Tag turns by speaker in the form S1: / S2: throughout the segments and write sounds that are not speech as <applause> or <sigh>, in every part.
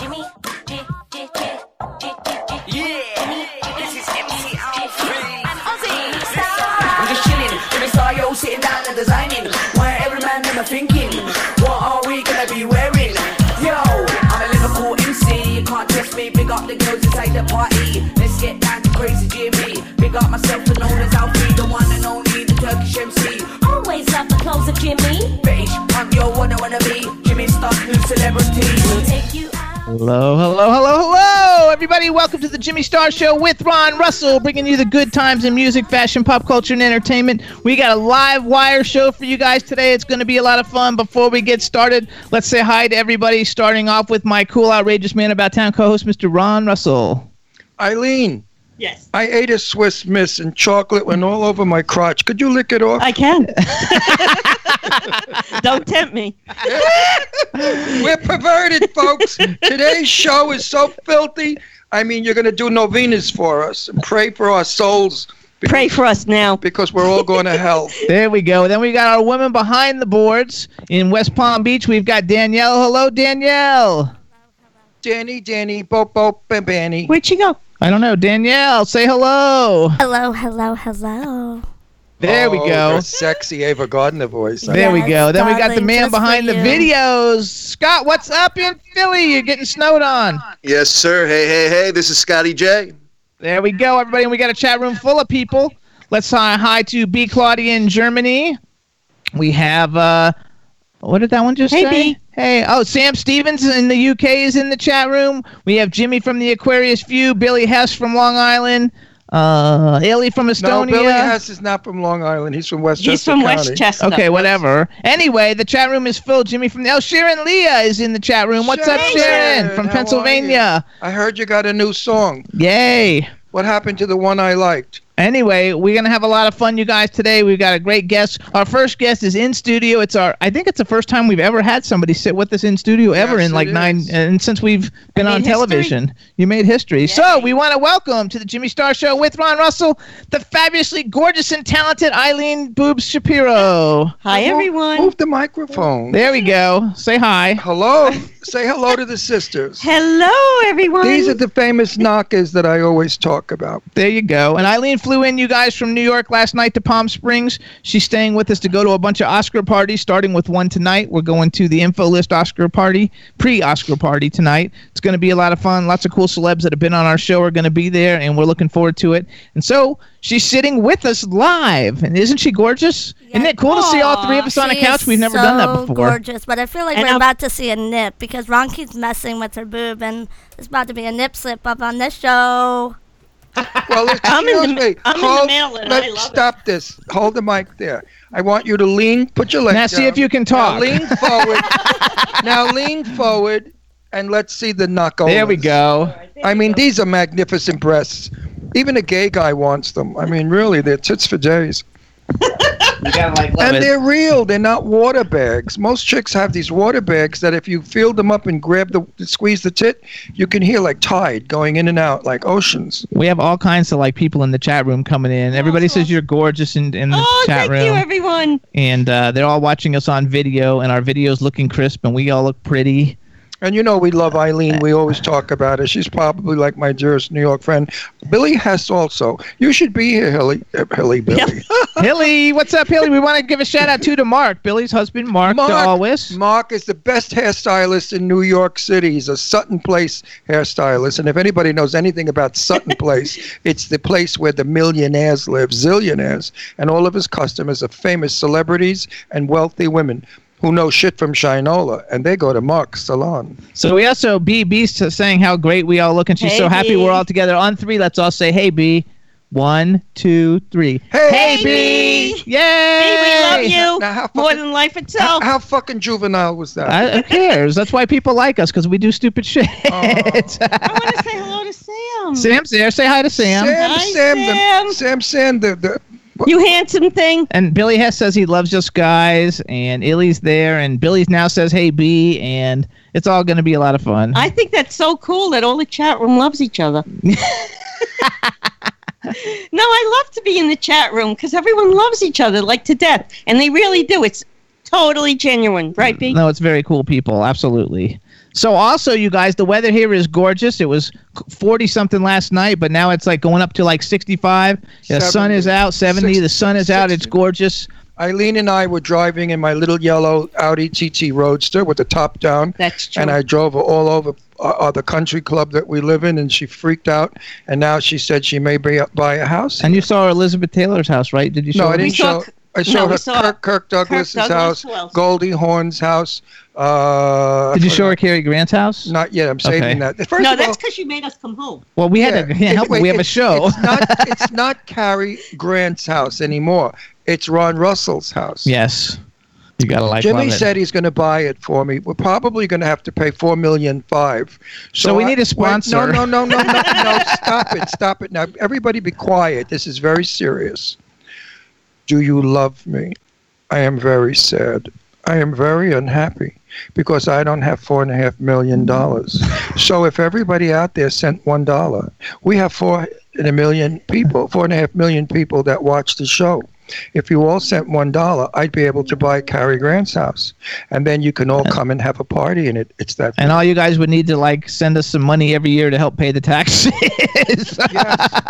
S1: Jimmy, J, J, J, J, J, J.
S2: Yeah, this is MC Alfie.
S1: I'm Aussie style.
S2: I'm just chilling, every star yo sitting down and designing. Why every man never thinking, what are we gonna be wearing? Yo, I'm a Liverpool MC, you can't test me. Big up the girls inside the party. Let's get down to crazy Jimmy. Big up myself and known as Alfie, the one and only, the Turkish MC.
S1: Always love the clothes of Jimmy.
S2: Bitch, I'm your one I wanna be. Jimmy Stark, new celebrity.
S1: Take you out.
S3: Hello, hello, hello, hello, everybody. Welcome to the Jimmy Star Show with Ron Russell, bringing you the good times in music, fashion, pop culture, and entertainment. We got a live wire show for you guys today. It's going to be a lot of fun. Before we get started, let's say hi to everybody, starting off with my cool, outrageous man about town co host, Mr. Ron Russell.
S4: Eileen,
S5: Yes,
S4: I ate a Swiss Miss and chocolate went all over my crotch. Could you lick it off?
S5: I can. <laughs> Don't tempt me.
S4: <laughs> We're perverted, folks. Today's show is so filthy. I mean, you're going to do novenas for us and pray for our souls
S5: Pray for us now.
S4: because we're all going to
S5: <laughs>
S4: hell.
S3: There we go. Then we got our women behind the boards in West Palm Beach. We've got Danielle. Hello, Danielle.
S4: Danny, Danny, Bo, Bo, and Banny.
S5: Where'd she go?
S3: I don't know. Danielle, say hello.
S6: Hello, hello, hello.
S3: There we
S4: Oh,
S3: go.
S4: her Sexy Ava Gardner voice.
S3: There we
S6: Yes,
S3: go. Then we got the
S6: darling,
S3: man
S6: just for
S3: behind the
S6: you.
S3: videos. Scott, what's up in Philly? You're getting snowed on.
S7: Yes, sir. Hey, hey, hey. This is Scotty J.
S3: There we go, everybody. And we got a chat room full of people. Let's say hi to B. Claudia in Germany. We have, uh, what did that one just
S5: Hey,
S3: say?
S5: B.
S3: Hey, oh, Sam Stevens in the UK is in the chat room. We have Jimmy from the Aquarius View, Billy Hess from Long Island, uh, Illy from
S4: No,
S3: Estonia.
S4: Billy Hess is not from Long Island. He's from Westchester
S5: He's from
S4: County.
S5: Westchester.
S3: Okay, whatever. Anyway, the chat room is full. Jimmy from El Sharon Leah is in the chat room. What's up,
S4: Sharon?
S3: Sharon?
S4: How
S3: From
S4: are you?
S3: Pennsylvania.
S4: I heard you got a new song.
S3: Yay.
S4: What happened to the one I liked?
S3: Anyway, we're gonna have a lot of fun, you guys. Today, we've got a great guest. Our first guest is in studio. It's our, I think it's the first time we've ever had somebody sit with us in studio ever
S4: Yes,
S3: in like
S4: it
S3: nine,
S4: is.
S3: and since we've been
S5: made
S3: on
S5: history.
S3: television, you made history. So we want to welcome to the Jimmy Star Show with Ron Russell, the fabulously gorgeous and talented Eileen Boobs Shapiro.
S5: Hi, everyone.
S4: Move the microphone.
S3: There we go. Say hi.
S4: Hello. Say hello to the sisters.
S5: Hello, everyone.
S4: These are the famous knockers that I always talk about.
S3: There you go. And Eileen flew in, you guys, from New York last night to Palm Springs. She's staying with us to go to a bunch of Oscar parties, starting with one tonight. We're going to the Info List Oscar party, pre Oscar party tonight. It's going to be a lot of fun. Lots of cool celebs that have been on our show are going to be there, and we're looking forward to it. And so she's sitting with us live. And isn't she gorgeous? Isn't it cool to see all three of us on a
S6: She
S3: couch?
S6: is
S3: We've never
S6: so
S3: done that before.
S6: Gorgeous, but I feel like
S5: And
S6: we're
S5: I'm-
S6: about to see a nip because Ron keeps messing with her boob, and it's about to be a nip slip up on this show.
S4: Well, it's
S5: <laughs> I'm in the mi-
S4: me.
S5: I'm in the
S4: Hold,
S5: middle and I
S4: let,
S5: love it.
S4: stop this. Hold the mic there. I want you to lean. Put your leg.
S3: Now, see
S4: down.
S3: if you can
S4: Now
S3: talk.
S4: lean
S3: <laughs>
S4: forward. now lean forward, and let's see the knuckles.
S3: There we go.
S4: I mean, these are magnificent breasts. Even a gay guy wants them. I mean, really, they're tits for days.
S3: You gotta like
S4: and they're real. They're not water bags. Most chicks have these water bags that if you fill them up and grab the squeeze the tit, you can hear like tide going in and out like oceans.
S3: We have all kinds of like people in the chat room coming in. Everybody says you're gorgeous in, in the
S5: Oh,
S3: chat
S5: thank
S3: room.
S5: you, everyone.
S3: and uh, they're all watching us on video, and our video's looking crisp, and we all look pretty.
S4: And you know we love Eileen. We always talk about her. She's probably like my dearest New York friend, Billy Hess. Also, you should be here, Hilly. Uh, Hilly Billy.
S3: Hilly, what's up, Hilly? We want to give a shout out too to Mark, Billy's husband, Mark,
S4: Mark.
S3: always.
S4: Mark is the <laughs> best hairstylist in New York City. He's a Sutton Place hairstylist. And if anybody knows anything about Sutton Place, it's the place where the millionaires live, zillionaires, and all of his customers are famous celebrities and wealthy women who know shit from Shinola, and they go to Mark's salon.
S3: So we also B B's saying how great we all look, and she's
S5: Hey,
S3: so happy
S5: B.
S3: we're all together on three. Let's all say, "Hey, B." One, two, three.
S4: Hey,
S3: B! Yay!
S5: Hey, we love you
S4: Now, how
S5: more
S4: fucking-
S5: than life
S4: How,
S5: itself.
S4: how fucking juvenile was that?
S3: I, who cares? That's why people like us because we do stupid shit. <laughs>
S5: I want to say hello to Sam.
S3: Sam's there. Say hi to Sam.
S4: Sam,
S5: Hi,
S4: Sam, the,
S5: Sam.
S4: Sam, Sam, the, the
S5: You handsome thing.
S3: And Billy Hess says he loves us guys, and Illy's there, and Billy now says, "Hey B," and it's all going to be a lot of fun.
S5: I think that's so cool that all the chat room loves
S4: <laughs>
S5: each other. no, I love to be in the chat room because everyone loves each other like to death, and they really do. It's totally genuine, right, B?
S3: No, it's very cool people. Absolutely. So also, you guys, the weather here is gorgeous. It was 40 something last night, but now it's like going up to like 65. The sun
S4: 70,
S3: is out, 70. the sun is out. It's
S4: 60.
S3: gorgeous.
S4: Eileen and I were driving in my little yellow Audi TT Roadster with the top down,
S5: That's true.
S4: and I drove her all over uh, uh, the country club that we live in, and she freaked out. And now she said she may be, uh, buy a house.
S3: And you saw Elizabeth Taylor's house, right? Did you
S4: no,
S3: show
S4: I
S3: it?
S4: didn't
S5: We saw
S4: show. I
S5: no,
S4: showed
S5: we
S4: her
S5: saw
S4: Kirk, Kirk Douglas's
S5: Douglas,
S4: house,
S5: who else?
S4: Goldie Hawn's house. Uh,
S3: Did
S4: I
S3: you show her
S4: forgot-
S3: Cary Grant's house?
S4: Not yet. I'm saving that. First
S5: no,
S4: of all,
S5: that's because you made us come home.
S3: Well, we had to
S4: Yeah.
S3: yeah, help.
S4: Wait,
S3: we have a
S4: it's-
S3: show.
S4: It's not, it's
S3: <laughs>
S4: not Carrie Grant's house anymore. It's Ron Russell's house.
S3: yes, you gotta like.
S4: Jimmy
S3: love it.
S4: said he's going to buy it for me. We're probably going to have to pay four million five.
S3: So we
S4: I-
S3: need a
S4: wait,
S3: sponsor.
S4: no, no,
S3: <laughs>
S4: no, no, no, no! Stop it! Stop it now! Everybody, be quiet. This is very serious. Do you love me? I am very sad. I am very unhappy because I don't have four and a half million dollars. So if everybody out there sent one dollar, we have four and a million people, four and a half million people that watch the show. If you all sent one dollar, I'd be able to buy Cary Grant's house, and then you can all come and have a party in it. It's that.
S3: and all you guys would need to like send us some money every year to help pay the taxes.
S4: yes.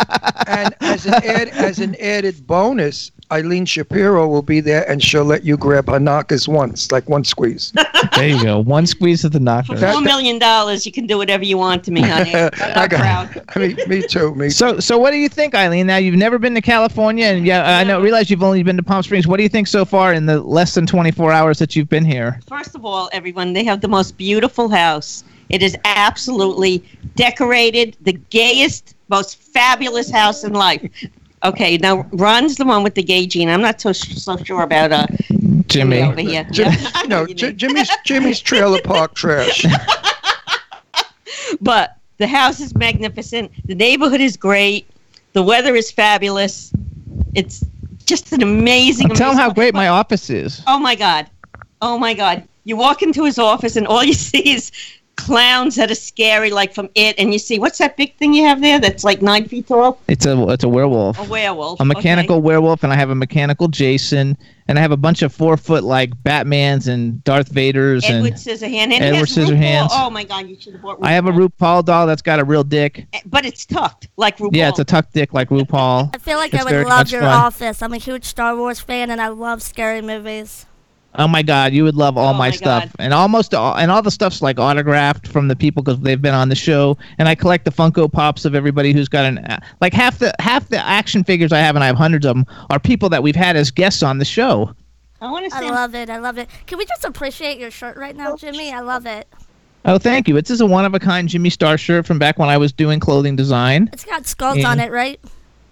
S4: And as an add, as an added bonus, Eileen Shapiro will be there, and she'll let you grab her knockers once, like one squeeze.
S3: there you go. One squeeze of the knocker.
S5: For
S4: That-
S5: four million dollars, you can do whatever you want to me, honey. I'm
S4: <laughs> I
S5: not
S4: got-
S5: proud.
S4: me, me too. Me.
S3: So, so what do you think, Eileen? Now you've never been to California, and yeah, I know. Realize you've only been to Palm Springs. What do you think so far in the less than 24 hours that you've been here?
S5: First of all, everyone, they have the most beautiful house. It is absolutely decorated, the gayest, most fabulous house in life. Okay, now Ron's the one with the gay gene. I'm not so so sure about uh,
S3: Jimmy,
S5: over here.
S4: Jim,
S5: I know
S4: no,
S5: what you
S4: J-
S5: mean.
S4: Jimmy's Jimmy's trailer park trash.
S5: <laughs> but the house is magnificent. The neighborhood is great. The weather is fabulous. It's <laughs> just an amazing.
S3: tell him
S5: amazing-
S3: how great my office is.
S5: Oh my God. Oh my God. You walk into his office and all you <laughs> see is clowns that are scary, like from it. And you see, what's that big thing you have there that's like nine feet tall?
S3: It's a, it's a werewolf.
S5: A werewolf.
S3: a
S5: okay.
S3: mechanical werewolf, and I have a mechanical Jason, and I have a bunch of four foot like Batman's and Darth Vader's,
S5: Edward
S3: and
S5: Scissorhand. And
S3: Edward
S5: Edward
S3: Scissorhands.
S5: Scissorhands. Oh my God, you should have bought RuPaul.
S3: I have a RuPaul doll that's got a real dick.
S5: But it's tucked, like RuPaul.
S3: Yeah, it's a tuck dick like RuPaul.
S6: I feel like
S3: It's
S6: I
S3: very
S6: would love
S3: much
S6: your
S3: fun.
S6: office. I'm a huge Star Wars fan and I love scary movies.
S3: Oh my God, you would love all
S5: Oh
S3: my,
S5: my
S3: stuff,
S5: God.
S3: and almost all, and all the stuff's like autographed from the people because they've been on the show. And I collect the Funko Pops of everybody who's got an like half the half the action figures I have, and I have hundreds of them, are people that we've had as guests on the show.
S5: I want to see.
S6: I love it. I love it. Can we just appreciate your shirt right now, Jimmy? I love it.
S3: Oh, thank you. It's just a one of a kind Jimmy Star shirt from back when I was doing clothing design.
S6: It's got skulls on
S3: Yeah.
S6: it, right?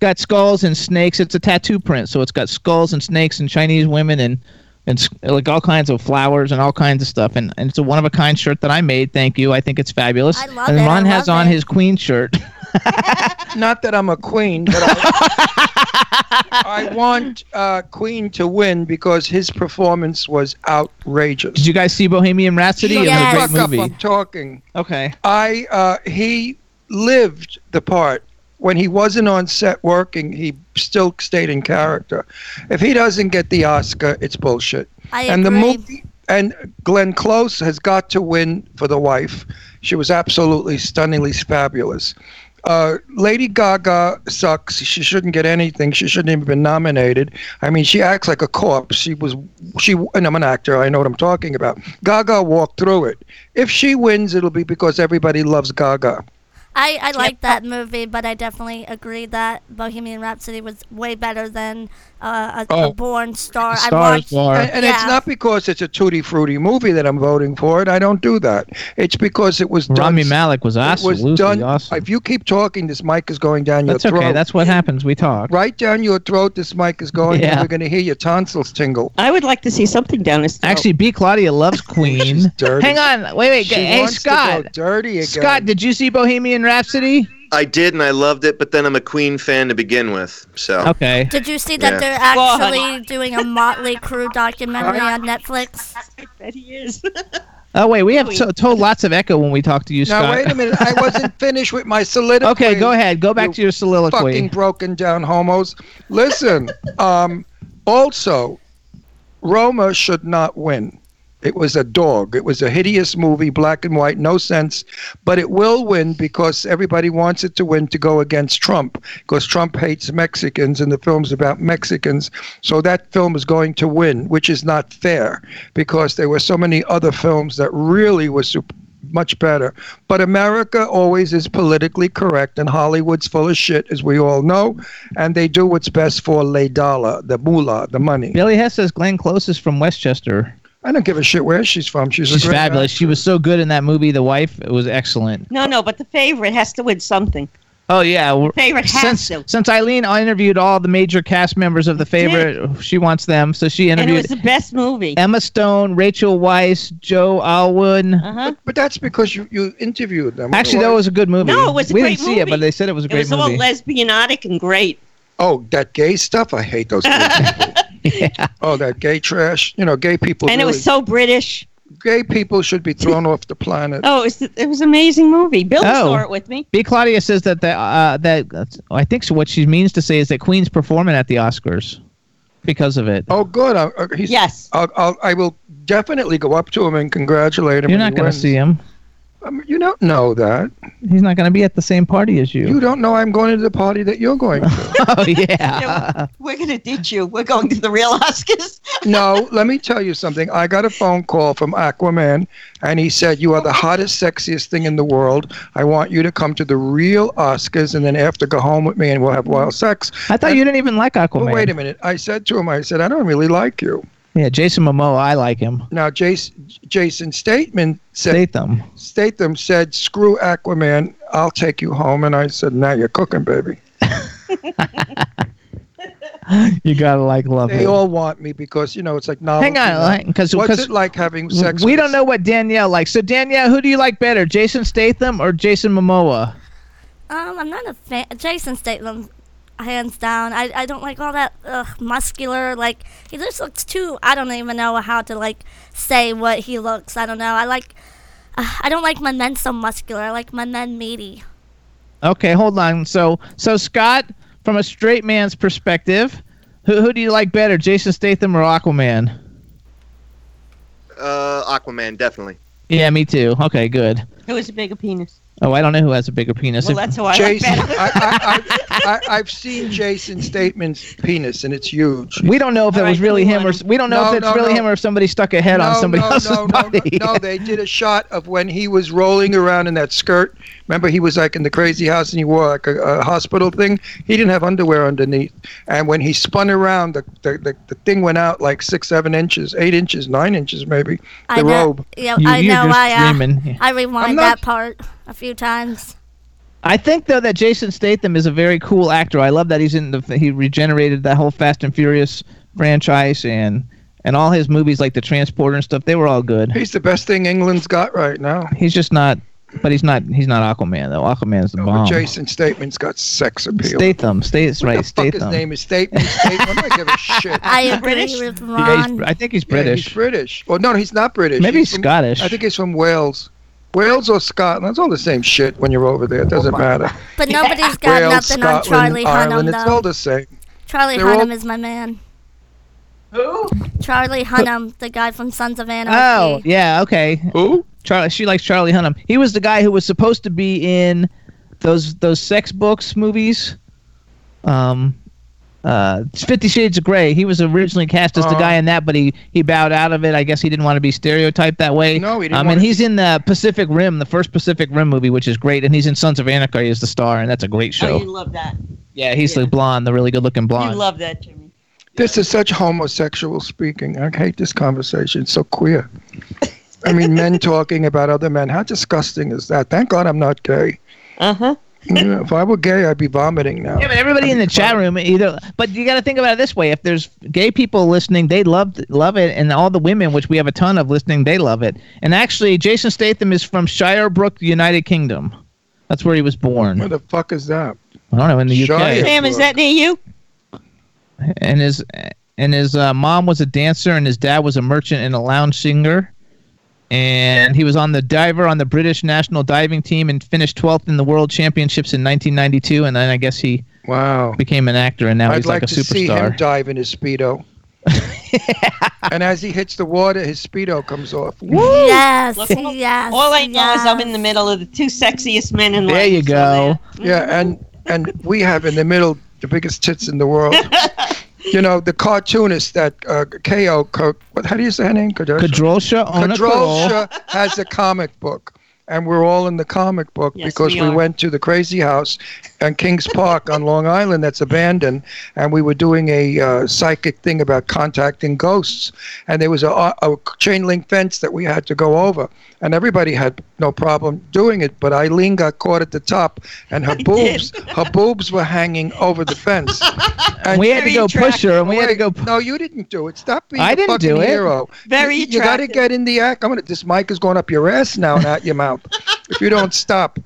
S3: got skulls and snakes. It's a tattoo print, so it's got skulls and snakes and Chinese women and and s- like all kinds of flowers and all kinds of stuff. And, and it's a one of a kind shirt that I made. Thank you. I think it's fabulous.
S6: I love
S3: and
S6: it, I
S3: Ron has
S6: love
S3: on
S6: it.
S3: his queen
S4: <laughs>
S3: shirt.
S4: Not that I'm a queen, but I,
S3: <laughs>
S4: I want uh, Queen to win because his performance was outrageous.
S3: Did you guys see Bohemian Rhapsody? It
S6: Shut
S3: was
S6: the
S3: a
S4: Fuck
S3: great
S4: up!
S3: movie.
S4: I'm talking.
S3: Okay.
S4: I uh, he lived the part when he wasn't on set working. He still stayed in character. If he doesn't get the Oscar, it's bullshit.
S6: I
S4: and
S6: agree.
S4: the movie and Glenn Close has got to win for the wife. She was absolutely stunningly fabulous. Uh, Lady Gaga sucks. She shouldn't get anything. She shouldn't even been nominated. I mean, she acts like a corpse. She was she and I'm an actor. I know what I'm talking about. Gaga walked through it. If she wins, it'll be because everybody loves Gaga.
S6: I, I like that movie, but I definitely agree that Bohemian Rhapsody was way better than uh, a,
S3: Oh.
S6: a Born Star. I
S3: Stars
S6: watched.
S3: are.
S4: And, and it's
S6: Yeah.
S4: not because it's a tutti frutti movie that I'm voting for it. I don't do that. It's because it was done.
S3: Rami Malik was
S4: it was
S3: absolutely
S4: done.
S3: awesome.
S4: If you keep talking, this mic is going down
S3: That's
S4: your throat.
S3: okay. That's what happens. We talk.
S4: right down your throat. This mic is going.
S3: Yeah.
S4: And you're going to hear your
S3: <laughs>
S4: tonsils tingle.
S5: I would like to see something down his throat.
S3: Actually, B. Claudia
S4: <laughs>
S3: loves Queen.
S4: dirty.
S3: Hang on. Wait, wait.
S4: She
S3: hey,
S4: wants To
S3: Scott.
S4: go dirty again.
S3: Scott, did you see Bohemian Rhapsody?
S7: I did, and I loved it. But then I'm a Queen fan to begin with, so
S3: Okay.
S6: Did you see that
S7: Yeah.
S6: they're
S5: God.
S6: actually doing a Motley Crue documentary on Netflix?
S5: I bet
S4: <laughs>
S5: he is.
S3: Oh wait, we have to- told lots of echo when we talk to you,
S4: now
S3: Scott.
S4: wait a minute. I
S3: <laughs>
S4: wasn't finished with my soliloquy.
S3: Okay, go ahead. Go back
S4: You
S3: to your soliloquy.
S4: Fucking broken down homos. Listen. um, also, Roma should not win. It was a dog. It was a hideous movie, black and white, no sense. But it will win because everybody wants it to win to go against Trump because Trump hates Mexicans and the film's about Mexicans. So that film is going to win, which is not fair because there were so many other films that really were sup- much better. But America always is politically correct and Hollywood's full of shit, as we all know. And they do what's best for lay dollar, the moolah, the money.
S3: Billy Hess says Glenn Close is from Westchester.
S4: I don't give a shit where she's from. She's, a
S3: She's
S4: great
S3: fabulous.
S4: actress.
S3: She was so good in that movie, The Wife. It was excellent.
S5: No, no, but the favorite has to win something.
S3: Oh yeah. we're-
S5: Favorite has
S3: Since
S5: to.
S3: since Eileen interviewed all the major cast members of The Favorite, she wants them. So she
S5: And it was
S3: interviewed
S5: the best movie.
S3: Emma Stone, Rachel Weisz, Joe Alwyn.
S5: Uh-huh.
S4: But that's because you, you interviewed them.
S3: Actually, that
S4: Otherwise-
S3: was a good movie.
S5: No, it was a
S3: we
S5: great
S3: didn't see it,
S5: movie.
S3: but they said it was a
S5: It
S3: great
S5: was all
S3: movie.
S5: lesbianotic and great.
S4: oh that gay stuff. I hate those gay
S5: <laughs>
S4: people.
S3: yeah.
S4: Oh, that gay trash. You know, gay people.
S5: and it was
S4: really-
S5: so British.
S4: gay people should be thrown off the planet.
S5: Oh, it was, it was an amazing movie. Bill
S3: Oh.
S5: saw it
S3: <laughs>
S5: with me.
S3: B. Claudia says that the, uh, that I think so what she means to say is that Queen's performing at the Oscars because of it.
S4: Oh, good. I, I, he's,
S5: Yes.
S4: I'll, I'll, I will definitely go up to him and congratulate him.
S3: You're
S4: when
S3: not
S4: he
S3: going to
S4: wins.
S3: see him.
S4: I mean, you don't know that.
S3: He's not going to be at the same party as you.
S4: You don't know I'm going to the party that you're going to.
S3: <laughs> oh
S5: Yeah,
S3: yeah.
S5: We're going to ditch you. We're going to the real Oscars.
S4: no, let me tell you something. I got a phone call from Aquaman, and he said, You are the hottest, sexiest thing in the world. I want you to come to the real Oscars, and then after, go home with me, and we'll have wild sex.
S3: I thought you didn't even like
S4: But
S3: Aquaman.
S4: wait a minute. I said to him, I said, I don't really like you.
S3: Yeah, Jason Momoa, I like him.
S4: Now, Jason, Jason Stateman said,
S3: Statham.
S4: Statham said, "Screw Aquaman, I'll take you home." And I said, "Now you're cooking, baby."
S3: <laughs> You gotta like love
S4: They
S3: him.
S4: all want me because you know it's like novelty.
S3: Hang on, because
S4: what's it like having sex?
S3: we
S4: with-
S3: don't know what Danielle likes. So Danielle, who do you like better, Jason Statham or Jason Momoa?
S6: Um, I'm not a fan. Jason Statham, hands down. I, I don't like all that ugh, muscular. Like he just looks too. I don't even know how to like say what he looks. I don't know. I like. Uh, I don't like my men so muscular. I like my men meaty.
S3: Okay, hold on. So so Scott, from a straight man's perspective, who who do you like better, Jason Statham or Aquaman?
S7: uh, Aquaman definitely.
S3: Yeah, me too. Okay, good.
S5: Who was a bigger penis?
S3: Oh, I don't know who has a bigger penis.
S5: Well,
S3: If-
S5: that's who I like
S4: Jason.
S5: better.
S4: I, I, I, I, I've seen Jason Stateman's penis, and it's huge.
S3: we don't know if
S5: All
S3: that was
S5: right,
S3: really
S5: move
S3: him or
S5: on.
S3: s- we don't know
S4: No,
S3: if it's
S4: no,
S3: really
S4: no.
S3: him or if somebody stuck a head on somebody else's
S4: no, no,
S3: body.
S4: No, no, they did a shot of when he was rolling around in that skirt. Remember, he was like in the crazy house and he wore like a, a hospital thing. He didn't have underwear underneath. And when he spun around, the, the, the, the thing went out like six, seven inches, eight inches, nine inches maybe. The
S6: I
S4: robe.
S6: know. Yeah,
S3: You-
S6: I
S3: you're
S6: know.
S3: just
S6: I uh,
S3: dreaming.
S6: I rewind
S4: I'm not-
S6: that part a few times.
S3: <laughs> I think though that Jason Statham is a very cool actor. I love that he's in the he regenerated that whole Fast and Furious franchise and and all his movies like the Transporter and stuff. They were all good.
S4: He's the best thing England's got right now.
S3: He's just not, but he's not he's not Aquaman though. Aquaman's the
S4: But
S3: bomb.
S4: Jason Stateman's got sex appeal.
S3: Statham, Statham,
S4: What
S3: right?
S4: the fuck his
S3: Statham.
S4: name is Stateman. Stateman. I don't
S6: <laughs>
S4: give a shit.
S6: I agree
S5: British?
S6: with
S3: Yeah, he's-
S6: Ron.
S3: I think he's
S4: Yeah,
S3: British.
S4: he's British. Well, no, he's not British.
S3: Maybe he's
S4: from-
S3: Scottish.
S4: I think he's from Wales. Wales or Scotland. It's all the same shit when you're over there. It
S6: Oh
S4: doesn't matter.
S6: but nobody's got
S4: Wales,
S6: nothing
S4: Scotland,
S6: on Charlie
S4: Ireland.
S6: Hunnam
S4: It's all
S6: though.
S4: the same.
S6: Charlie
S4: they're
S6: Hunnam
S4: all-
S6: is my man. Who? Charlie Hunnam, the guy from Sons of Anarchy.
S3: Oh yeah, okay.
S4: Who?
S3: Charlie, she likes Charlie Hunnam. He was the guy who was supposed to be in those those sex books movies. Um, uh, Fifty Shades of Grey. He was originally cast
S4: Uh-huh.
S3: as the guy in that, but he, he bowed out of it. I guess he didn't want to be stereotyped that way.
S4: No, he didn't
S3: Um,
S4: want
S3: and
S4: to
S3: he's in the Pacific Rim, the first Pacific Rim movie, which is great. And he's in Sons of Anarchy as the star, and that's a great show.
S5: Oh, you love that.
S3: yeah, he's
S5: yeah.
S3: the blonde, the really good-looking blonde.
S5: You love that, Jimmy.
S4: This is such homosexual speaking. I hate this conversation. It's so queer. I mean,
S6: <laughs>
S4: men talking about other men. How disgusting is that? Thank God I'm not gay.
S5: Uh
S6: Uh-huh.
S5: huh.
S4: You know, if I were gay, I'd be vomiting now.
S3: Yeah, but everybody in the chat room either. But you got to think about it this way: if there's gay people listening, they love love it, and all the women, which we have a ton of listening, they love it. And actually, Jason Statham is from Shirebrook, the United Kingdom. That's where he was born.
S4: Where the fuck is that?
S3: I don't know in the
S4: Shire.
S3: UK.
S5: Sam, is that near you?
S3: And his and his uh, mom was a dancer, and his dad was a merchant and a lounge singer. And he was on the diver on the British national diving team and finished 12th in the World Championships in 1992. And then I guess he
S4: Wow.
S3: became an actor, and now
S4: I'd
S3: he's
S4: like,
S3: like, a
S4: to
S3: superstar.
S4: see him dive in his
S3: <laughs>
S4: speedo. and as he hits the water, his speedo comes off.
S6: Yes,
S5: Look, all-
S6: yes.
S5: All I know is I'm in
S6: yes.
S5: the middle of the two sexiest men in life.
S3: There you
S5: so
S3: go.
S4: Yeah, and and we have in the middle the biggest tits in the world. you know, the cartoonist that uh, Ko Co- what how do you say her name? Kadrosha.
S3: Kadrosha on a Kadrosha.
S4: Kadrosha has a comic book. And we're all in the comic book
S5: Yes,
S4: because
S5: we
S4: we
S5: are.
S4: went to the Crazy House and
S5: <laughs>
S4: Kings Park on Long Island that's abandoned, and we were doing a uh, psychic thing about contacting ghosts. And there was a, uh, a chain link fence that we had to go over, and everybody had no problem doing it. But Eileen got caught at the top, and
S5: <laughs>
S4: her boobs, her boobs were hanging over the fence. And
S3: We had to
S5: Very
S3: go push her, and we had to
S4: Wait,
S3: go. p-
S4: No, you didn't do it. Stop being
S3: I
S4: a
S3: didn't
S4: fucking
S3: do it.
S4: hero.
S5: Very
S4: You, got to
S5: attractive.
S4: get in the act. I'm gonna. This mic is going up your ass now, and out your
S5: <laughs>
S4: mouth. If you don't stop.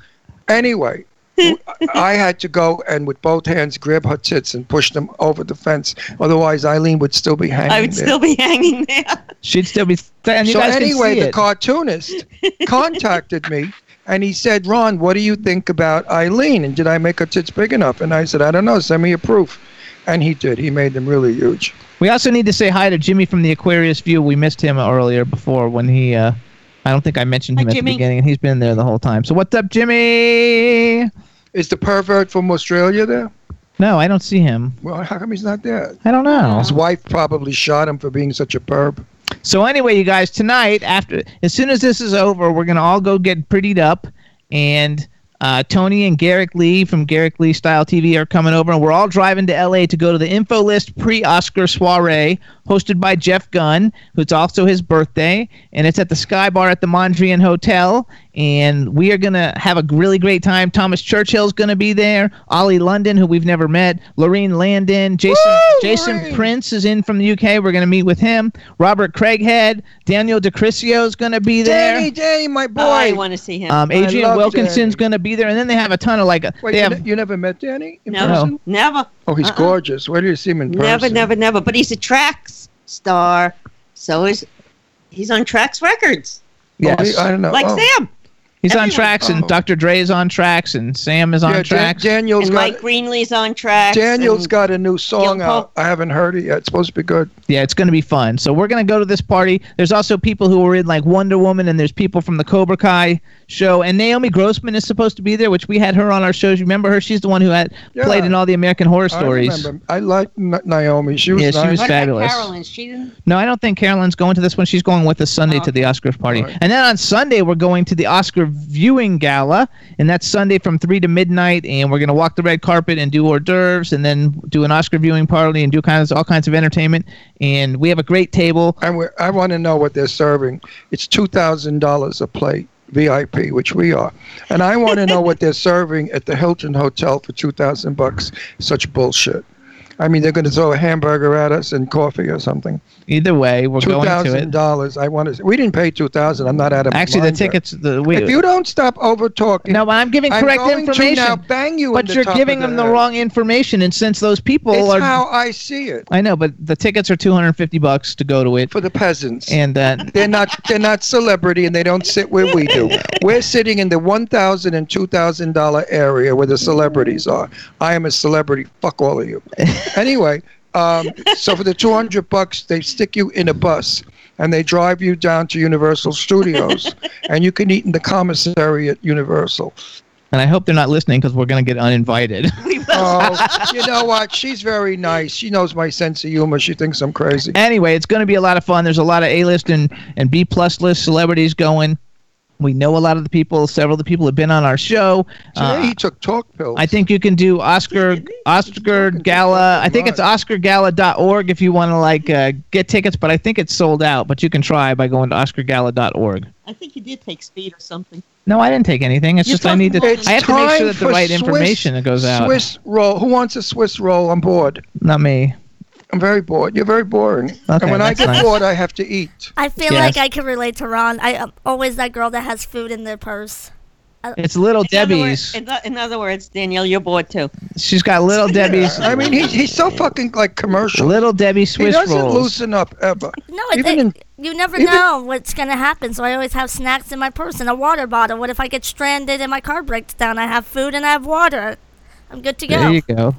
S4: Anyway, w- I had to go and with both hands grab her tits and push them over the fence. Otherwise, Eileen would still be hanging
S5: I would
S4: there. <laughs>
S5: still be hanging there.
S3: She'd still be. And you
S4: so
S3: guys
S4: anyway,
S3: can see
S4: the
S3: it.
S4: cartoonist contacted me. And he said, Ron, what do you think about Eileen? And did I make her tits big enough? And I said, I don't know. Send me a proof. And he did. He made them really huge.
S3: we also need to say hi to Jimmy from the Aquarius View. We missed him earlier before when he. Uh, I don't think I mentioned
S5: Hi,
S3: him at
S5: Jimmy.
S3: the beginning, and he's been there the whole time. So what's up, Jimmy?
S4: Is the pervert from Australia there?
S3: No, I don't see him.
S4: Well, how come he's not there?
S3: I don't know.
S4: His wife probably shot him for being such a perv.
S3: So anyway, you guys, tonight after as soon as this is over, we're gonna all go get prettied up, and uh, Tony and Garrick Lee from Garrick Lee Style TV are coming over, and we're all driving to LA to go to the Info List pre-Oscar soiree hosted by Jeff Gunn, who's also his birthday, and it's at the Sky Bar at the Mondrian Hotel, and we are gonna have a really great time. Thomas Churchill's gonna be there, Ollie London, who we've never met, Lorene Landon, Jason Jason
S4: Lorene!
S3: Prince. Prince is in from the UK. We're going to meet with him. Robert Craighead, Daniel DeCrisio is going to be
S4: Danny
S3: there.
S4: Day, my boy.
S5: Oh, I want to see him.
S3: Um, Adrian
S4: love
S3: Wilkinson's
S4: Danny.
S3: going to be there, and then they have a ton of like
S4: Wait,
S3: they
S4: you,
S3: have.
S4: ne- you never met Danny in
S5: never,
S4: person?
S5: never,
S4: Oh, he's
S5: Uh-uh.
S4: gorgeous. Where do you see him in person?
S5: never, never, never. But he's a tracks star. So is he's on tracks records,
S4: Oh,
S3: yes.
S4: he- I don't know.
S5: like
S4: oh.
S5: Sam
S3: he's on
S5: everyone-
S3: tracks, and
S4: Oh.
S3: Dr. Dre's on tracks, and Sam is on
S4: Yeah, Dan-
S3: tracks.
S4: Daniel's
S5: and
S4: got
S5: Mike Greenlee's on tracks.
S4: Daniel's
S5: and-
S4: got a new song
S5: Young
S4: out.
S5: Pope.
S4: I haven't heard it yet. It's supposed to be good.
S3: yeah, it's going to be fun. So we're going to go to this party. There's also people who are in like Wonder Woman, and there's people from the Cobra Kai show, and Naomi Grossman is supposed to be there, which we had her on our shows. You remember her? She's the one who had
S4: Yeah.
S3: played in all the American Horror Stories.
S4: I remember. I like Na- Naomi. She was
S3: Yeah, she
S4: nice.
S3: was
S5: What
S3: fabulous.
S5: about Carolyn? She didn't. Oh.
S3: No, I don't think Carolyn's going to this one. She's going with us Sunday to the Oscar party.
S4: All right.
S3: And then on Sunday, we're going to the Oscar viewing gala. And that's Sunday from 3 to midnight. And we're going to walk the red carpet and do hors d'oeuvres and then do an Oscar viewing party and do kinds, all kinds of entertainment. And we have a great table.
S4: And we're, I want to know what they're serving. It's two thousand dollars a plate, VIP, which we are. And I want to know what they're serving at the Hilton Hotel for two thousand bucks. Such bullshit. I mean, they're going to throw a hamburger at us and coffee or something.
S3: Either way, we're
S4: Two
S3: going to
S4: thousand
S3: it.
S4: dollars. I want to. We didn't pay two thousand. I'm not out of my
S3: Actually, the
S4: mind here.
S3: tickets, the
S4: If
S3: we, <laughs>
S4: you don't stop over talking,
S3: no, but I'm giving
S4: I'm
S3: correct
S4: going
S3: information.
S4: To now bang you in
S3: but
S4: the
S3: you're
S4: top
S3: giving
S4: of
S3: them the
S4: head.
S3: wrong information. And since those people
S4: It's
S3: are,
S4: how I see it
S3: I know, but the tickets are 250 bucks to go to it.
S4: for the peasants.
S3: And uh,
S4: They're not they're not celebrity and they don't sit where we do. We're sitting in the one thousand and two thousand dollar area where the celebrities are. I am a celebrity. Fuck
S3: <laughs>
S4: all of you. Anyway, um, so for the two hundred bucks they stick you in a bus and they drive you down to Universal Studios
S3: <laughs>
S4: and you can eat in the commissary at Universal.
S3: and I hope they're not listening because we're going to get uninvited. <laughs>
S5: We
S4: Oh, you know what? She's very nice. She knows my sense of humor. She thinks I'm crazy.
S3: Anyway, it's going to be a lot of fun. There's a lot of A-list and, and B-plus list celebrities going. We know a lot of the people. Several of the people have been on our show. Uh,
S4: Today he took talk pills.
S3: I think you can do Oscar Oscar Gala. I think it's oscargala.org if you want to like uh, get tickets, but I think it's sold out. But you can try by going to oscargala.org.
S5: I think you did take speed or something.
S3: No, I didn't take anything. It's
S5: You
S3: just I
S5: took
S3: need to.
S5: It's
S3: I have to make
S4: time
S3: sure that the
S4: for
S3: right
S4: Swiss-
S3: information that goes out.
S4: Swiss roll. Who wants a Swiss roll on board?
S3: Not me.
S4: I'm very bored. You're very boring.
S3: Okay,
S4: and when I
S3: that's
S4: get
S3: nice.
S4: bored, I have to eat.
S6: I feel
S3: Yes.
S6: like I can relate to Ron. I am always that girl that has food in their purse. Uh,
S3: It's little
S5: In other words-
S3: Debbie's.
S5: In, tho- in other words, Danielle, you're bored too.
S3: She's got little Debbie's.
S4: I mean, he, he's so fucking like commercial.
S3: little Debbie
S4: He
S3: Swiss
S4: doesn't
S3: rolls.
S4: loosen up ever.
S6: No, it,
S4: Even
S6: it-
S4: in-
S6: you never
S4: even-
S6: know what's gonna happen. So I always have snacks in my purse and a water bottle. What if I get stranded and my car breaks down? I have food and I have water. I'm good to
S3: There
S6: go.
S3: you go.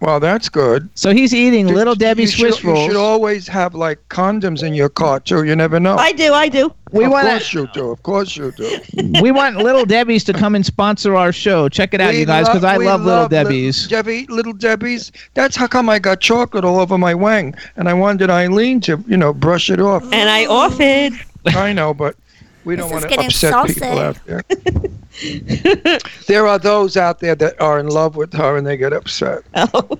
S4: Well, that's good.
S3: So he's eating little
S4: You-
S3: Debbie
S4: you
S3: Swiss
S4: should, You
S3: rolls.
S4: should always have like condoms in your car too. You never know.
S5: I do, I do.
S3: we
S4: of
S3: want
S4: course you do. Of course
S3: <laughs>
S4: you do.
S3: we want little Debbie's to come and sponsor our show. Check it out,
S4: We
S3: you guys, because
S4: lo-
S3: I
S4: we
S3: love little
S4: Lit-
S3: Debbie's.
S4: Debbie, little Debbie's. That's how come I got chocolate all over my wang, and I wanted Eileen to, you know, brush
S3: <laughs>
S4: it off.
S5: And I offered.
S4: I know, but we
S6: This
S4: don't
S6: is
S4: want to
S6: getting
S4: upset
S6: saucy.
S4: people out
S5: <laughs>
S4: there. there are those out there that are in love with her and they get upset.
S5: Oh.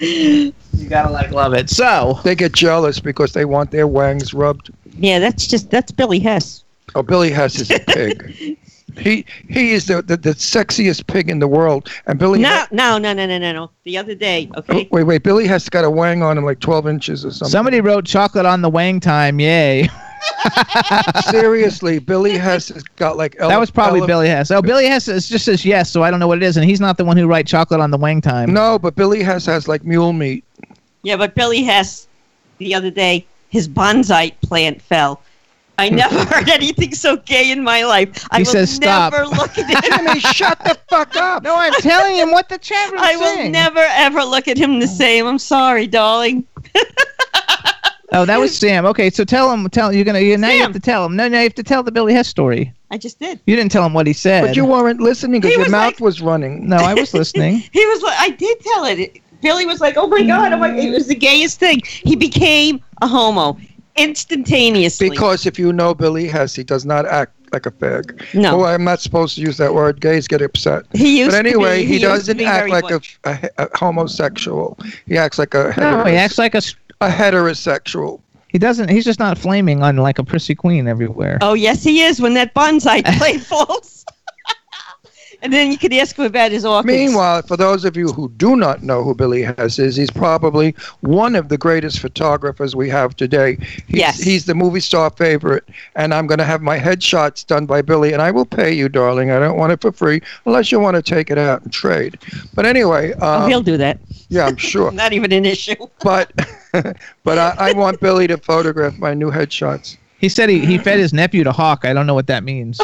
S3: You gotta like love it. So
S4: They get jealous because they want their wangs rubbed.
S5: yeah, that's just that's Billy Hess.
S4: Oh, Billy Hess is a
S5: <laughs>
S4: pig. He he is the, the, the sexiest pig in the world. And Billy
S5: No, no, no, no, no, no, no. The other day,
S4: Oh,
S5: okay.
S4: wait, wait. Billy Hess got a wang on him like 12 inches or something.
S3: somebody wrote chocolate on the wang time. Yay. <laughs>
S4: Seriously, Billy Hess has got like. Ele-
S3: That was probably
S4: ele-
S3: Billy Hess. Oh, Billy Hess is, just says yes, so I don't know what it is, and he's not the one who write chocolate on the wang time.
S4: No, but Billy Hess has like mule meat.
S5: Yeah, but Billy Hess, the other day, his bonsai plant fell.
S4: <laughs>
S5: I never heard anything so gay in my life. I
S3: He
S5: will
S3: says, "Stop."
S5: never look at him.
S4: Jimmy, shut the fuck up.
S3: No, I'm telling him what the chat room's
S5: I will
S3: saying.
S5: never ever look at him the same. I'm sorry, darling.
S3: oh, that was Sam. Okay, so tell him. Tell you're gonna. You, now you have
S5: Sam.
S3: to tell him. No, no, you have to tell the Billy Hess story.
S5: I just did.
S3: You didn't tell him what he said.
S4: But you weren't listening because
S5: He
S4: your
S5: was
S4: mouth
S5: like-
S4: was running.
S3: no, I was
S4: <laughs>
S3: listening.
S5: He was like, I did tell it. Billy was like, oh my god, oh my, it was the gayest thing. He became a homo instantaneously.
S4: Because if you know Billy Hess, he does not act like a pig.
S5: no,
S4: Oh, I'm not supposed to use that word. Gays get upset.
S5: he used
S4: But anyway,
S5: to be,
S4: he,
S5: used to
S4: doesn't
S5: be
S4: act
S5: very
S4: like a,
S5: butch.
S4: a, a homosexual. He acts like a
S3: No, he
S4: heteros-
S3: acts like a. s-
S4: a heterosexual.
S3: He doesn't. He's just not flaming on like a prissy queen everywhere.
S5: Oh yes, he is. When
S4: <laughs>
S5: that bonsai plate falls, <laughs> and then you could ask him about his orchids.
S4: Meanwhile, for those of you who do not know who Billy Hess is, he's probably one of the greatest photographers we have today. He's,
S5: Yes.
S4: he's the movie star favorite, and I'm going to have my headshots done by Billy, and I will pay you, darling. I don't want it for free unless you want to take it out and trade. But anyway,
S5: oh,
S4: um,
S5: he'll do that.
S4: yeah, I'm sure.
S5: <laughs> Not even an issue.
S4: But <laughs> but I, I want Billy to photograph my new headshots.
S3: He said he, he fed his nephew to hawk. I don't know what that means.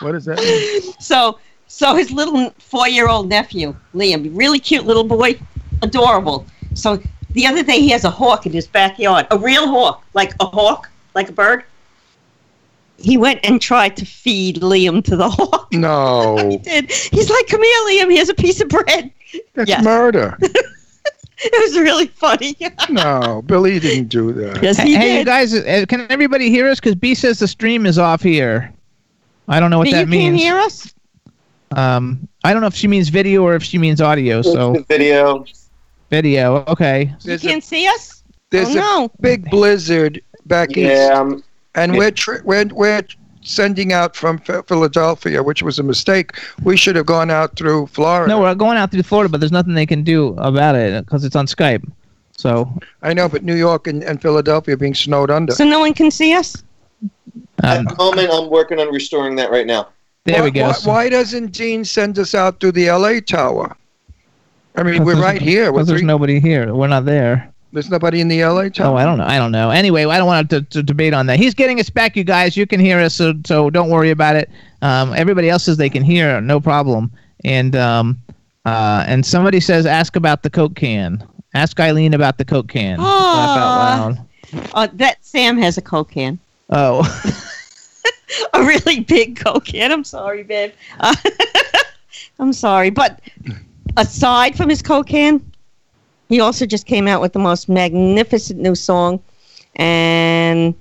S4: What does that mean?
S5: So, so his little four-year-old nephew Liam, really cute little boy, adorable. So the other day he has a hawk in his backyard, a real hawk, like a hawk, like a bird. He went and tried to feed Liam to the hawk. <laughs> He
S4: No,
S5: did. He's like, "Come here, Liam. Here's a piece of bread."
S4: that's
S5: Yes.
S4: murder.
S5: <laughs> It was really funny.
S4: <laughs> No, Billy didn't do that.
S5: yes, he
S3: hey,
S5: did.
S3: you guys, uh, can everybody hear us? Because B says the stream is off here. I don't know what
S5: But
S3: that
S5: you
S3: means.
S5: can't hear us.
S3: Um, I don't know if she means video or if she means audio. So
S7: video.
S3: video, okay.
S4: There's
S5: you
S4: a,
S5: can't see us?
S4: there's
S5: oh,
S4: a
S5: no.
S4: big blizzard back east.
S7: Yeah, I'm,
S4: and
S3: Yeah.
S4: we're, tr- we're we're sending out from Ph- Philadelphia, which was a mistake. We should have gone out through Florida.
S3: No, we're going out through Florida, but there's nothing they can do about it because it's on Skype. So
S4: I know, but New York and, and Philadelphia are being snowed under.
S5: So no one can see us?
S3: um,
S7: at the moment, I'm working on restoring that right now.
S3: there
S4: why,
S3: we go.
S4: Why, why doesn't Dean send us out through the L.A. Tower? I mean, we're
S3: Because
S4: right here. We're
S3: Because there's
S4: three-
S3: nobody here. We're not there.
S4: there's nobody in the L.A.
S3: Oh,
S4: Tower.
S3: I don't know. I don't know. Anyway, I don't want to, to debate on that. He's getting us back, you guys. You can hear us, so, so don't worry about it. Um, everybody else says they can hear, no problem. And um, uh, and somebody says, ask about the Coke can. Ask Eileen about the Coke can. Laugh out loud.
S5: Oh, that Sam has a Coke can.
S3: Oh,
S5: <laughs> A <laughs> really big Coke can. I'm sorry, babe. Uh, I'm sorry. But aside from his Coke can, he also just came out with the most magnificent new song, and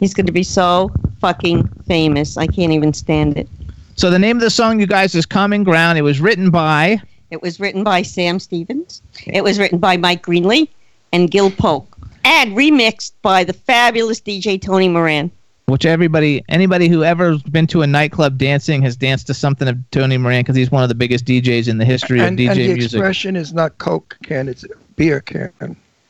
S5: he's going to be so fucking famous. I can't even stand it.
S3: So the name of the song, you guys, is Common Ground. It was written by.
S5: It was written by Sam Stevens. It was written by Mike Greenlee and Gil Polk, and remixed by the fabulous DJ Tony Moran.
S3: Which everybody, anybody who ever's been to a nightclub dancing has danced to something of Tony Moran because he's one of the biggest DJs in the history
S4: And,
S3: of
S4: and
S3: DJ
S4: the
S3: music.
S4: expression is not Coke can, it's beer can.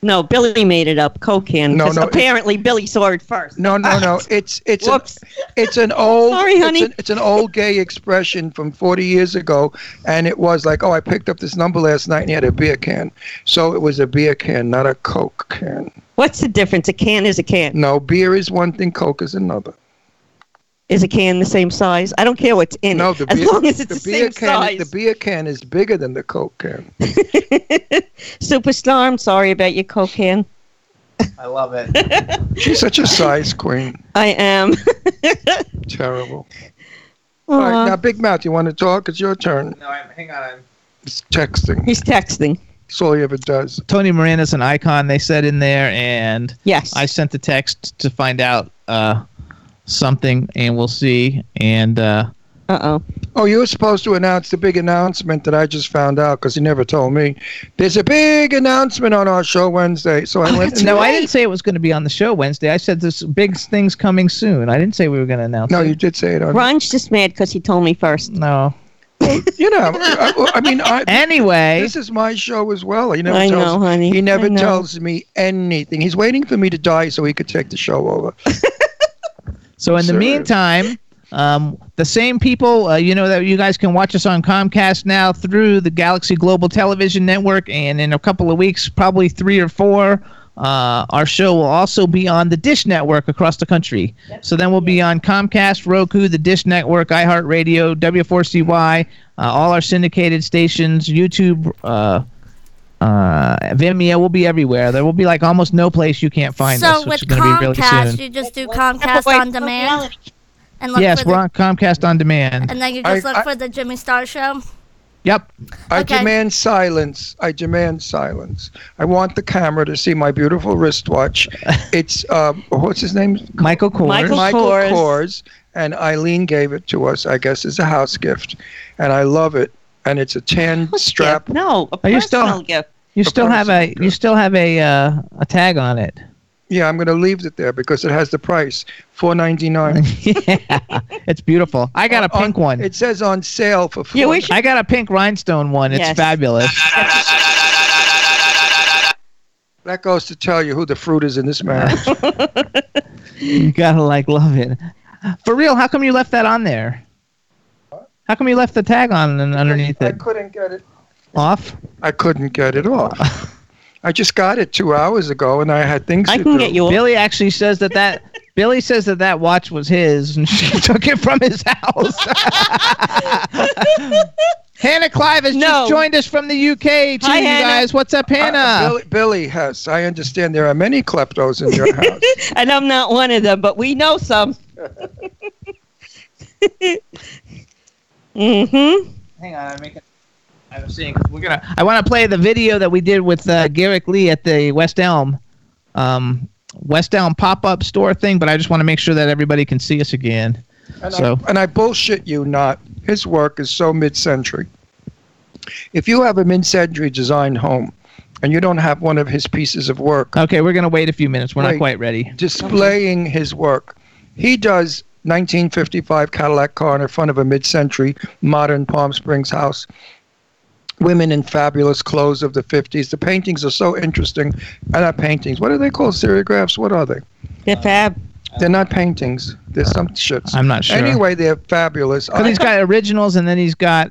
S5: No, Billy made it up. Coke can.
S4: No,
S5: 'cause
S4: no, it-
S5: apparently Billy saw it first.
S4: No, no,
S5: <laughs>
S4: no. It's it's an,
S5: Whoops.
S4: it's an old
S5: Sorry,
S4: it's
S5: honey.
S4: an- It's an, old gay expression from 40 years ago, and it was like, oh, I picked up this number last night and he had a beer can, so it was a beer can, not a Coke can.
S5: What's the difference? A can is a can.
S4: No, beer is one thing, Coke is another.
S5: Is a can the same size? I don't care what's in
S4: No,
S5: it.
S4: the
S5: as
S4: beer,
S5: long as it's the,
S4: beer
S5: same
S4: can,
S5: size.
S4: the beer can is bigger than the Coke can.
S5: Superstar, I'm sorry about your Coke can.
S3: I love it.
S4: She's such a size
S5: <laughs>
S4: queen.
S5: I
S4: <laughs>
S5: am.
S4: Terrible. All right, now
S5: Aw,
S4: Big Mouth, you want to talk? It's your turn.
S3: no, I'm, hang on. I'm
S4: It's texting.
S5: He's texting.
S4: That's all he ever does.
S3: Tony Moran is an icon, they said in there, and
S5: Yes.
S3: I sent the text to find out uh, something, and we'll see. And uh,
S5: Uh oh.
S4: Oh, you were supposed to announce the big announcement that I just found out because you never told me. There's a big announcement on our show Wednesday. So
S5: <laughs>
S4: I went.
S3: no, I didn't say it was going to be on the show Wednesday. I said this big thing's coming soon. I didn't say we were going to announce.
S4: No,
S3: it.
S4: you did say it on.
S5: Ron's just mad because he told me first.
S3: no.
S4: You know, I, I mean, I,
S3: <laughs> Anyway,
S4: this is my show as well. He never
S5: I
S4: tells.
S5: know, honey.
S4: He
S5: I
S4: never
S5: know.
S4: tells me anything. He's waiting for me to die so he could take the show over.
S3: So in the
S4: Sure.
S3: meantime, um, the same people, uh, you know, that you guys can watch us on Comcast now through the Galaxy Global Television Network, and in a couple of weeks, probably three or four. Uh, our show will also be on the Dish Network across the country. So then we'll be on Comcast, Roku, the Dish Network, iHeartRadio, W4CY, uh, all our syndicated stations, YouTube, uh, uh, Vimeo. We'll be everywhere. There will be like almost no place you can't find
S6: so
S3: us, which
S6: with
S3: is going to be really
S6: Comcast,
S3: soon.
S6: you just do
S5: Step
S6: Comcast
S5: away
S6: on
S5: from
S6: demand
S5: reality.
S6: and look
S3: yes,
S6: for
S3: we're
S6: the,
S3: on Comcast on demand.
S6: and then you
S4: I-
S6: just look
S4: I-
S6: for the Jimmy Star Show.
S3: Yep.
S4: I
S6: Okay.
S4: demand silence. I demand silence. I want the camera to see my beautiful
S3: <laughs>
S4: wristwatch. It's um, what's his name?
S3: Michael Kors.
S5: Michael-
S4: Michael
S5: Kors.
S4: Kors. and Eileen gave it to us, I guess, as a house gift, and I love it. And it's a tan strap.
S5: No, a
S3: Are you
S5: personal
S3: still-
S5: gift.
S3: you still have a you still have a uh, a tag on it.
S4: Yeah, I'm going to leave it there because it has the price, four ninety nine.
S3: yeah, it's beautiful. <laughs> I got a pink one.
S4: It says on sale for.
S5: Yeah, we should-
S3: I got a pink rhinestone one. It's
S5: Yes.
S3: fabulous.
S4: That goes to tell you who the fruit is in this marriage.
S3: You gotta like love it. <laughs> For real, how come you left <laughs> that on there? How come you left the tag on and underneath
S4: I
S3: it
S4: couldn't get it.
S3: off?
S4: I couldn't get it off. I just got it two hours ago, and I had things
S5: I
S4: to
S5: can
S4: do.
S5: get you.
S3: Billy actually says that that Billy says that that watch was his and <laughs> she took it from his house. <laughs> Hannah Clive has
S5: No.
S3: just joined us from the UK. Too,
S5: Hi,
S3: you
S5: Hannah.
S3: guys. What's up,
S4: Uh,
S3: Hannah?
S4: Billy, Billy Hess, I understand there are many kleptos in
S3: <laughs>
S4: your house.
S5: <laughs> and I'm not one of them, but we know some. <laughs> mm-hmm.
S3: <laughs> Hang on, I'm making. I'm seeing. We're gonna. I want to play the video that we did with uh, Garrick Lee at the West Elm, um, West Elm pop-up store thing. But I just want to make sure that everybody can see us again.
S4: And,
S3: So-
S4: I, and I bullshit you not. His work is so mid century. If you have a mid century designed home and you don't have one of his pieces of work
S3: Okay, we're gonna wait a few minutes. We're not
S4: Wait.
S3: quite ready.
S4: displaying his work, he does 1955 Cadillac car in front of a mid century modern Palm Springs house. Women in fabulous clothes of the 50s. The paintings are so interesting. Are not paintings. What are they called? Seriographs? What are they?
S5: The fab.
S4: They're not paintings. They're some shits.
S3: I'm not sure.
S4: Anyway, they're fabulous.
S3: But
S4: I-
S3: he's got originals, and then he's got.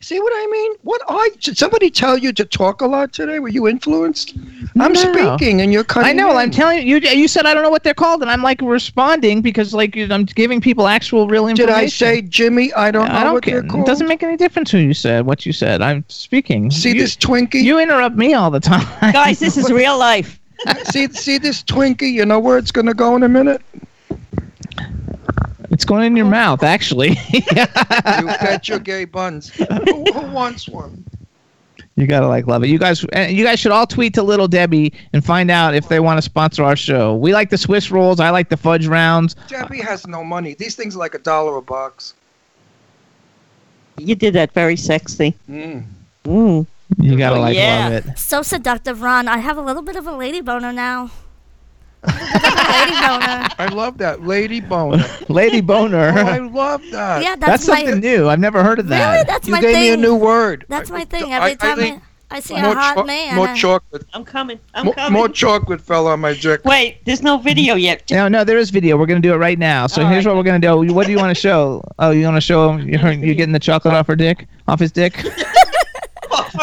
S4: See what I mean? What I did somebody tell you to talk a lot today? Were you influenced? I'm
S3: No.
S4: speaking and you're cutting.
S3: I know.
S4: in.
S3: I'm telling you. You said I don't know what they're called, and I'm like responding because like I'm giving people actual real
S4: Did
S3: information.
S4: I say Jimmy? I don't know
S3: I don't
S4: what
S3: care.
S4: they're called.
S3: It doesn't make any difference who you said what you said. I'm speaking.
S4: see
S3: you,
S4: this Twinkie.
S3: You interrupt me all the time. <laughs>
S5: Guys, this is real life.
S4: see see this Twinkie. You know where it's going to go in a minute.
S3: It's going in your
S4: Oh.
S3: mouth, actually. <laughs>
S4: You bet your gay buns. who, who wants one?
S3: You gotta like love it. You guys, and you guys should all tweet to Little Debbie and find out if they want to sponsor our show. We like the Swiss rolls. I like the fudge rounds.
S4: Debbie has no money. These things are like a dollar a box.
S5: You did that very sexy.
S4: Mm.
S5: Mm.
S3: You gotta
S5: Oh,
S3: like
S5: yeah.
S3: love it.
S6: So seductive, Ron. I have a little bit of a lady
S4: <laughs>
S6: boner now. A little bit of a lady boner.
S4: I love that lady boner. <laughs>
S3: Lady
S4: oh, I
S3: Boner.
S4: love that.
S6: Yeah,
S3: That's,
S6: that's, my.
S3: something new. I've never heard of that.
S6: Really, that's
S4: you
S6: my
S4: gave
S6: thing.
S4: me a new word.
S6: That's
S4: I-
S6: my thing.
S4: I-
S6: Every time
S4: I, think
S6: I, I see
S4: more,
S6: a hot
S4: cho-
S6: man,
S4: more
S6: I-
S4: chocolate,
S5: I'm coming. I'm
S4: more,
S5: coming.
S4: more chocolate fell on my dick.
S5: Wait, there's no video yet.
S3: No, no, there is video. We're gonna do it right now. So
S5: All
S3: here's
S5: right.
S3: what we're gonna do. What do you want to show? Oh, you want to show him? You're, you're getting the chocolate off her dick, off his dick.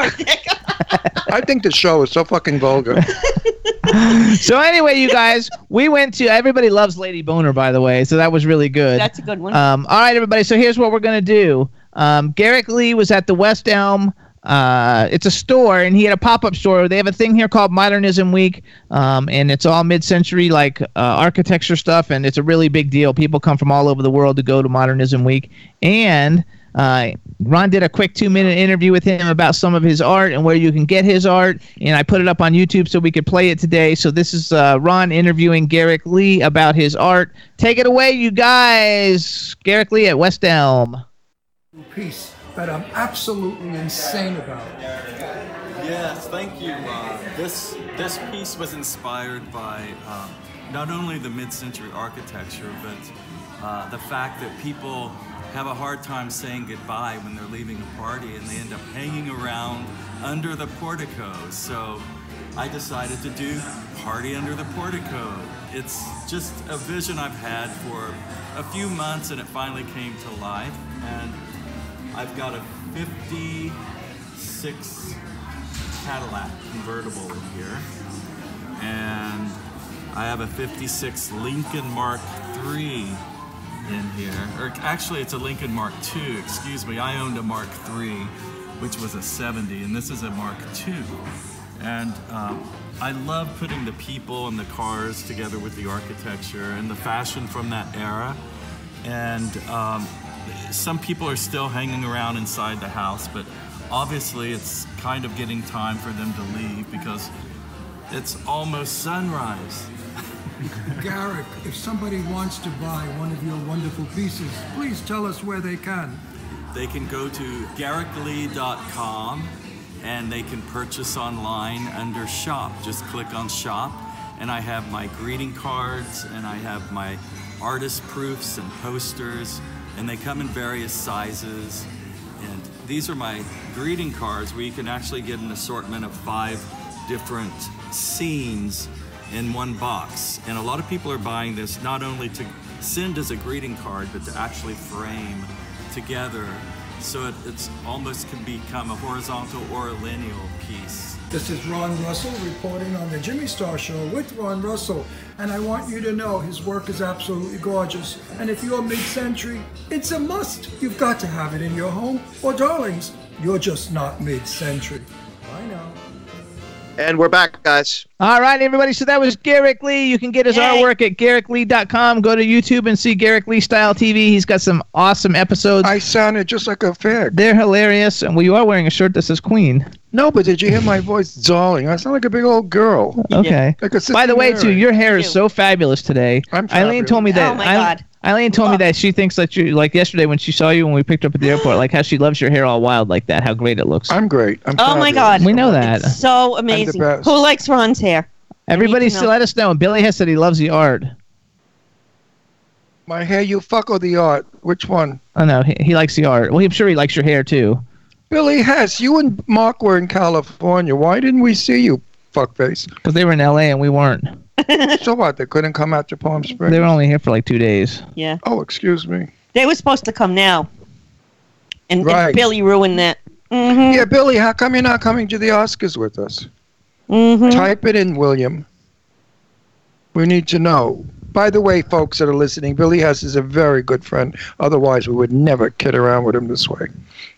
S4: I think the show is so fucking vulgar.
S3: <laughs> so anyway, you guys, we went to. Everybody loves Lady Boner, by the way. So that was really good.
S5: That's a good one.
S3: Um, all right, everybody. So here's what we're gonna do. Um, Garrick Lee was at the West Elm. Uh, it's a store, and he had a pop-up store. They have a thing here called Modernism Week, um, and it's all mid-century like uh, architecture stuff, and it's a really big deal. People come from all over the world to go to Modernism Week, and uh, Ron did a quick two-minute interview with him about some of his art and where you can get his art, and I put it up on YouTube so we could play it today. So this is uh, Ron interviewing Garrick Lee about his art. Take it away, you guys. Garrick Lee at West Elm.
S8: piece that I'm absolutely insane about.
S9: Yes, thank you. Uh, this this piece was inspired by um, not only the mid-century architecture, but uh, the fact that people have a hard time saying goodbye when they're leaving a party, and they end up hanging around under the portico. So I decided to do party under the portico. It's just a vision I've had for a few months, and it finally came to life. And I've got a 56 Cadillac convertible in here. And I have a 56 Lincoln Mark III in here. Or actually, it's a Lincoln Mark II, excuse me. I owned a Mark III, which was a 70, and this is a Mark II. And um, I love putting the people and the cars together with the architecture and the fashion from that era. And um, some people are still hanging around inside the house, but obviously it's kind of getting time for them to leave because it's almost sunrise.
S8: Garrick, if somebody wants to buy one of your wonderful pieces, please tell us where they can.
S9: They can go to garricklee.com and they can purchase online under shop. Just click on shop, and I have my greeting cards and I have my artist proofs and posters, and they come in various sizes. And these are my greeting cards where you can actually get an assortment of five different scenes in one box. And a lot of people are buying this not only to send as a greeting card, but to actually frame together. So it, it's almost can become a horizontal or a lineal piece.
S8: This is Ron Russell reporting on the Jimmy Star Show with Ron Russell, and I want you to know his work is absolutely gorgeous. And if you're mid-century, it's a must. You've got to have it in your home, or darlings, you're just not mid-century. I know.
S7: And we're back, guys.
S3: All right, everybody. So that was Garrick Lee. You can get his
S5: Yay.
S3: artwork at garricklee.com. Go to YouTube and see Garrick Lee Style TV. He's got some awesome episodes.
S4: I sounded just like a fag.
S3: They're hilarious. And well, you are wearing a shirt that says Queen.
S4: No, but did you hear my voice darling? I sound like a big old girl.
S5: You did.
S3: <laughs> Okay.
S4: Like a sister
S3: By the way,
S4: Mary.
S3: too, your hair is
S5: Cute.
S3: so fabulous today.
S4: I'm
S3: Eileen told me that.
S5: Oh, my
S3: Eileen-
S5: God.
S3: Eileen told me that she thinks that you like yesterday when she saw you when we picked
S4: <gasps>
S3: up at the airport, like how she loves your hair all wild like that, how great it looks.
S4: I'm great. I'm
S5: Oh, my
S4: fabulous.
S5: God.
S3: we know that.
S5: It's so amazing.
S4: best.
S5: Who likes Ron's hair?
S3: Everybody,
S5: need to
S3: still
S5: know.
S3: let us know. And Billy has said he loves the art.
S4: My hair, you fuck or the art? Which one?
S3: Oh no, he, he likes the art. Well, I'm sure he likes your hair too.
S4: Billy Hess, you and Mark were in California. Why didn't we see you, fuckface?
S3: Because they were in L.A. and we weren't.
S5: <laughs>
S4: so what? They couldn't come out to Palm Springs.
S3: They were only here for like two days.
S5: Yeah.
S4: oh, excuse me.
S5: They were supposed to come now. And, and
S4: Right.
S5: Billy ruined that. Mm-hmm.
S4: Yeah, Billy, how come you're not coming to the Oscars with us?
S5: Mm-hmm.
S4: Type it in, William. We need to know. By the way, folks that are listening, Billy Hess is a very good friend. Otherwise, we would never kid around with him this way.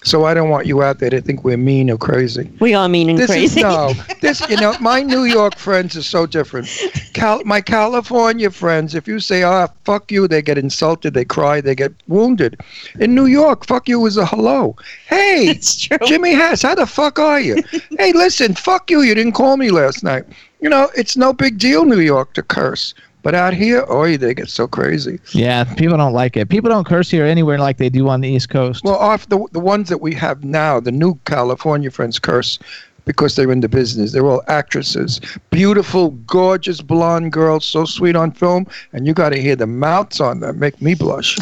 S4: So I don't want you out there to think we're mean or crazy.
S5: We all mean and
S4: This
S5: crazy.
S4: is no. This you know, my New York friends are so different. Cal, my California friends, if you say ah fuck you, they get insulted, they cry, they get wounded. In New York, fuck you is a hello. Hey,
S5: <laughs> it's true.
S4: Jimmy Hess, how the fuck are
S5: <laughs>
S4: you? hey, listen, fuck you, you didn't call me last night. You know, it's no big deal, New York, to curse. But out here, oh, they get so crazy.
S3: Yeah, people don't like it. People don't curse here anywhere like they do on the East Coast.
S4: Well, off the the ones that we have now, the new California friends curse because they're in the business. They're all actresses, beautiful, gorgeous blonde girls, so sweet on film, and you got to hear the mouths on them make me
S5: <laughs>
S4: blush.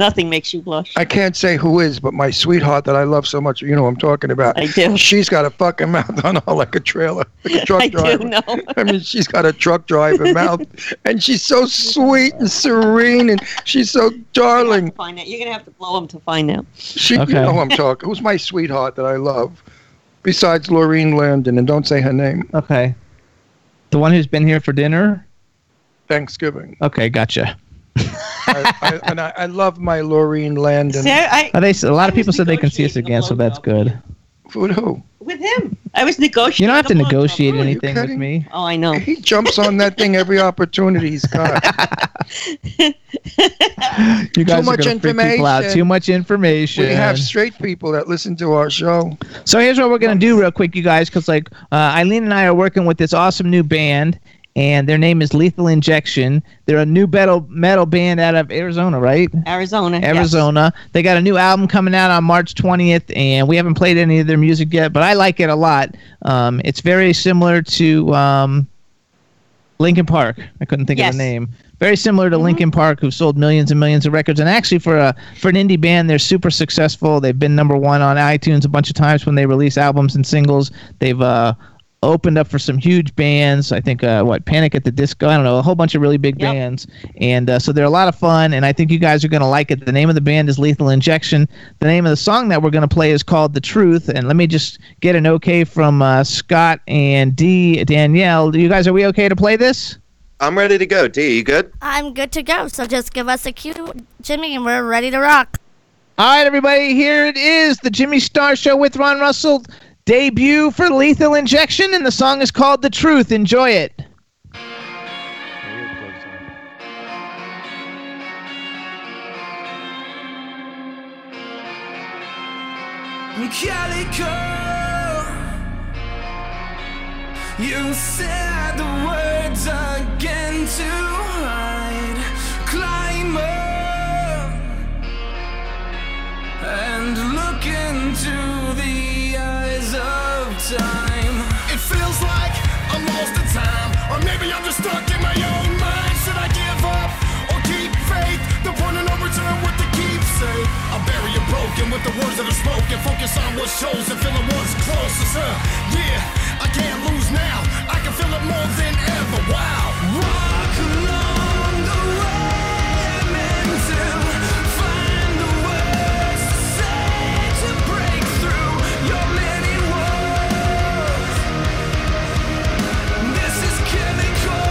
S5: Nothing makes you blush.
S4: I can't say who is, but my sweetheart that I love so much, you know who I'm talking about.
S5: I do.
S4: She's got a fucking mouth on her like a trailer, like a truck
S5: <laughs> I
S4: driver.
S5: do know.
S4: <laughs> I mean, she's got a truck driver
S5: <laughs>
S4: mouth, and she's so sweet and serene, and she's so darling.
S5: Find out. You're gonna have to blow them to find out.
S4: She,
S3: Okay.
S4: you know who I'm talking. Who's my sweetheart that I love? Besides Laureen Landon, and don't say her name.
S3: okay. The one who's been here for dinner?
S4: Thanksgiving.
S3: Okay, gotcha.
S4: I, I, and I, I love my Laureen Landon.
S5: Sarah, I,
S3: Are they, a lot of people
S5: was
S3: said they can see us
S5: negotiating a
S3: again, so that's
S5: blowjob.
S3: good.
S4: With who?
S5: with him, I was negotiating.
S3: You don't have to
S5: the blowjob.
S3: negotiate
S4: you
S3: anything with
S4: kidding?
S3: me.
S5: Oh, I know.
S4: He jumps on that thing every opportunity he's got.
S3: <laughs> You guys
S4: much
S3: are gonna freak people out.
S4: information.
S3: Too much information.
S4: We have straight people that listen to our show.
S3: So here's what we're gonna do real quick, you guys, because like uh, Eileen and I are working with this awesome new band, and their name is Lethal Injection. They're a new metal metal band out of Arizona, right?
S5: Arizona. yes.
S3: Arizona. They got a new album coming out on March 20th, and we haven't played any of their music yet, but I like it a lot. Um, it's very similar to um, Linkin Park. I couldn't think
S5: Yes. Mm-hmm.
S3: of the name. Very similar to Linkin Park, who've sold millions and millions of records. And actually, for a for an indie band, they're super successful. They've been number one on iTunes a bunch of times when they release albums and singles. They've uh, opened up for some huge bands. I think uh, what Panic at the Disco. I don't know a whole bunch of really big
S5: Yep.
S3: bands. And uh, so they're a lot of fun. And I think you guys are going to like it. The name of the band is Lethal Injection. The name of the song that we're going to play is called The Truth. And let me just get an okay from uh, Scott and D Danielle. You guys, are we okay to play this?
S7: I'm ready to go. D, you good?
S6: I'm good to go. So just give us a cue, Jimmy, and we're ready to rock.
S3: All right, everybody, here it is the Jimmy Star Show with Ron Russell debut for Lethal Injection, and the song is called The Truth. Enjoy it.
S2: Calico, you said the words again to hide. Climb up and look into the eyes of time. It feels like I'm lost in time, or maybe I'm just stuck in my own mind. Should I give up or keep faith? The point of no return with the keepsake. I bury it broken with the words that are spoken. Focus on what's chosen, feeling what's closest. Huh? Yeah, I can't lose now. I can feel it more than ever. Wow. Walk along the way I'm meant to. Find the words to say to break through your many words. This is chemical.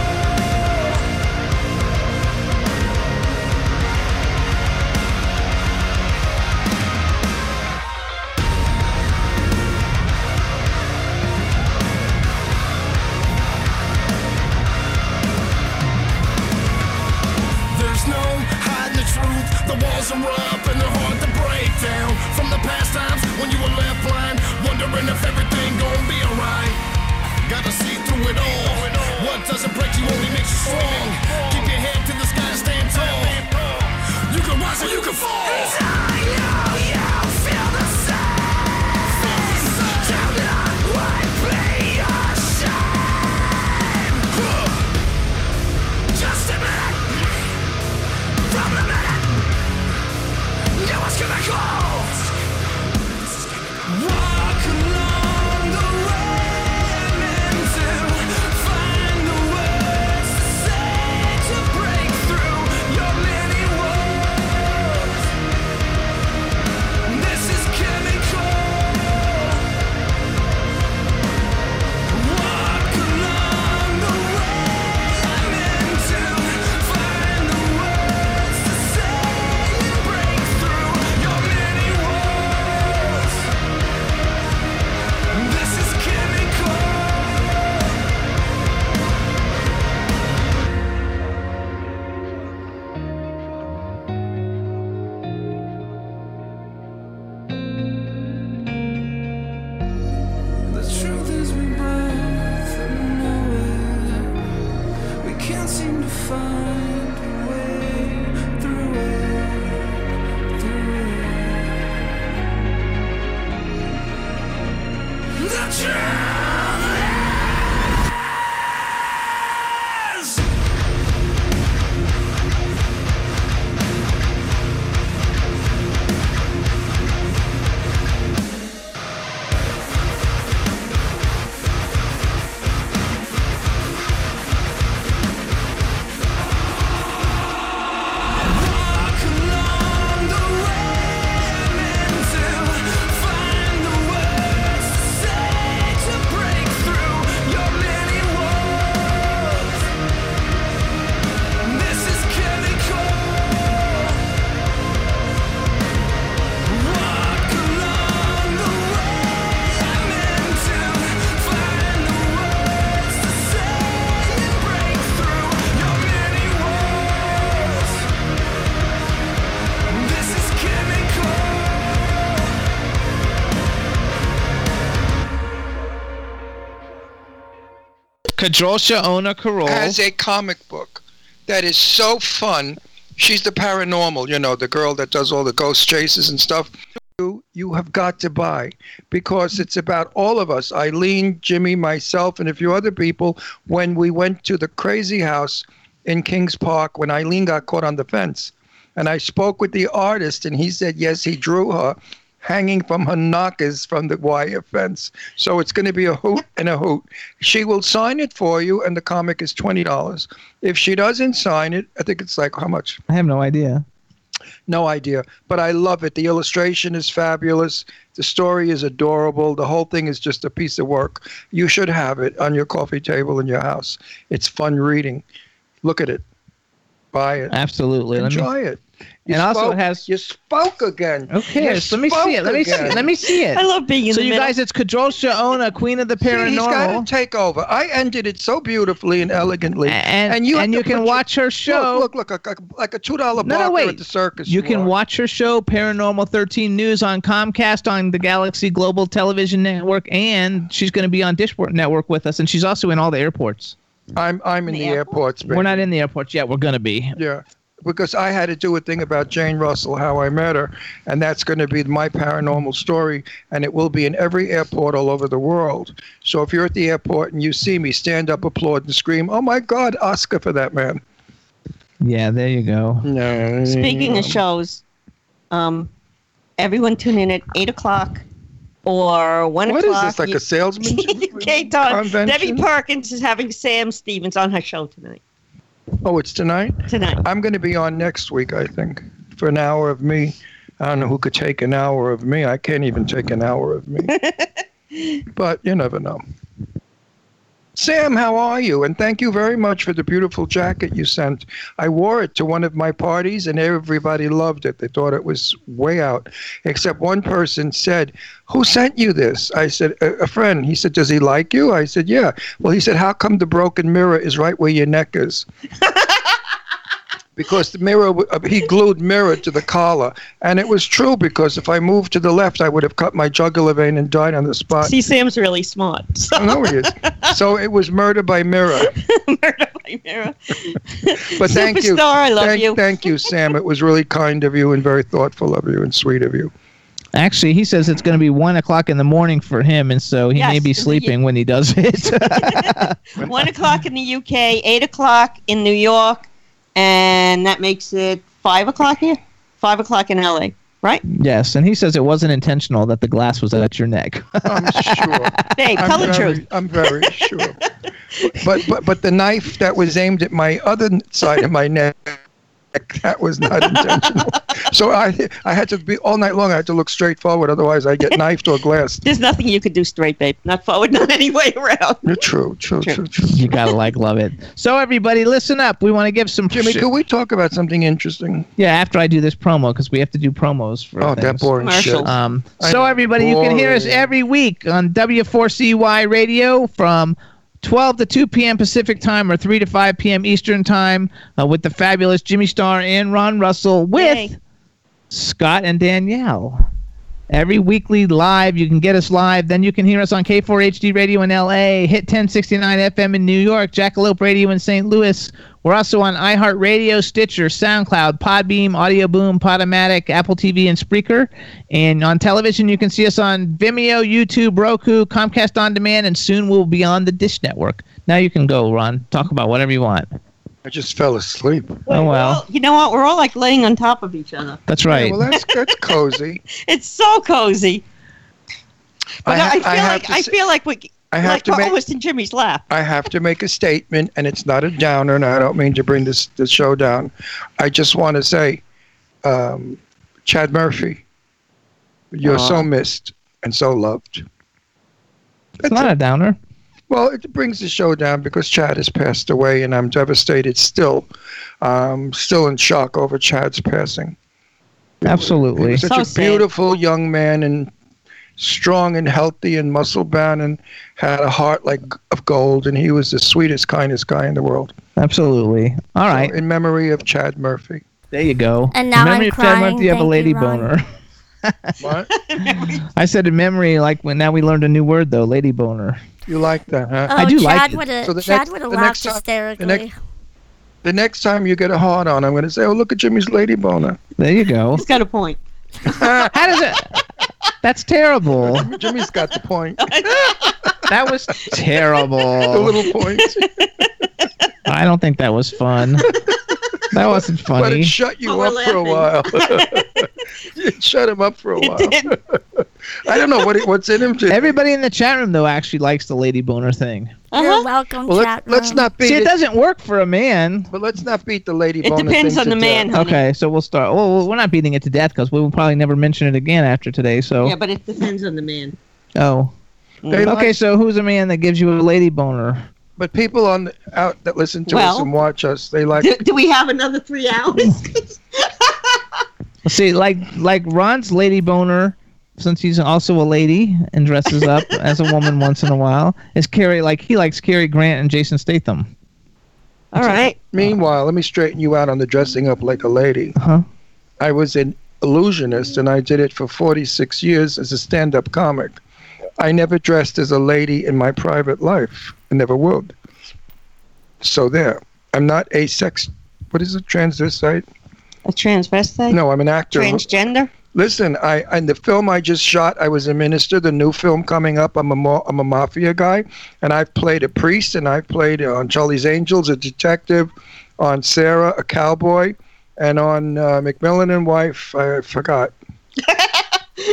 S2: There's no hiding the truth. The walls are up and they're hard to break down. From the past times when you were left blind, wondering if everything gonna be alright. Gotta see through it all. What doesn't break you only makes you strong. Keep your head to the sky, stand tall. You can rise or you can fall. I know you feel the same. Do not play your shame. Just a minute problematic. Now it's chemical. Walk along the way I'm meant to. Find the words to say to break through your many words.
S8: find a way through it, through it. The truth is.
S3: Kadrosha Ona Karol.
S4: has a comic book that is so fun. She's the paranormal, you know, the girl that does all the ghost chases and stuff. You, you have got to buy because it's about all of us Eileen, Jimmy, myself, and a few other people. When we went to the crazy house in Kings Park, when Eileen got caught on the fence, and I spoke with the artist, and he said, yes, he drew her hanging from her knockers from the wire fence. So it's going to be a hoot and a hoot. She will sign it for you, and the comic is twenty dollars. If she doesn't sign it, I think it's like how much?
S3: I have no idea.
S4: No idea. But I love it. The illustration is fabulous. The story is adorable. The whole thing is just a piece of work. You should have it on your coffee table in your house. It's fun reading. Look at it. Buy it.
S3: Absolutely. Let me-
S4: Enjoy it. You
S3: And also it
S4: spoke-
S3: has-
S4: you spoke again.
S3: okay,
S4: You
S3: so let me see it.
S4: spoke
S3: Let me see
S4: again.
S3: it. Let me see it.
S5: I love being in
S3: so
S5: the
S3: you
S5: middle.
S3: guys, it's Kadrosha Ona, Queen of the
S4: See, He's got
S3: Paranormal.
S4: to take over. I ended it so beautifully and elegantly,
S3: and,
S4: and you
S3: and you
S4: have to
S3: can
S4: put
S3: watch her
S4: your-
S3: show.
S4: Look, look, look, like, like a two dollar
S3: No, no,
S4: blocker
S3: wait.
S4: at the circus.
S3: You can
S4: are.
S3: watch her show, Paranormal 13 News, on Comcast, on the Galaxy Global Television Network, and she's going to be on Dish Network with us, and she's also in all the airports.
S4: I'm I'm in the,
S5: The
S4: airports, baby.
S3: We're not in the airports yet. We're going to be.
S4: Yeah, because I had to do a thing about Jane Russell, how I met her, and that's going to be my paranormal story, and it will be in every airport all over the world. So if you're at the airport and you see me, stand up, applaud, and scream, "Oh my God, Oscar for that man!"
S3: Yeah, there you go.
S4: No.
S5: Speaking of shows, um, everyone tune in at eight o'clock or one
S4: what is
S5: o'clock.
S4: this like a salesman?
S5: <laughs> okay, Don. Debbie
S4: convention?
S5: Perkins is having Sam Stevens on her show tonight.
S4: Oh, it's tonight.
S5: Tonight.
S4: I'm going to be on next week, I think, for an hour of me. I don't know who could take an hour of me. I can't even take an hour of me.
S5: <laughs>
S4: but you never know. Sam, how are you? And thank you very much for the beautiful jacket you sent. I wore it to one of my parties and everybody loved it. They thought it was way out. Except one person said, Who sent you this? I said, A, a friend. He said, Does he like you? I said, Yeah. Well, he said, How come the broken mirror is right where your neck is? because the mirror w- uh, he glued mirror to the collar and it was true because if i moved to the left i would have cut my jugular vein and died on the spot
S5: See, Sam's really smart. So,
S4: Uh, I know he
S5: <laughs>
S4: is. so it was murder by mirror
S5: Murder by Mirror.
S4: <laughs> but thank you
S5: Superstar, I love
S4: thank,
S5: you.
S4: thank you sam it was really kind of you and very thoughtful of you and sweet of you
S3: Actually, he says it's going to be one o'clock in the morning for him, and so he may
S4: <laughs>
S5: Yes,
S3: be
S5: in the
S3: sleeping
S5: U-
S3: when he does it. <laughs>
S5: One o'clock in the UK, eight o'clock in New York, and that makes it five o'clock here. Five o'clock in LA, right?
S3: yes, and he says it wasn't intentional that the glass was at your neck. <laughs>
S4: i'm sure
S5: Hey,
S4: I'm
S5: tell the
S4: very-
S5: truth.
S4: i'm very sure but, but but the knife that was aimed at my other side of my neck that was not
S5: <laughs>
S4: intentional so i i had to be all night long i had to look straight forward otherwise i get knifed or glassed
S5: There's nothing you could do straight, babe. Not forward, not <laughs> any way around.
S4: Yeah, True, true, true,
S5: True.
S4: true.
S3: you gotta like love it. So everybody, listen up. We want to give some.
S4: Jimmy,
S3: sh-
S4: could we talk about something interesting?
S3: yeah, after I do this promo, because we have to do promos for.
S4: Oh, that
S3: things.
S4: boring shit.
S5: Commercial.
S3: Um,
S4: I
S3: so
S4: know.
S3: everybody, you can hear us
S4: Boring.
S3: every week on W4CY Radio from 12 to 2 p.m. Pacific time or 3 to 5 p.m. Eastern time uh, with the fabulous Jimmy Star and Ron Russell with
S5: Yay.
S3: Scott and Danielle. Every weekly live, you can get us live. Then you can hear us on K4HD Radio in LA, Hit 1069 FM in New York, Jackalope Radio in St. Louis. We're also on iHeartRadio, Stitcher, SoundCloud, Podbeam, Audio Boom, Podomatic, Apple TV, and Spreaker. And on television, you can see us on Vimeo, YouTube, Roku, Comcast On Demand, and soon we'll be on the Dish Network. Now you can go, Ron. Talk about whatever you want.
S4: I just fell asleep.
S3: Oh,
S5: Well,
S3: well.
S5: you know what? We're all like laying on top of each other.
S3: That's right.
S4: Yeah, well, that's that's cozy.
S5: <laughs> It's so cozy. But I,
S4: ha-
S5: feel
S4: have
S5: like
S4: to
S5: I
S4: say-
S5: feel like we
S4: I have
S5: like
S4: to
S5: we're
S4: make-
S5: almost in Jimmy's lap.
S4: I have to make a statement, and it's not a downer, and I don't mean to bring this, this show down. I just want to say, um, Chad Murphy, you're
S3: Uh-huh.
S4: so missed and so loved.
S3: it's not a downer.
S4: Well, it brings the show down because Chad has passed away, and I'm devastated still. Um, still in shock over Chad's passing. He
S3: Absolutely.
S4: was such
S5: So
S4: a
S5: sad.
S4: beautiful young man and strong and healthy and muscle bound and had a heart like of gold, and he was the sweetest, kindest guy in the world.
S3: Absolutely. All right.
S4: In memory of Chad Murphy.
S3: There you go.
S6: And now
S3: In memory
S6: I'm
S3: of Chad
S6: crying.
S3: Murphy, you have a
S6: Thank
S3: lady
S6: you, Ron.
S3: boner.
S4: What?
S3: I said in memory, like when now we learned a new word though, lady boner.
S4: you like that, huh?
S6: Oh,
S3: I do like
S6: Chad
S3: it.
S6: would have
S4: So the
S6: Chad
S4: next-
S6: would
S4: the
S6: have
S4: next
S6: laughed
S4: time- the
S6: hysterically.
S4: next- The next time you get a hard on, I'm going to say, oh, look at Jimmy's lady boner.
S3: There you go.
S5: He's got a point.
S3: How does it? That's
S6: <laughs>
S3: terrible.
S4: Jimmy's got the point,
S3: <laughs> That was
S4: the
S3: terrible.
S4: little point.
S3: I don't think that was fun. That wasn't
S4: But
S3: funny.
S4: it shut you
S5: Oh, we're
S4: up for a while.
S5: <laughs>
S4: it <laughs> shut him up for a while.
S5: did.
S4: I don't know what it, what's in him. To,
S3: Everybody in the chat room though actually likes the lady boner thing.
S6: You're
S5: <laughs> Uh-huh.
S6: welcome,
S4: well,
S6: Chad.
S4: let's, let's
S6: room.
S4: not beat
S3: See, it
S4: it,
S3: doesn't work for a man.
S4: But let's not beat the lady
S5: It
S4: boner
S5: depends
S4: thing
S5: on
S4: to
S5: the man.
S4: death.
S5: Honey.
S3: Okay, so we'll start. Oh, we're not beating it to death because we will probably never mention it again after today. So,
S5: Yeah, but it depends on the man.
S3: oh,
S4: They like-
S3: okay. So who's a man that gives you a lady boner?
S4: but people on the, out that listen to us
S5: Well-
S4: and watch us, they like
S5: Do, do we have another three
S4: <laughs>
S5: hours?
S3: See, like like Ron's lady boner, since he's also a lady and dresses
S4: <laughs>
S3: up as a woman once in a while, is Carrie like he likes Cary Grant and Jason Statham.
S5: All right.
S4: Meanwhile, let me straighten you out on the dressing up like a lady.
S5: Uh-huh.
S3: Huh?
S4: I was an illusionist and I did it for 46 years as a stand up comic. I never dressed as a lady in my private life. I never would. So there. I'm not a sex. What is it? Transvestite?
S5: A transvestite?
S4: No, I'm an actor.
S5: Transgender?
S4: Listen, I in the film I just shot, I was a minister. The new film coming up, I'm a ma- I'm a mafia guy, and I've played a priest, and I've played uh, on Charlie's Angels a detective, on Sarah a cowboy, and on uh, Macmillan and Wife I forgot.
S5: <laughs>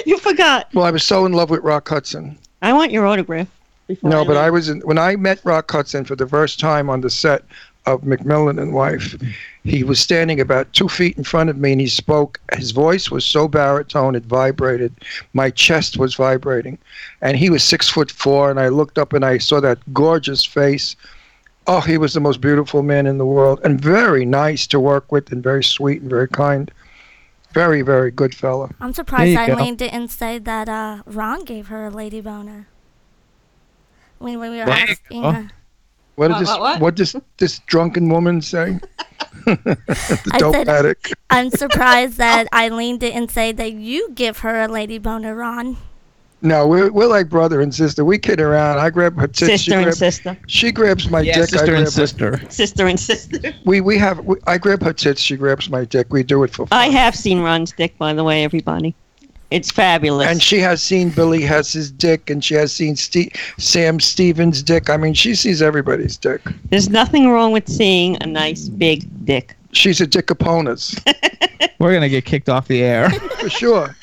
S5: You forgot.
S4: Well, I was so in love with Rock Hudson.
S5: I want your autograph. Before
S4: No, but I
S5: leave.
S4: was in, when I met Rock Hudson for the first time on the set of Macmillan and Wife. He was standing about two feet in front of me, and he spoke. His voice was so baritone it vibrated. My chest was vibrating, and he was six foot four. And I looked up and I saw that gorgeous face. Oh, he was the most beautiful man in the world, and very nice to work with, and very sweet and very kind. Very, very good fella.
S6: I'm
S3: you
S6: surprised
S3: go.
S6: Eileen didn't say that uh, Ron gave her a lady boner. When, when we were
S3: There you
S6: asking
S3: go.
S6: her.
S4: What,
S5: What,
S4: did this?
S5: what, what?
S4: what does this drunken woman say? <laughs> the
S6: I
S4: dope
S6: said-
S4: addict.
S6: I'm surprised that Eileen didn't say that you give her a lady boner, Ron.
S4: No, we're, we're like brother and sister. We kid around. I grab her tits. she,
S5: sister and
S4: grabs,
S5: sister.
S4: she grabs my
S3: Yeah,
S4: dick. I
S3: sister
S4: grab
S3: and
S4: her-
S3: sister.
S5: Sister and sister.
S4: we we have. We, I grab her tits. She grabs my dick. We do it for fun.
S5: I have seen Ron's dick, by the way, everybody. It's fabulous.
S4: and she has seen Billy Hess's dick, and she has seen Ste- Sam Stevens' dick. I mean, she sees everybody's dick.
S5: There's nothing wrong with seeing a nice big dick.
S4: She's a dick
S5: <laughs>
S4: opponent
S3: We're gonna get kicked off the air.
S4: for sure.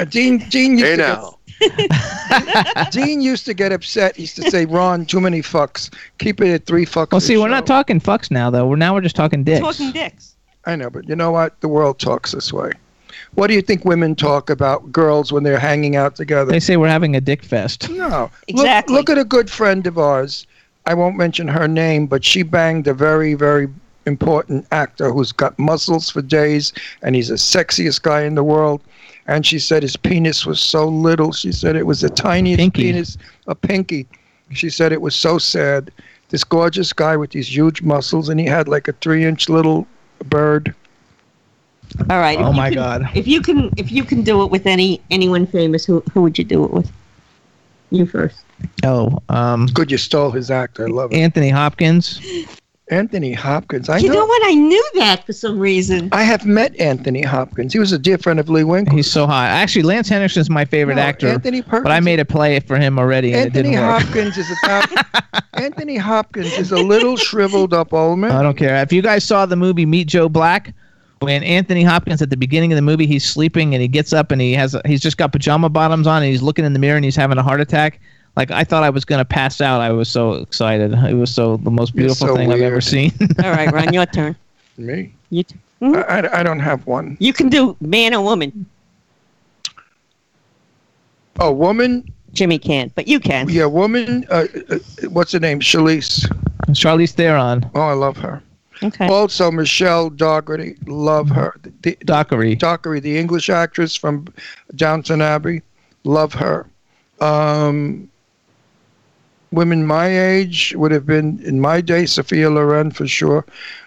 S4: Uh, Dean Dean used to
S7: Hey
S4: get
S7: now.
S4: <laughs> Dean used to get upset. He used to say, "Ron, too many fucks. Keep it at three fucks."
S3: well,
S4: a
S3: see, we're not
S4: show."
S3: talking fucks now though. We're now we're just talking dicks.
S5: Talking dicks.
S4: I know, but you know what? The world talks this way. What do you think women talk about girls when they're hanging out together?
S3: They say we're having a dick fest.
S4: No.
S5: Exactly.
S4: Look, look at a good friend of ours. I won't mention her name, but she banged a very, very important actor who's got muscles for days, and he's the sexiest guy in the world. And she said his penis was so little. She said it was the tiniest
S3: Pinky.
S4: penis, a pinky. She said it was so sad. This gorgeous guy with these huge muscles, and he had like a three inch little bird.
S5: All right. if
S3: Oh
S5: you
S3: my
S5: can-
S3: God.
S5: If you can, if you can do it with any anyone famous, who who would you do it with? You first.
S3: Oh, um,
S4: Good, you stole his act. I love it.
S3: Anthony Hopkins.
S4: Anthony Hopkins. I
S5: you
S4: know.
S5: know what? I knew that for some reason.
S4: I have met Anthony Hopkins. He was a dear friend of Lee Winkle.
S3: He's so hot. Actually, Lance Henderson's my favorite
S4: No,
S3: actor.
S4: Anthony Perkins.
S3: but I made a play for him already, and
S4: Anthony
S3: it didn't work.
S4: Hopkins is a top, Anthony Hopkins is a little shriveled up old man.
S3: I don't care. If you guys saw the movie Meet Joe Black, when Anthony Hopkins at the beginning of the movie he's sleeping and he gets up and he has he's just got pajama bottoms on and he's looking in the mirror and he's having a heart attack. Like I thought I was gonna pass out. I was so excited. It was so the most
S4: You're
S3: beautiful
S4: so
S3: thing I've ever
S4: weird.
S3: seen. <laughs>
S5: All right, Ron, your turn.
S4: <laughs> Me.
S5: You t- hmm?
S4: I, I, I don't have one.
S5: you can do man or woman.
S4: A woman,
S5: Jimmy can, but you can.
S4: yeah, woman. Uh, uh, what's her name? Shalice.
S3: Charlize Theron,
S4: Oh, I love her.
S5: Okay.
S4: Also, Michelle Dougherty. Love her. The, the-
S3: Dockery.
S4: Dockery, the English actress from Downton Abbey. Love her. Um, women my age would have been, in my day, Sophia Loren for sure.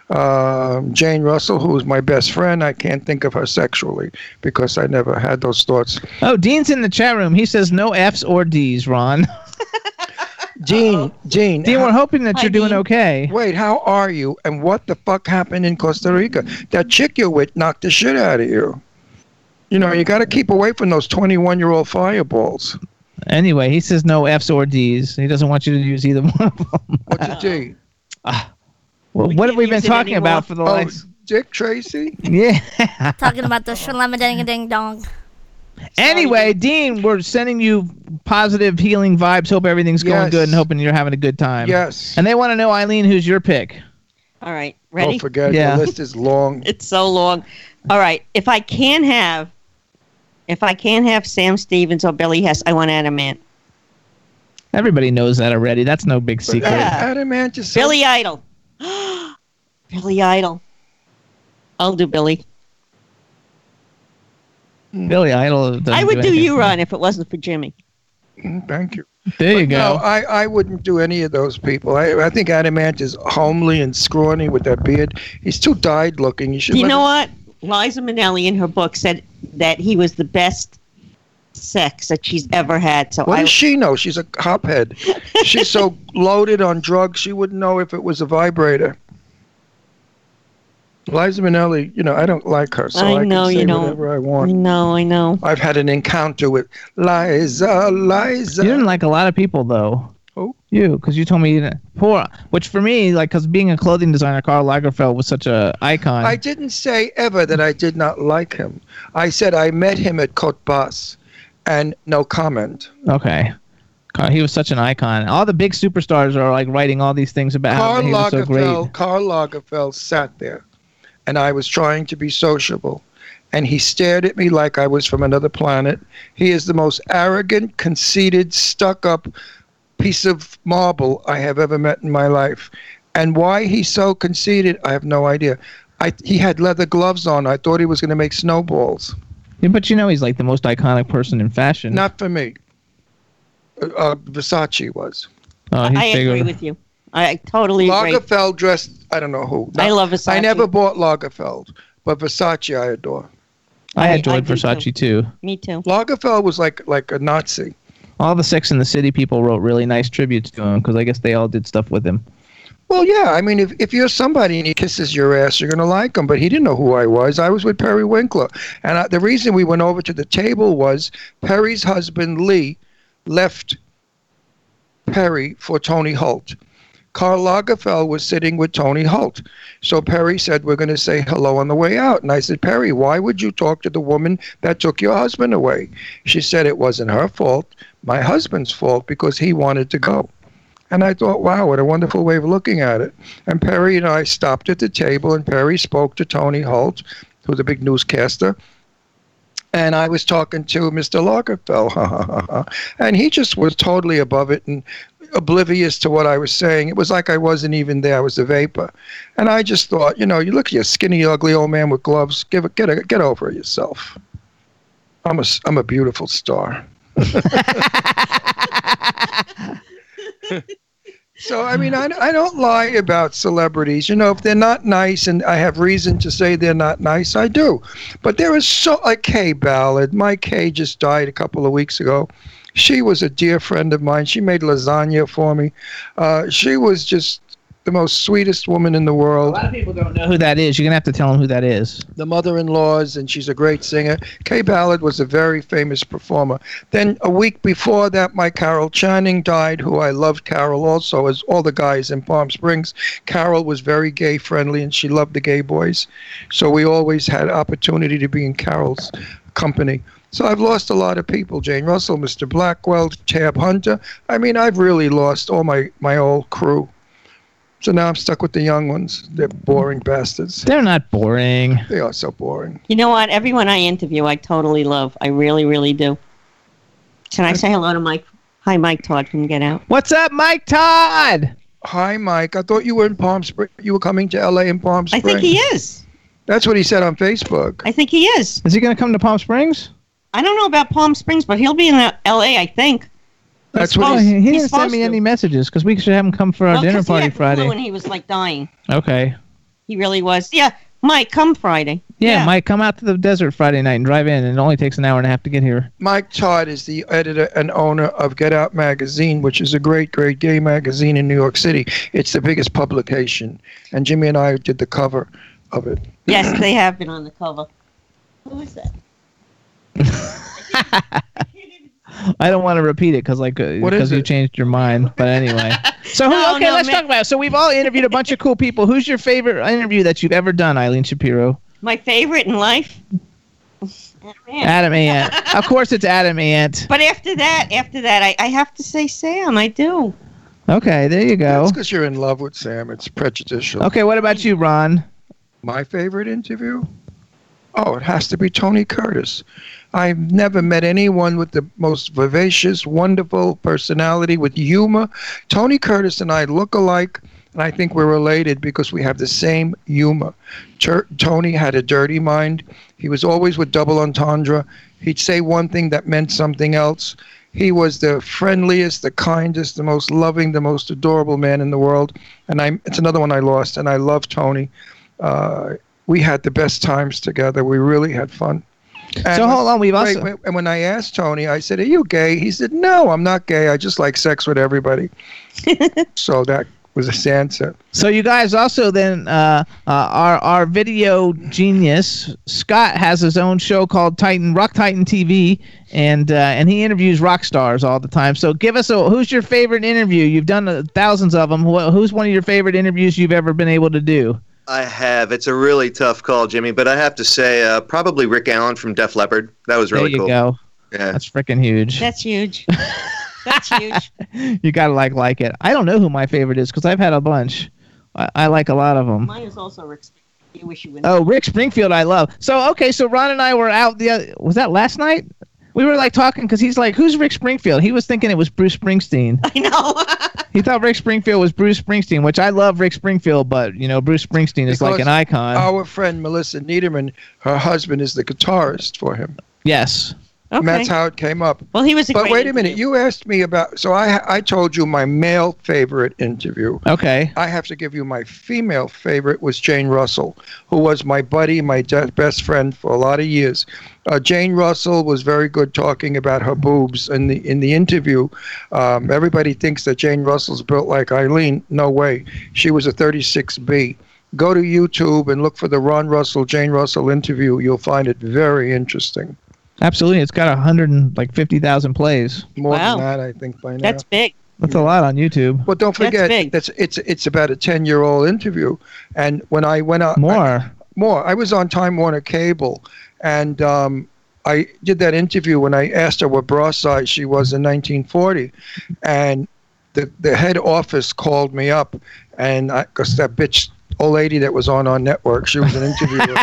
S4: Um, Jane Russell, who was my best friend. I can't think of her sexually because I never had those thoughts.
S3: Oh, Dean's in the chat room. He says no F's or D's, Ron. <laughs>
S4: Dean, Dean.
S3: Dean,
S4: how-
S3: we're hoping that
S5: Hi,
S3: you're doing
S5: Dean.
S3: okay.
S4: Wait, how are you? And what the fuck happened in Costa Rica? That chick you're with knocked the shit out of you. You know, you got to keep away from those 21 year old fireballs.
S3: Anyway, he says no F's or D's. He doesn't want you to use either one of them.
S4: What's
S5: <laughs>
S4: a D?
S3: Well,
S5: We
S3: what have
S5: can't
S3: we been
S5: use it
S3: talking
S5: anymore.
S3: about for the
S4: Oh,
S3: last?
S4: Dick Tracy?
S3: <laughs> Yeah.
S6: Talking about the shalama ding
S3: <laughs>
S6: ding dong.
S3: Anyway, Dean, we're sending you positive healing vibes. Hope everything's going
S4: Yes.
S3: good and hoping you're having a good time.
S4: Yes.
S3: And they want to know, Eileen, who's your pick?
S5: All right.
S4: Don't
S5: Ready?
S4: Oh, forget, it.
S3: Yeah.
S4: the list is long.
S5: <laughs> it's so long. All right. If I can have, if I can have Sam Stevens or Billy Hess, I want Adamant.
S3: Everybody knows that already. That's no big secret.
S5: Yeah.
S4: Adamant is so-
S5: Billy Idol. <gasps> Billy Idol. I'll do Billy.
S3: Billy Idol. doesn't
S5: I would do
S3: anything.
S5: you, Ron, if it wasn't for Jimmy.
S4: Mm, Thank you.
S3: There you
S4: But No,
S3: go.
S4: I, I wouldn't do any of those people. I, I think Adamant is homely and scrawny with that beard. He's too dyed looking. You should.
S5: You
S4: let
S5: know
S4: him-
S5: what? Liza Minnelli in her book said that he was the best sex that she's ever had. So
S4: What
S5: I,
S4: does she know? She's a cophead. She's
S5: <laughs>
S4: so loaded on drugs, she wouldn't know if it was a vibrator. Liza Minnelli, you know, I don't like her, so
S5: I
S4: I, can
S5: know
S4: say
S5: you don't.
S4: whatever I
S5: I
S4: want.
S5: know, I know.
S4: I've had an encounter with Liza, Liza.
S3: you didn't like a lot of people, though.
S4: Who?
S3: You, because you told me you didn't. Poor. Which for me, like, because being a clothing designer, Karl Lagerfeld was such a icon.
S4: I didn't say ever that I did not like him. I said I met him at Cote Basse, and no comment.
S3: okay. Karl- He was such an icon. All the big superstars are like writing all these things about
S4: Carl
S3: how he was so
S4: Lagerfeld,
S3: great.
S4: Karl Lagerfeld sat there, and I was trying to be sociable, and he stared at me like I was from another planet. He is the most arrogant, conceited, stuck-up piece of marble I have ever met in my life. And why he's so conceited, I have no idea. I, he had leather gloves on. I thought he was going to make snowballs.
S3: Yeah, but you know, he's like the most iconic person in fashion.
S4: Not for me. Uh, Uh, Versace was.
S3: oh, he's
S5: I
S3: bigger.
S5: agree with you. I totally agree.
S4: Lagerfeld dressed, I don't know who.
S5: I love Versace.
S4: I never bought Lagerfeld, but Versace I adore.
S3: I
S5: I- I
S3: adored
S5: do, too.
S3: Versace too.
S5: Me too.
S4: Lagerfeld was like like a Nazi.
S3: All the Sex in the City people wrote really nice tributes to him because I guess they all did stuff with him.
S4: Well, yeah, I mean, if, if you're somebody and he kisses your ass, you're going to like him. But he didn't know who I was. I was with Perry Winkler. And I, the reason we went over to the table was Perry's husband, Lee, left Perry for Tony Holt. Carl Lagerfeld was sitting with Tony Holt. So Perry said, We're going to say hello on the way out. And I said, Perry, why would you talk to the woman that took your husband away? She said, It wasn't her fault, my husband's fault, because he wanted to go. And I thought, wow, what a wonderful way of looking at it. And Perry and I stopped at the table, and Perry spoke to Tony Holt, who's a big newscaster. And I was talking to Mr. Lagerfeld, <laughs> and he just was totally above it and oblivious to what I was saying. It was like I wasn't even there; I was a vapor. And I just thought, you know, you look at your skinny, ugly old man with gloves. Give it, get a, get over it yourself. I'm a, s- I'm a beautiful star. So I mean, I, I don't lie about celebrities. You know, if they're not nice and I have reason to say they're not nice, I do. But there is so, like Kay Ballard. My Kay just died a couple of weeks ago. She was a dear friend of mine. She made lasagna for me. Uh, she was just the most sweetest woman in the
S3: A
S4: world.
S3: lot of people don't know who that is. You're gonna have to tell them who that is.
S4: the mother-in-laws, and she's a great singer. Kay Ballard was a very famous performer. Then a week before that, my Carol Channing died, who I loved. Carol also, as all the guys in Palm Springs. Carol was very gay-friendly, and she loved the gay boys, so we always had opportunity to be in Carol's company. So I've lost a lot of people: Jane Russell, Mr. Blackwell, Tab Hunter. I mean, I've really lost all my my old crew. So now I'm stuck with the young ones. They're boring bastards.
S3: They're not boring.
S4: They are so boring.
S5: You know what? Everyone I interview, I totally love. I really, really do. Can I say hello to Mike? Hi, Mike Todd from Get Out.
S3: What's up, Mike Todd?
S4: Hi, Mike. I thought you were in Palm Springs. You were coming to LA in Palm
S5: I
S4: Springs.
S5: think he is.
S4: That's what he said on Facebook.
S5: I think he is.
S3: Is he gonna come to Palm Springs?
S5: I don't know about Palm Springs, but he'll be in uh, L.A. I think.
S4: That's
S3: Oh,
S4: what
S3: he, he
S5: he's
S3: didn't send
S5: supposed
S3: me
S5: to.
S3: any messages because we should have him come for our
S5: Well, 'cause
S3: dinner
S5: he
S3: party
S5: had the flu
S3: Friday.
S5: and he was like dying.
S3: Okay.
S5: He really was. Yeah, Mike, come Friday.
S3: Yeah, Mike, come out to the desert Friday night and drive in. It only takes an hour and a half to get here.
S4: Mike Todd is the editor and owner of Get Out Magazine, which is a great, great gay magazine in New York City. It's the biggest publication, and Jimmy and I did the cover of it.
S3: <clears throat>
S5: Yes, they have been on the cover. Who is that?
S3: I don't want to repeat it because like uh,
S4: What
S3: because
S4: is
S3: you
S4: it? Oh,
S3: changed your mind. But
S4: <laughs>
S3: anyway, so who,
S5: No,
S3: okay,
S5: no,
S3: let's
S5: ma-
S3: talk about. It. So we've all interviewed a bunch of cool people. Who's your favorite interview that you've ever done, Eileen Shapiro?
S5: My favorite in life. Man.
S3: Adam Ant. of course, it's Adam Ant.
S5: But after that, after that, I, I have to say Sam. I do.
S3: Okay, there you go.
S4: That's because you're in love with Sam. It's prejudicial.
S3: Okay, what about you, Ron?
S4: My favorite interview? Oh, it has to be Tony Curtis. I've never met anyone with the most vivacious, wonderful personality with humor. Tony Curtis and I look alike, and I think we're related because we have the same humor. Tur- Tony had a dirty mind. He was always with double entendre. He'd say one thing that meant something else. He was the friendliest, the kindest, the most loving, the most adorable man in the world. And I, it's another one I lost, and I love Tony uh, we had the best times together. We really had fun. And
S3: so hold on, we've
S4: wait,
S3: also
S4: wait, and when I asked Tony, I said, "Are you gay?" He said, "No, I'm not gay. I just like sex
S3: <laughs>
S4: with everybody." so that was his answer.
S3: So you guys also then uh, uh, our our video genius Scott has his own show called Titan Rock Titan TV, and uh, and he interviews rock stars all the time. So give us a who's your favorite interview? You've done uh, thousands of them. Wh- who's one of your favorite interviews you've ever been able to do?
S7: I have. It's a really tough call, Jimmy, but I have to say, uh, probably Rick Allen from Def Leppard. That was
S3: there
S7: really
S3: you
S7: cool.
S3: go.
S7: Yeah.
S3: That's freaking huge. <laughs>
S5: That's huge. That's huge.
S3: You gotta like like it. I don't know who my favorite is because I've had a bunch. I, I like a lot of them.
S5: Mine is also Rick. Springfield. You wish you would. <laughs>
S3: Oh, Rick Springfield, I love. So okay, so Ron and I were out the oth- was that last night? We were like talking because he's like, "Who's Rick Springfield?" He was thinking it was Bruce Springsteen.
S5: I know.
S3: He thought Rick Springfield was Bruce Springsteen, which I love Rick Springfield, but you know Bruce Springsteen is like
S4: Because uh,
S3: an icon.
S4: Our friend Melissa Niederman, her husband is the guitarist for him,
S3: yes.
S4: and
S5: okay.
S4: that's how it came up.
S5: well, he was. A
S4: But
S5: great
S4: wait a minute,
S5: interview.
S4: you asked me about. So I I told you my male favorite interview.
S3: Okay.
S4: I have to give you my female favorite was Jane Russell, who was my buddy, my de- best friend for a lot of years. Uh, Jane Russell was very good talking about her boobs in the in the interview. Um, everybody thinks that Jane Russell's built like Eileen. No way. She was a 36B. Go to YouTube and look for the Ron Russell Jane Russell interview. You'll find it very interesting.
S3: Absolutely. It's got a hundred and like fifty thousand plays.
S4: More
S5: Wow.
S4: than that, I think by now.
S5: That's big.
S3: That's a lot on YouTube.
S4: but don't
S5: That's
S4: forget
S5: big.
S4: that's, it's it's about a 10-year-old interview. And when I went out
S3: More.
S4: more. I was on Time Warner Cable, and um, I did that interview when I asked her what bra size she was in 1940, and the the head office called me up, and because that bitch. Old lady that was on our network, she
S5: <laughs>
S4: was an interviewer.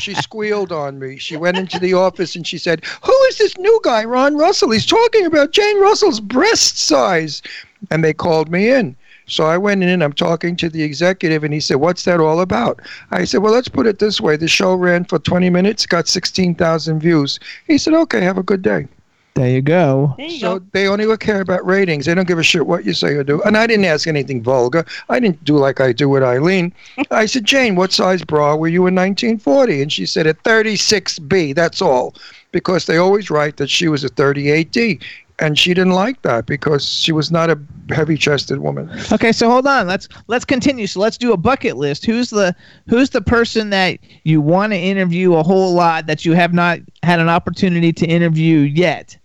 S4: she squealed on me. She went into the office and she said, "Who is this new guy, Ron Russell? He's talking about Jane Russell's breast size." And they called me in. So I went in and I'm talking to the executive, and he said, What's that all about? I said, Well, let's put it this way. The show ran for 20 minutes, got 16,000 views. He said, Okay, have a good day.
S3: There you go.
S5: There you
S4: So
S5: go.
S4: they only would care about ratings. They don't give a shit what you say or do. And I didn't ask anything vulgar. I didn't do like I do with
S5: <laughs>
S4: Eileen. I said, Jane, what size bra were you in 1940? And she said, a 36B. That's all. Because they always write that she was a 38D. And she didn't like that because she was not a heavy chested woman.
S3: Okay, so hold on. Let's let's continue. So let's do a bucket list. Who's the who's the person that you want to interview a whole lot that you have not had an opportunity to interview yet,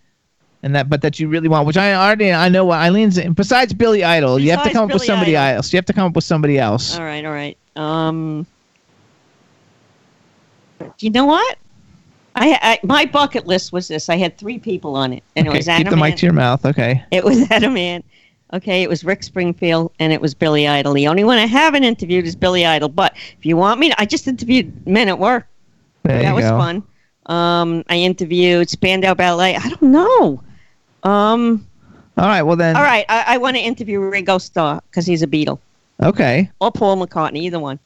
S3: and that but that you really want? Which I already I know what Eileen's. Besides Billy Idol, you have to
S5: Besides
S3: come up with
S5: Billy
S3: somebody
S5: Idol.
S3: else. You have to come up with somebody else.
S5: All right, all right. Um, you know what? I, I my bucket list was this. I had three people on it, and it
S3: Okay,
S5: was
S3: keep
S5: Adam.
S3: the mic to your mouth. Okay.
S5: It was <laughs> Adamant. Okay, it was Rick Springfield and it was Billy Idol. The only one I haven't interviewed is Billy Idol. But if you want me to, I just interviewed Men at Work.
S3: There
S5: that
S3: you
S5: was
S3: go.
S5: fun. Um, I interviewed Spandau Ballet. I don't know. Um,
S3: All right. Well then.
S5: all right, I, I want to interview Ringo Starr because he's a Beatle
S3: Okay.
S5: or Paul McCartney, either one.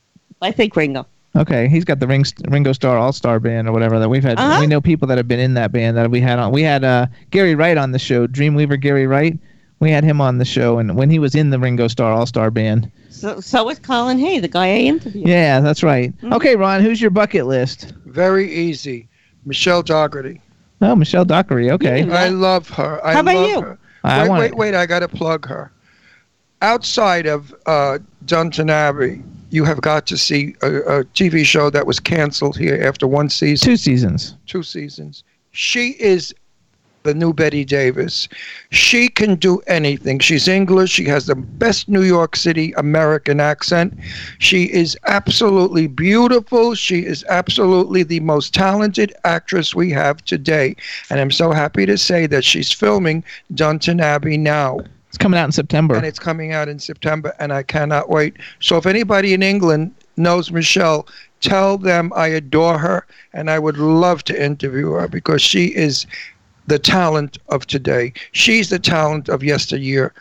S5: I think Ringo.
S3: Okay. He's got the Ring, Ringo Starr All Star Band or whatever that we've had.
S5: Uh-huh.
S3: We know people that have been in that band that we had on. We had uh, Gary Wright on the show. Dreamweaver Gary Wright. We had him on the show, and when he was in the Ringo Starr All Star Band.
S5: So, so was Colin Hay, the guy I interviewed.
S3: Yeah, that's right. Okay, Ron. Who's your bucket list?
S4: Very easy. Michelle Dougherty.
S3: Oh, Michelle Dockery. Okay.
S5: You
S4: I love her. I
S5: How about
S4: love
S5: you?
S4: her.
S3: I
S4: wait,
S3: want
S4: wait, wait! I gotta plug her. Outside of uh, Downton Abbey, you have got to see a, a TV show that was canceled here after one season,
S3: two seasons.
S4: two seasons. She is the new Betty Davis. She can do anything. She's English. She has the best New York City American accent. She is absolutely beautiful. She is absolutely the most talented actress we have today. And I'm so happy to say that she's filming Downton Abbey now
S3: It's coming out in September.
S4: and it's coming out in September, and I cannot wait. So if anybody in England knows Michelle, tell them I adore her, and I would love to interview her because she is the talent of today. She's the talent of yesteryear,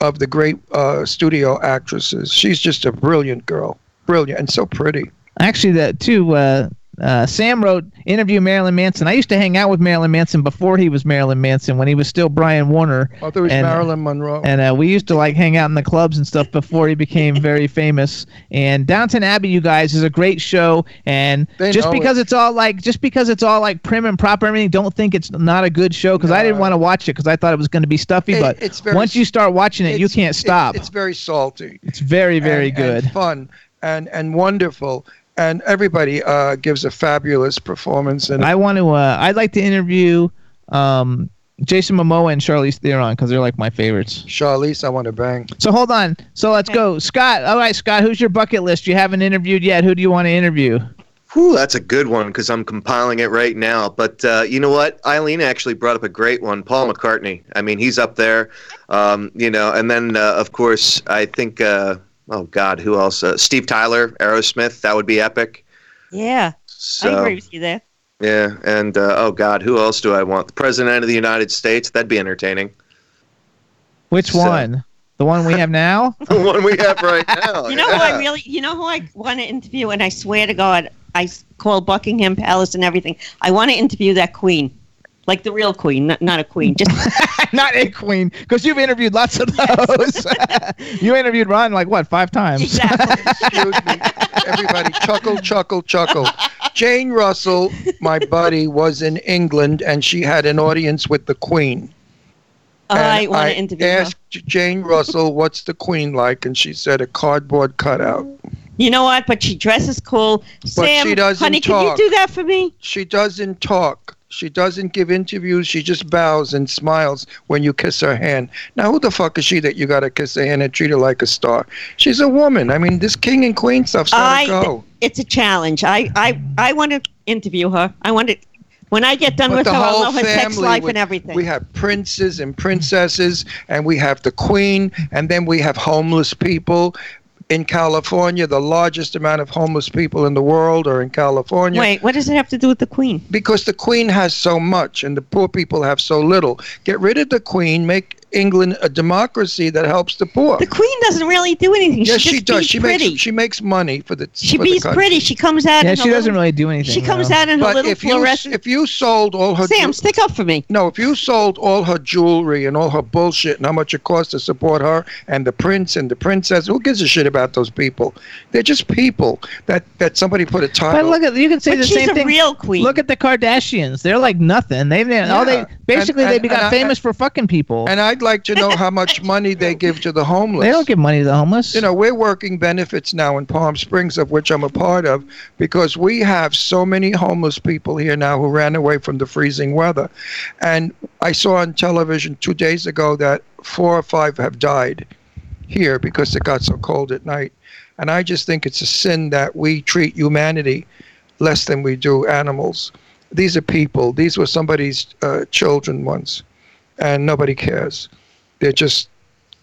S4: of the great uh, studio actresses. She's just a brilliant girl, brilliant and so pretty.
S3: Actually, that too. Uh, uh, Sam wrote interview Marilyn Manson. I used to hang out with Marilyn Manson before he was Marilyn Manson when he was still Brian Warner.
S4: Oh, there was
S3: And-
S4: Marilyn Monroe.
S3: and uh, we used to like hang out in the clubs and stuff before he
S4: <laughs>
S3: became very famous. And Downton Abbey, you guys, is a great show. And
S4: They
S3: just
S4: know
S3: because
S4: it.
S3: it's all like, just because it's all like prim and proper, and everything, don't think it's not a good show because I didn't
S4: No.
S3: want to watch it because I thought it was going to be stuffy.
S4: It-
S3: but
S4: it's very
S3: once you start watching it, you
S4: It's-
S3: can't
S4: it's-
S3: stop.
S4: It's
S3: It's,
S4: very salty.
S3: very, very
S4: and-
S3: good.
S4: and fun and and wonderful and everybody uh, gives a fabulous performance and
S3: I want to. Uh, I'd like to interview um, Jason Momoa and Charlize Theron because they're like my favorites.
S4: Charlize I want to bang
S3: So hold on. So let's go, Scott. All right, Scott. Who's your bucket list? You haven't interviewed yet. Who do you want to interview?
S7: Whew, that's a good one because I'm compiling it right now. But uh, you know what? Eileen actually brought up a great one. Paul McCartney. I mean, he's up there. Um, you know, and then uh, of course, I think. Uh, oh God, who else? Uh, Steve Tyler, Aerosmith. That would be epic.
S5: Yeah,
S7: So,
S5: I agree with you there.
S7: Yeah, and uh, oh God, who else do I want? The President of the United States. That'd be entertaining. <laughs>
S3: Which
S7: So-
S3: one? The one we have
S4: <laughs>
S3: now?
S7: the one we have
S5: <laughs>
S7: right now.
S5: You know who I really, you know who I want to interview, and I swear to God, I s- call Buckingham Palace and everything. I want to interview that queen, like the real queen, not, not a queen.
S4: <laughs>
S5: Just
S3: Not a queen, because you've interviewed lots of those. you interviewed Ron like what five times?
S5: exactly.
S4: excuse me everybody chuckle chuckle chuckle Jane Russell my buddy was in England and she had an audience with the Queen
S5: I
S4: And
S5: want to interview her.
S4: asked Jane Russell what's the Queen like and she said a cardboard cutout
S5: You know what? But she dresses cool. Sam,
S4: she doesn't
S5: honey,
S4: talk.
S5: can you do that for me?
S4: she doesn't talk. She doesn't give interviews. She just bows and smiles when you kiss her hand. Now, who the fuck is she that you got to kiss her hand and treat her like a star? She's a woman. I mean, this king and queen stuff's got
S5: I.
S4: to go.
S5: It's a challenge. I, I, I want to interview her. I want to. When I get done
S4: But
S5: with
S4: the
S5: her, I'll
S4: whole
S5: know her sex
S4: family
S5: life
S4: would-
S5: and everything.
S4: We have princes and princesses, and we have the queen, and then we have homeless people. In California, the largest amount of homeless people in the world are in California.
S5: Wait, what does it have to do with the queen?
S4: because the queen has so much and the poor people have so little. Get rid of the queen, make England a democracy that helps the poor.
S5: The queen doesn't really do anything.
S4: yes,
S5: she,
S4: she
S5: just
S4: does.
S5: Beats
S4: She
S5: pretty.
S4: makes she makes money for the.
S5: she
S4: for the
S5: beats
S4: country.
S5: pretty. She comes out.
S3: Yeah,
S5: in
S3: she
S5: a
S3: doesn't
S5: little-
S3: really do anything.
S5: She comes
S3: though.
S5: out in a
S4: But
S5: little
S4: if you
S5: fluorescent.
S4: if you sold all her
S5: Sam,
S4: jewel-
S5: stick up for me.
S4: no, if you sold all her jewelry and all her bullshit and how much it cost to support her and the prince and the princess, who gives a shit about those people? They're just people that that somebody put a title.
S3: But look at you can say
S5: But
S3: the
S5: she's
S3: same
S5: a
S3: thing.
S5: real queen.
S3: Look at the Kardashians. They're like nothing. They've all
S4: Yeah.
S3: they basically
S4: And-
S3: they
S4: and-
S3: become
S4: and I-
S3: famous for fucking people.
S4: and I'd like to know how much money they give to the homeless.
S3: They don't give money to the homeless.
S4: You know, we're working benefits now in Palm Springs, of which I'm a part of, because we have so many homeless people here now who ran away from the freezing weather. And I saw on television two days ago that four or five have died here because it got so cold at night. And I just think it's a sin that we treat humanity less than we do animals. These are people, these were somebody's uh, children once, and nobody cares. They're just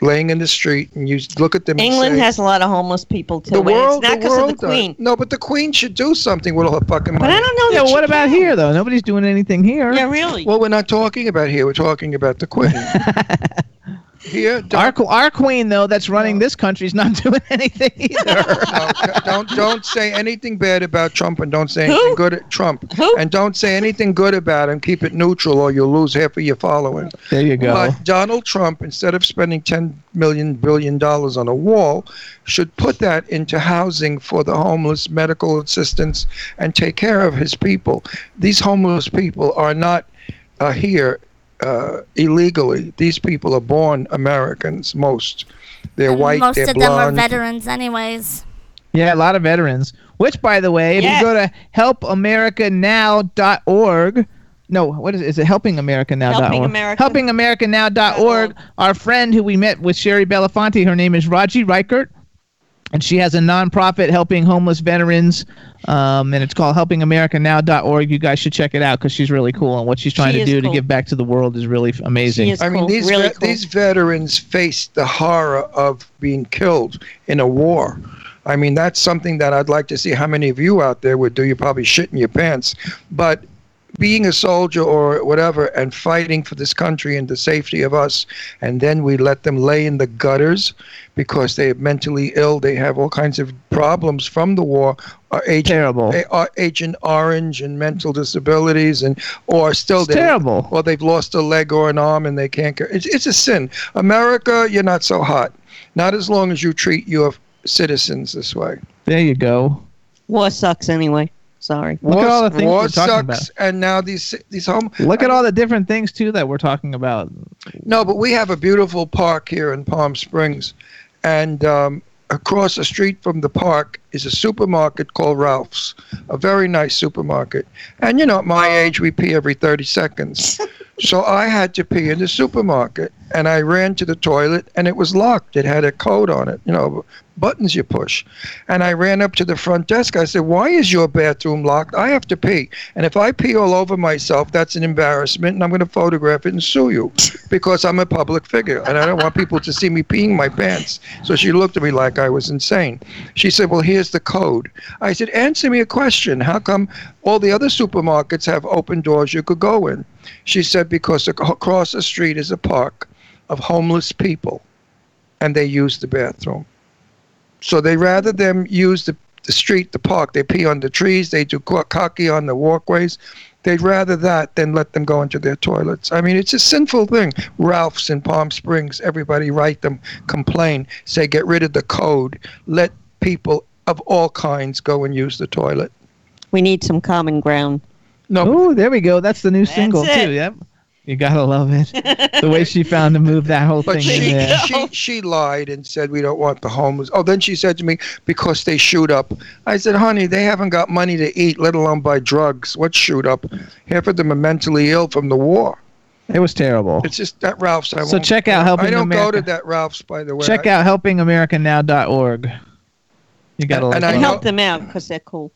S4: laying in the street, and you look at them. and
S5: England
S4: say,
S5: has a lot of homeless people too.
S4: the
S5: and it's
S4: world,
S5: not
S4: the
S5: because
S4: world
S5: of the queen.
S4: does. No, but the queen should do something with all her fucking money.
S5: But I don't know.
S3: Yeah,
S5: that
S3: what
S5: she
S3: about
S5: can.
S3: here though? Nobody's doing anything here.
S5: Yeah, really.
S4: Well, we're not talking about here. We're talking about the
S3: <laughs>
S4: queen. here, don't,
S3: Our, qu- <laughs> our queen though, that's running this country, is not <laughs> doing anything either.
S4: no, don't don't say anything bad about Trump, and don't say
S5: Who?
S4: anything good at Trump,
S5: Who?
S4: and don't say anything good about him. Keep it neutral, or you'll lose half of your following.
S3: there you go.
S4: But Donald Trump, instead of spending ten million billion dollars on a wall, should put that into housing for the homeless, medical assistance, and take care of his people. These homeless people are not uh, here uh, illegally. These people are born Americans. Most they're
S6: And
S4: white,
S6: most
S4: they're
S6: of them are
S4: blonde.
S6: veterans, anyways.
S3: yeah, a lot of veterans. Which, by the way, if
S5: Yes.
S3: you go to helpamericanow.org, no, what is it? Is it helpingamericanow.org?
S5: Helping America.
S3: Helpingamericanow.org. Our friend who we met with Sherry Belafonte, her name is Raji Reichert. and she has a nonprofit helping homeless veterans um, and it's called helpingamericanow.org you guys should check it out because she's really cool and what she's trying
S5: She
S3: to
S5: is
S3: do
S5: cool.
S3: to give back to the world is really f- amazing
S5: She is
S4: I mean,
S5: cool,
S4: these
S5: really
S4: ve-
S5: cool.
S4: these veterans face the horror of being killed in a war. I mean, that's something that I'd like to see how many of you out there would do. You probably shit in your pants, but being a soldier or whatever and fighting for this country and the safety of us, and then we let them lay in the gutters because they are mentally ill. They have all kinds of problems from the war. Or agent,
S3: Terrible.
S4: eh, or Agent Orange and mental disabilities, and or still
S3: It's
S4: they-
S3: terrible.
S4: or they've lost a leg or an arm and they can't go. It's, it's a sin. America, you're not so hot. Not as long as you treat your citizens this way.
S3: there you go
S5: War sucks anyway. Sorry.
S3: Look at all the things
S4: war
S3: we're talking about.
S4: sucks, and now these these home.
S3: look at all the different things too that we're talking about
S4: No, but we have a beautiful park here in Palm Springs, and um, across the street from the park is a supermarket called Ralph's, a very nice supermarket. And you know, at my age, we pee every 30 seconds. so I had to pee in the supermarket, and I ran to the toilet, and it was locked. It had a code on it, you know, buttons you push. And I ran up to the front desk. I said, Why is your bathroom locked? I have to pee. And if I pee all over myself, that's an embarrassment, and I'm going to photograph it and sue you because I'm a public figure and I don't want people to see me peeing my pants. So she looked at me like I was insane. She said, Well, here's the code. I said, Answer me a question. How come all the other supermarkets have open doors you could go in? She said, Because ac- across the street is a park of homeless people and they use the bathroom. So they rather them use the, the street, the park. They pee on the trees, they do co- cocky on the walkways. They'd rather that than let them go into their toilets. I mean, it's a sinful thing. Ralph's in Palm Springs, everybody write them, complain, say get rid of the code, let people of all kinds go and use the toilet.
S5: We need some common ground.
S4: No,
S3: oh there we go that's the new single
S5: it.
S3: too yep you gotta love it the way she found to move that whole
S4: but
S3: thing
S4: she,
S3: in there
S4: <laughs> she she lied and said we don't want the homeless. Oh, then she said to me because they shoot up. I said, honey, they haven't got money to eat, let alone buy drugs. What shoot up? Half of them are mentally ill from the war.
S3: it was terrible
S4: It's just that Ralph's. I
S3: Oh. So
S4: won't
S3: check out
S4: go.
S3: Helping
S4: I don't go
S3: America.
S4: to that Ralph's, by the way.
S3: check
S4: I-
S3: out helpingamericanow.org you gotta
S4: And-
S3: like
S4: and
S3: that.
S4: I
S5: And
S4: know-
S5: help them out because they're cool.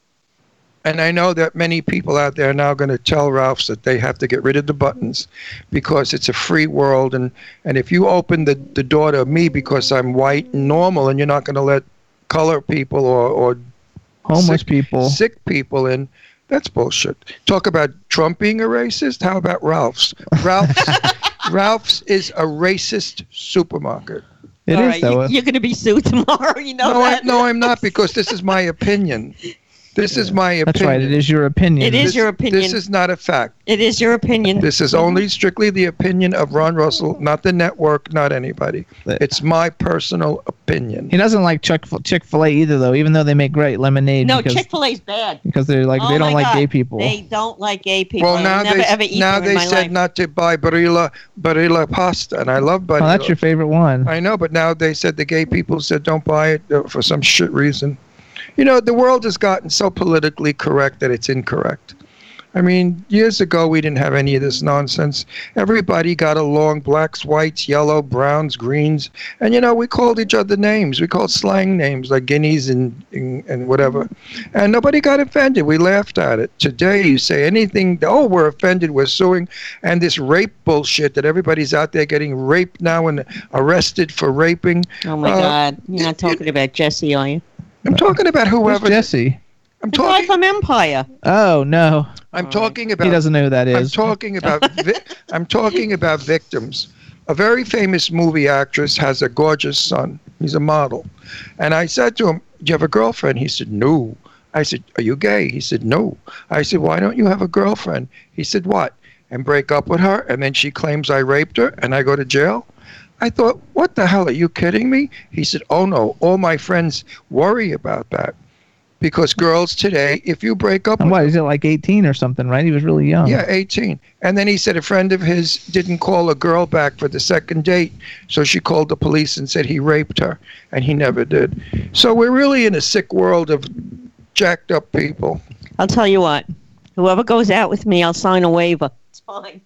S4: And I know that many people out there are now going to tell Ralph's that they have to get rid of the buttons because it's a free world. And, and if you open the, the door to me because I'm white and normal and you're not going to let color people or, or
S3: homeless
S4: sick-
S3: people
S4: sick people in,
S3: <laughs>
S4: that's bullshit. Talk about Trump being a racist? How about Ralph's? Ralph's. Ralph's is a racist supermarket.
S3: It is
S5: All right,
S3: though.
S5: You, are going to be sued <laughs> tomorrow. You know
S4: No, I,
S5: that.
S4: no, I'm not because this is my opinion. This is my opinion.
S3: That's right. It is your opinion.
S5: It is
S4: This-
S5: your opinion.
S4: This is not a fact.
S5: it is your opinion.
S4: This is only strictly the opinion of Ron Russell, not the network, not anybody. It's my personal opinion.
S3: He doesn't like Chick Chick Fil A either, though. Even though they make great lemonade,
S5: no,
S3: because
S5: Chick Fil A's bad.
S3: because they're like
S5: Oh
S3: they don't
S5: my
S3: like
S5: God.
S3: gay people.
S5: They don't like gay people.
S4: Well, now
S5: I've never
S4: they
S5: ever eaten
S4: now
S5: them in
S4: they
S5: my
S4: said
S5: life.
S4: not to buy Barilla Barilla pasta, and I love Barilla.
S3: oh, that's your favorite one.
S4: I know, but now they said the gay people said don't buy it uh, for some shit reason. You know, the world has gotten so politically correct that it's incorrect. I mean, years ago we didn't have any of this nonsense. Everybody got along blacks, whites, yellow, browns, greens, and you know, we called each other names. We called slang names like guineas and and, and whatever. And nobody got offended. We laughed at it. Today you say anything, oh, we're offended, we're suing, and this rape bullshit that everybody's out there getting raped now and arrested for raping.
S5: Oh my
S4: Uh,
S5: God! You're not talking about Jesse, are you?
S4: I'm talking about
S3: Who's
S4: whoever
S3: Jesse?
S4: I'm
S5: The guy
S4: talking
S5: from Empire.
S3: Oh no,
S4: I'm talking
S3: he
S4: about
S3: doesn't know who that
S4: I'm
S3: is. <laughs>
S4: talking about vi- I'm talking about victims. A very famous movie actress has a gorgeous son. He's a model. And I said to him, "Do you have a girlfriend?" He said, "No." I said, "Are you gay?" He said, "No." I said, "Why don't you have a girlfriend?" He said, "What?" And break up with her and then she claims I raped her and I go to jail? I thought, "What the hell are you kidding me?" He said, "Oh no, all my friends worry about that." Because girls today, if you break up
S3: And
S4: with
S3: what is it like 18 or something? Right? He was really
S5: Oh.
S3: young.
S4: yeah, 18. And then he said a friend of his didn't call a girl back for the second date, so she called the police and said he raped her, and he never did. So we're really in a sick world of jacked up people.
S5: I'll tell you what. Whoever goes out with me, I'll sign a waiver. It's fine.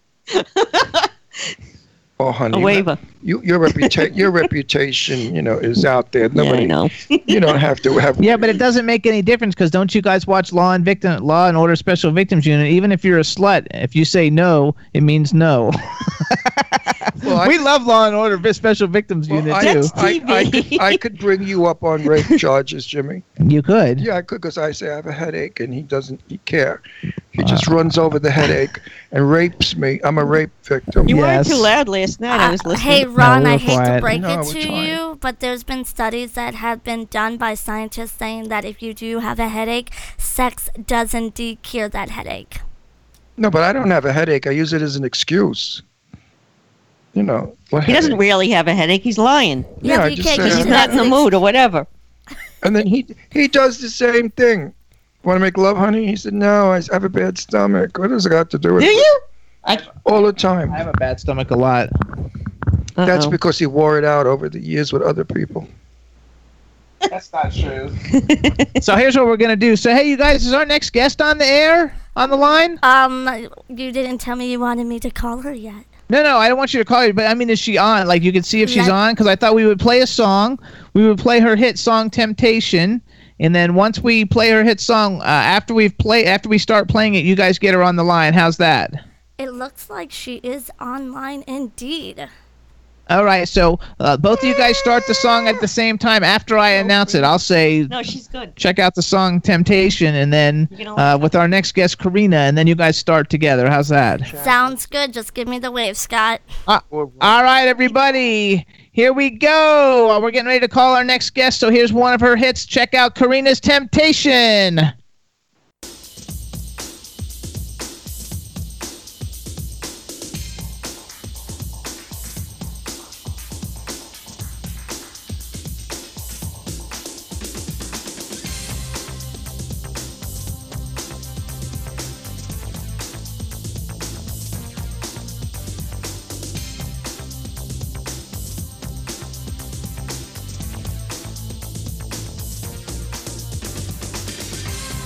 S4: Oh, honey,
S5: A waiver.
S4: You, your reputation, your reputation, you know, is out there.
S5: Yeah,
S4: Nobody,
S5: I know.
S4: you don't have to have.
S3: Yeah, but it doesn't make any difference because don't you guys watch Law and Victim Law and Order Special Victims Unit? Even if you're a slut, if you say no, it means no. <laughs>
S4: Well, I-
S3: we love Law and Order Vi- Special Victims
S4: well,
S3: Unit
S4: I,
S3: too.
S5: That's
S4: I, I,
S5: TV.
S4: could, I could bring you up on
S3: <laughs>
S4: rape charges, Jimmy.
S3: you could.
S4: Yeah, I could, because I say I have a headache, and he doesn't care. He just
S3: Uh.
S4: runs over the headache and rapes me. I'm a rape victim.
S5: You
S3: Yes.
S5: weren't too loud last night. I was
S6: Uh, hey
S5: listening.
S3: No,
S6: Ron,
S3: we
S6: I
S3: were
S6: hate to
S3: quiet.
S6: break
S4: No,
S6: it
S4: we're
S6: to
S4: fine.
S6: you, but there's been studies that have been done by scientists saying that if you do have a headache, sex does indeed cure that headache.
S4: No, but I don't have a headache. I use it as an excuse. You know what?
S5: he doesn't
S4: headache?
S5: really have a headache. He's lying.
S4: Yeah,
S6: but
S4: I
S6: you
S4: just
S6: can't
S4: said-
S6: use
S5: He's
S6: it
S5: not
S6: as
S5: in the
S6: an
S5: mood or whatever.
S4: <laughs> and then he he does the same thing. Want to make love, honey? He said, "No, I s- have a bad stomach. What does it got to do with
S5: Do
S4: it?"
S5: you?
S4: All the time.
S3: I have a bad stomach a lot.
S4: That's
S5: Uh-oh.
S4: because he wore it out over the years with other
S5: <laughs>
S4: people.
S3: That's not true. <laughs> so here's what we're gonna do. So hey, you guys, is our next guest on the air on the line?
S6: Um, you didn't tell me you wanted me to call her yet.
S3: No, no, I don't want you to call her, but I mean, is she on? Like, you can see if she's
S6: Let-
S3: on because I thought we would play a song. We would play her hit song "Temptation," and then once we play her hit song, uh, after we've play, after we start playing it, you guys get her on the line. How's that?
S6: It looks like she is online indeed.
S3: All right. So uh, both of you guys start the song at the same time. After I announce it, I'll say.
S5: No, she's good.
S3: Check out the song "Temptation," and then
S5: You know-
S3: uh, with our next guest, Karina, and then you guys start together. How's that?
S6: Sounds good. Just give me the wave, Scott.
S3: Uh, All right, everybody. Here we go. Uh, We're getting ready to call our next guest. So here's one of her hits. Check out Karina's Temptation.
S10: Temptation.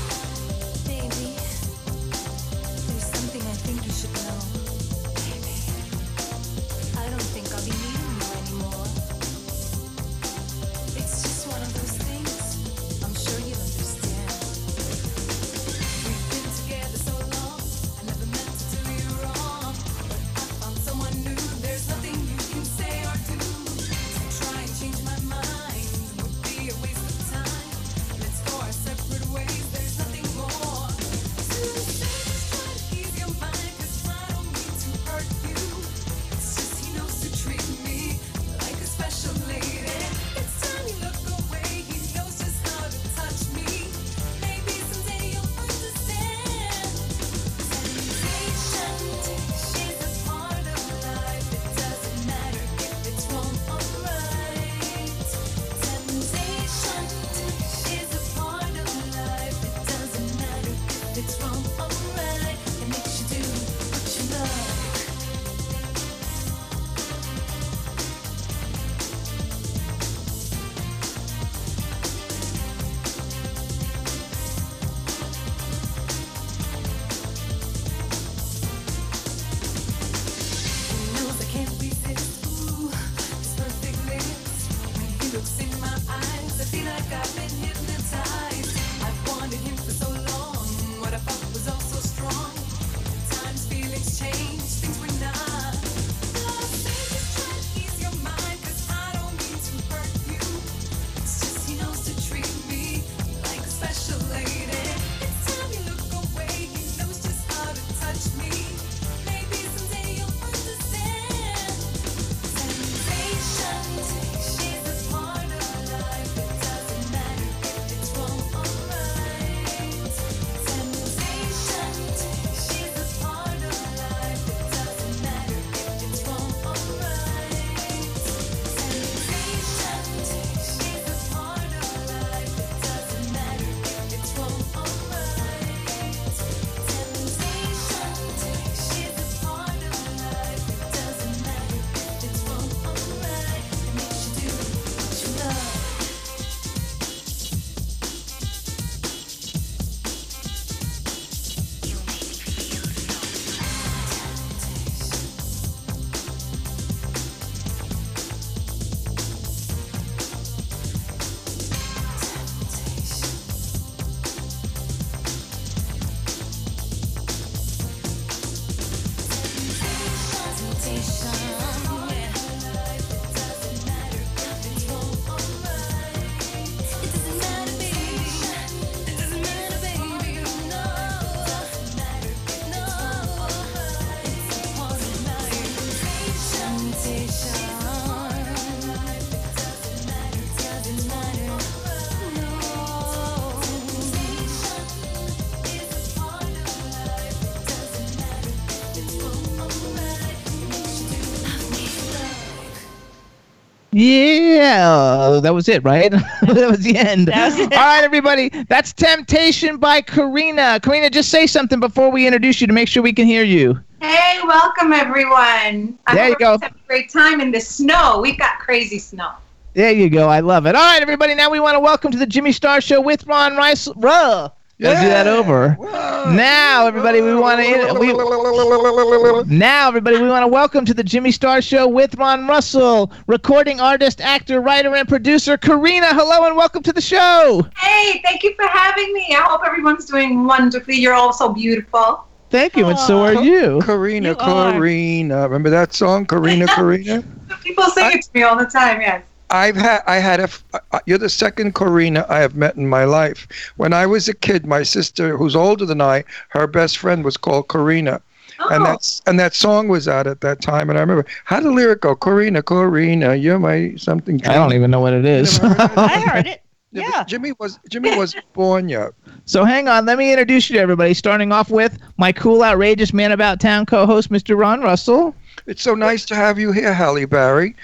S3: Yeah, that was it, right? <laughs> that was the end.
S5: That was it.
S3: All right, everybody. That's Temptation by Karina. Karina, just say something before we introduce you to make sure we can hear you.
S10: Hey, welcome everyone. I
S3: There
S10: hope
S3: you go.
S10: everyone's having a great time in the snow. We've got crazy snow.
S3: There you go. I love it. All right, everybody. Now we want to welcome to the Jimmy Star Show with Ron Rice. Ruh. Let's do that
S4: Yeah.
S3: over. Now, everybody, we want to. We, Now, everybody, we want to welcome to the Jimmy Star Show with Ron Russell, recording artist, actor, writer, and producer Karina. Hello and welcome to the show.
S10: Hey, thank you for having me. I hope everyone's doing wonderfully. You're all so beautiful.
S3: Thank you, and so are you.
S4: Karina,
S5: You are.
S4: Karina. Remember that song,
S5: <laughs>
S4: Karina, Karina?
S10: People sing it to me all the time, yes. <laughs>
S4: I've had I had a f- uh, you're the second Corina I have met in my life. When I was a kid, my sister, who's older than I, her best friend was called Corina,
S10: Oh,
S4: and that's and that song was out at that time. And I remember how the lyric go, Corina, Corina, you're my something.
S3: I don't even know what it is.
S4: Never heard
S3: <laughs>
S5: I heard it.
S4: <laughs> Yeah, but
S5: Yeah.
S4: Jimmy was Jimmy
S5: <laughs>
S4: was born yet.
S3: so hang on, let me introduce you to everybody. Starting off with my cool, outrageous man about town co-host, Mr. Ron Russell.
S4: It's so nice to have you here, Halle Berry.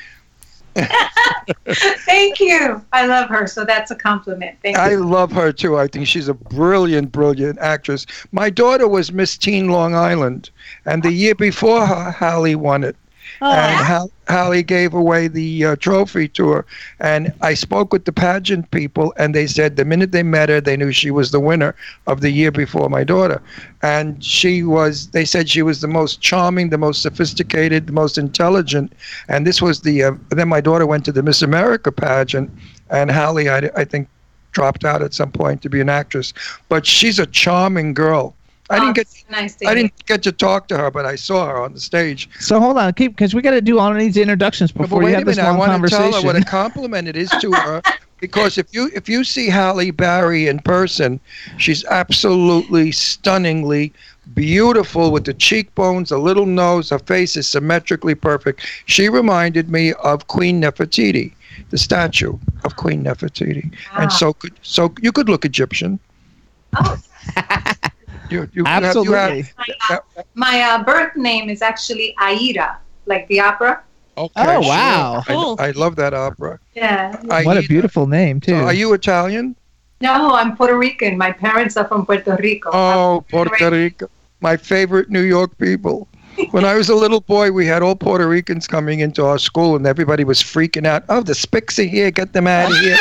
S10: thank you. I love her, so that's a compliment. Thank
S4: I
S10: you.
S4: love her too. I think she's a brilliant, brilliant actress. My daughter was Miss Teen Long Island, and the year before her, Halle won it. and Hal- Hallie gave away the uh, trophy to her. And I spoke with the pageant people, and they said the minute they met her, they knew she was the winner of the year before my daughter. And she was, they said she was the most charming, the most sophisticated, the most intelligent. And this was the, uh, then my daughter went to the Miss America pageant, and Hallie, I, I think, dropped out at some point to be an actress. But she's a charming girl. I
S10: Oh,
S4: didn't get.
S10: it's nice to
S4: I
S10: hear.
S4: didn't get to talk to her, but I saw her on the stage,
S3: So hold on, keep because we got to do all of these introductions
S4: no,
S3: before
S4: but
S3: we
S4: wait
S3: have
S4: a
S3: this
S4: minute, I
S3: long
S4: want to tell her what a
S3: conversation. <laughs>
S4: compliment it is to her. Because if you if you see Halle Berry in person, she's absolutely stunningly beautiful with the cheekbones, the little nose, her face is symmetrically perfect. She reminded me of Queen Nefertiti, the statue of Queen Nefertiti, and so could so you could look Egyptian.
S10: Oh.
S4: <laughs> You, you have- you have-
S3: Absolutely.
S10: My, uh, my uh, birth name is actually Aida, like the opera.
S4: okay,
S3: Oh,
S4: sure.
S3: wow.
S4: I-
S5: Cool.
S4: I, love that opera.
S10: Yeah.
S3: What a
S4: Aida.
S3: beautiful name too.
S4: So are you Italian?
S10: No, I'm Puerto Rican. My parents are from Puerto Rico.
S4: Oh, Puerto Rico. My favorite New York people. When I was a little boy, we had all Puerto Ricans coming into our school, and everybody was freaking out. Oh, the spics are here! Get them out of here!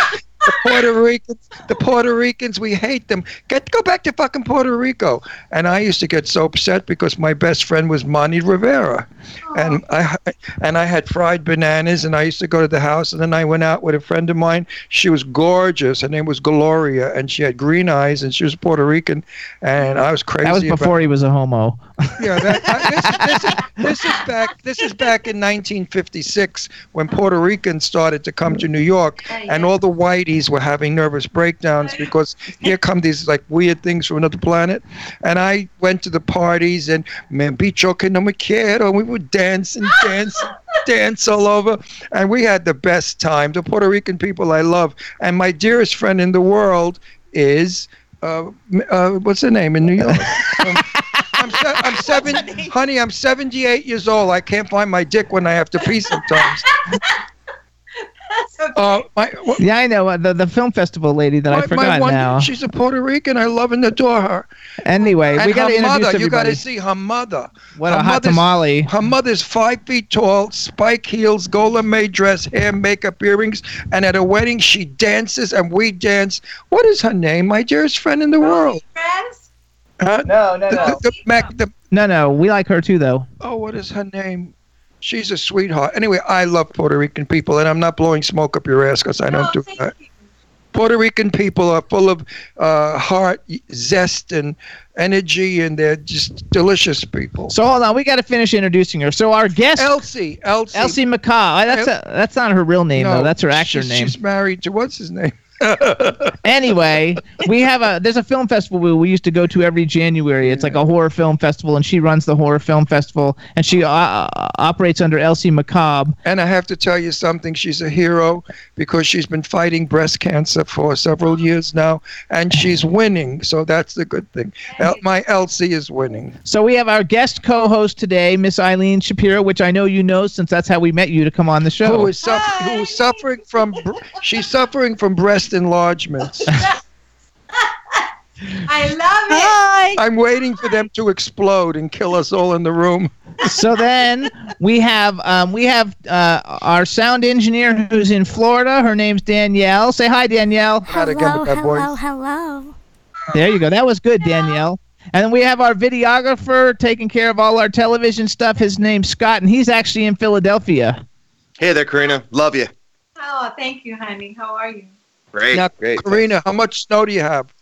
S4: The Puerto Ricans, the Puerto Ricans, we hate them. Get go back to fucking Puerto Rico. And I used to get so upset because my best friend was Monty Rivera, and I and I had fried bananas, and I used to go to the house, and then I went out with a friend of mine. She was gorgeous. Her name was Gloria, and she had green eyes, and she was Puerto Rican, and I was crazy.
S3: that was
S4: about-
S3: before he was a homo.
S4: yeah, that, I, this, is- this, is, this is back. This is back in 1956 when Puerto Ricans started to come to New York, and all the whiteys were having nervous breakdowns because here come these like weird things from another planet. And I went to the parties and man, bicho que no me quiero. And we would dance and dance, dance all over, and we had the best time. The Puerto Rican people I love, and my dearest friend in the world is. Uh, m- uh, what's her name in New York? Um, I'm, se- I'm seven, honey. I'm 78 years old. I can't find my dick when I have to pee sometimes. Uh, my wha-
S3: Yeah, I know uh, the the film festival lady that I
S4: my,
S3: forgot
S4: my one,
S3: now.
S4: she's a Puerto Rican. I love and adore her.
S3: Anyway,
S4: And
S3: we got to
S4: her
S3: introduce
S4: mother, you got
S3: everybody.
S4: to see her mother.
S3: what
S4: her
S3: a hot
S4: mother's-
S3: tamale!
S4: Her mother's five feet tall, spike heels, gola made dress, hair, makeup, earrings, and at a wedding she dances and we dance. What is her name? My dearest friend in the world.
S10: Friends?
S4: Huh?
S3: No, no,
S4: The, the, the, Mac- the,
S3: no, no. We like her too, though.
S4: oh, what is her name? She's a sweetheart. Anyway, I love Puerto Rican people, and I'm not blowing smoke up your ass because I don't do
S10: thank
S4: that.
S10: you.
S4: Puerto Rican people are full of uh, heart, zest, and energy, and they're just delicious people.
S3: So hold on, we got to finish introducing her. So our guest,
S4: Elsie, Elsie,
S3: Elsie McCaw. That's a, that's not her real name
S4: no,
S3: though. That's her actor
S4: she's,
S3: name.
S4: She's married to what's his name? <laughs>
S3: anyway, we have a there's a film festival we, we used to go to every January. It's like a horror film festival, and she runs the horror film festival, and she uh, uh, operates under Elsie McCobb.
S4: And I have to tell you something. She's a hero because she's been fighting breast cancer for several years now, and she's winning. So that's the good thing. El- my Elsie is winning.
S3: So we have our guest co-host today, Miss Eileen Shapiro, which I know you know since that's how we met you to come on the show.
S4: Who is suff- who is suffering from? Br- she's suffering from breast enlargements.
S10: I love
S5: Hi.
S4: I'm waiting for them to explode and kill us all in the room.
S3: so then we have um, we have uh, our sound engineer who's in Florida. Her name's Danielle. Say hi, Danielle.
S4: Gotta get
S6: Hello,
S4: with that voice.
S6: hello, hello.
S3: There you go. That was good, Danielle. And then we have our videographer taking care of all our television stuff. His name's Scott, and he's actually in Philadelphia.
S7: Hey there, Karina. Love you.
S10: it. Oh, thank you, honey. How are you?
S7: Great,
S4: Now,
S7: great.
S4: Karina, how much snow do you have?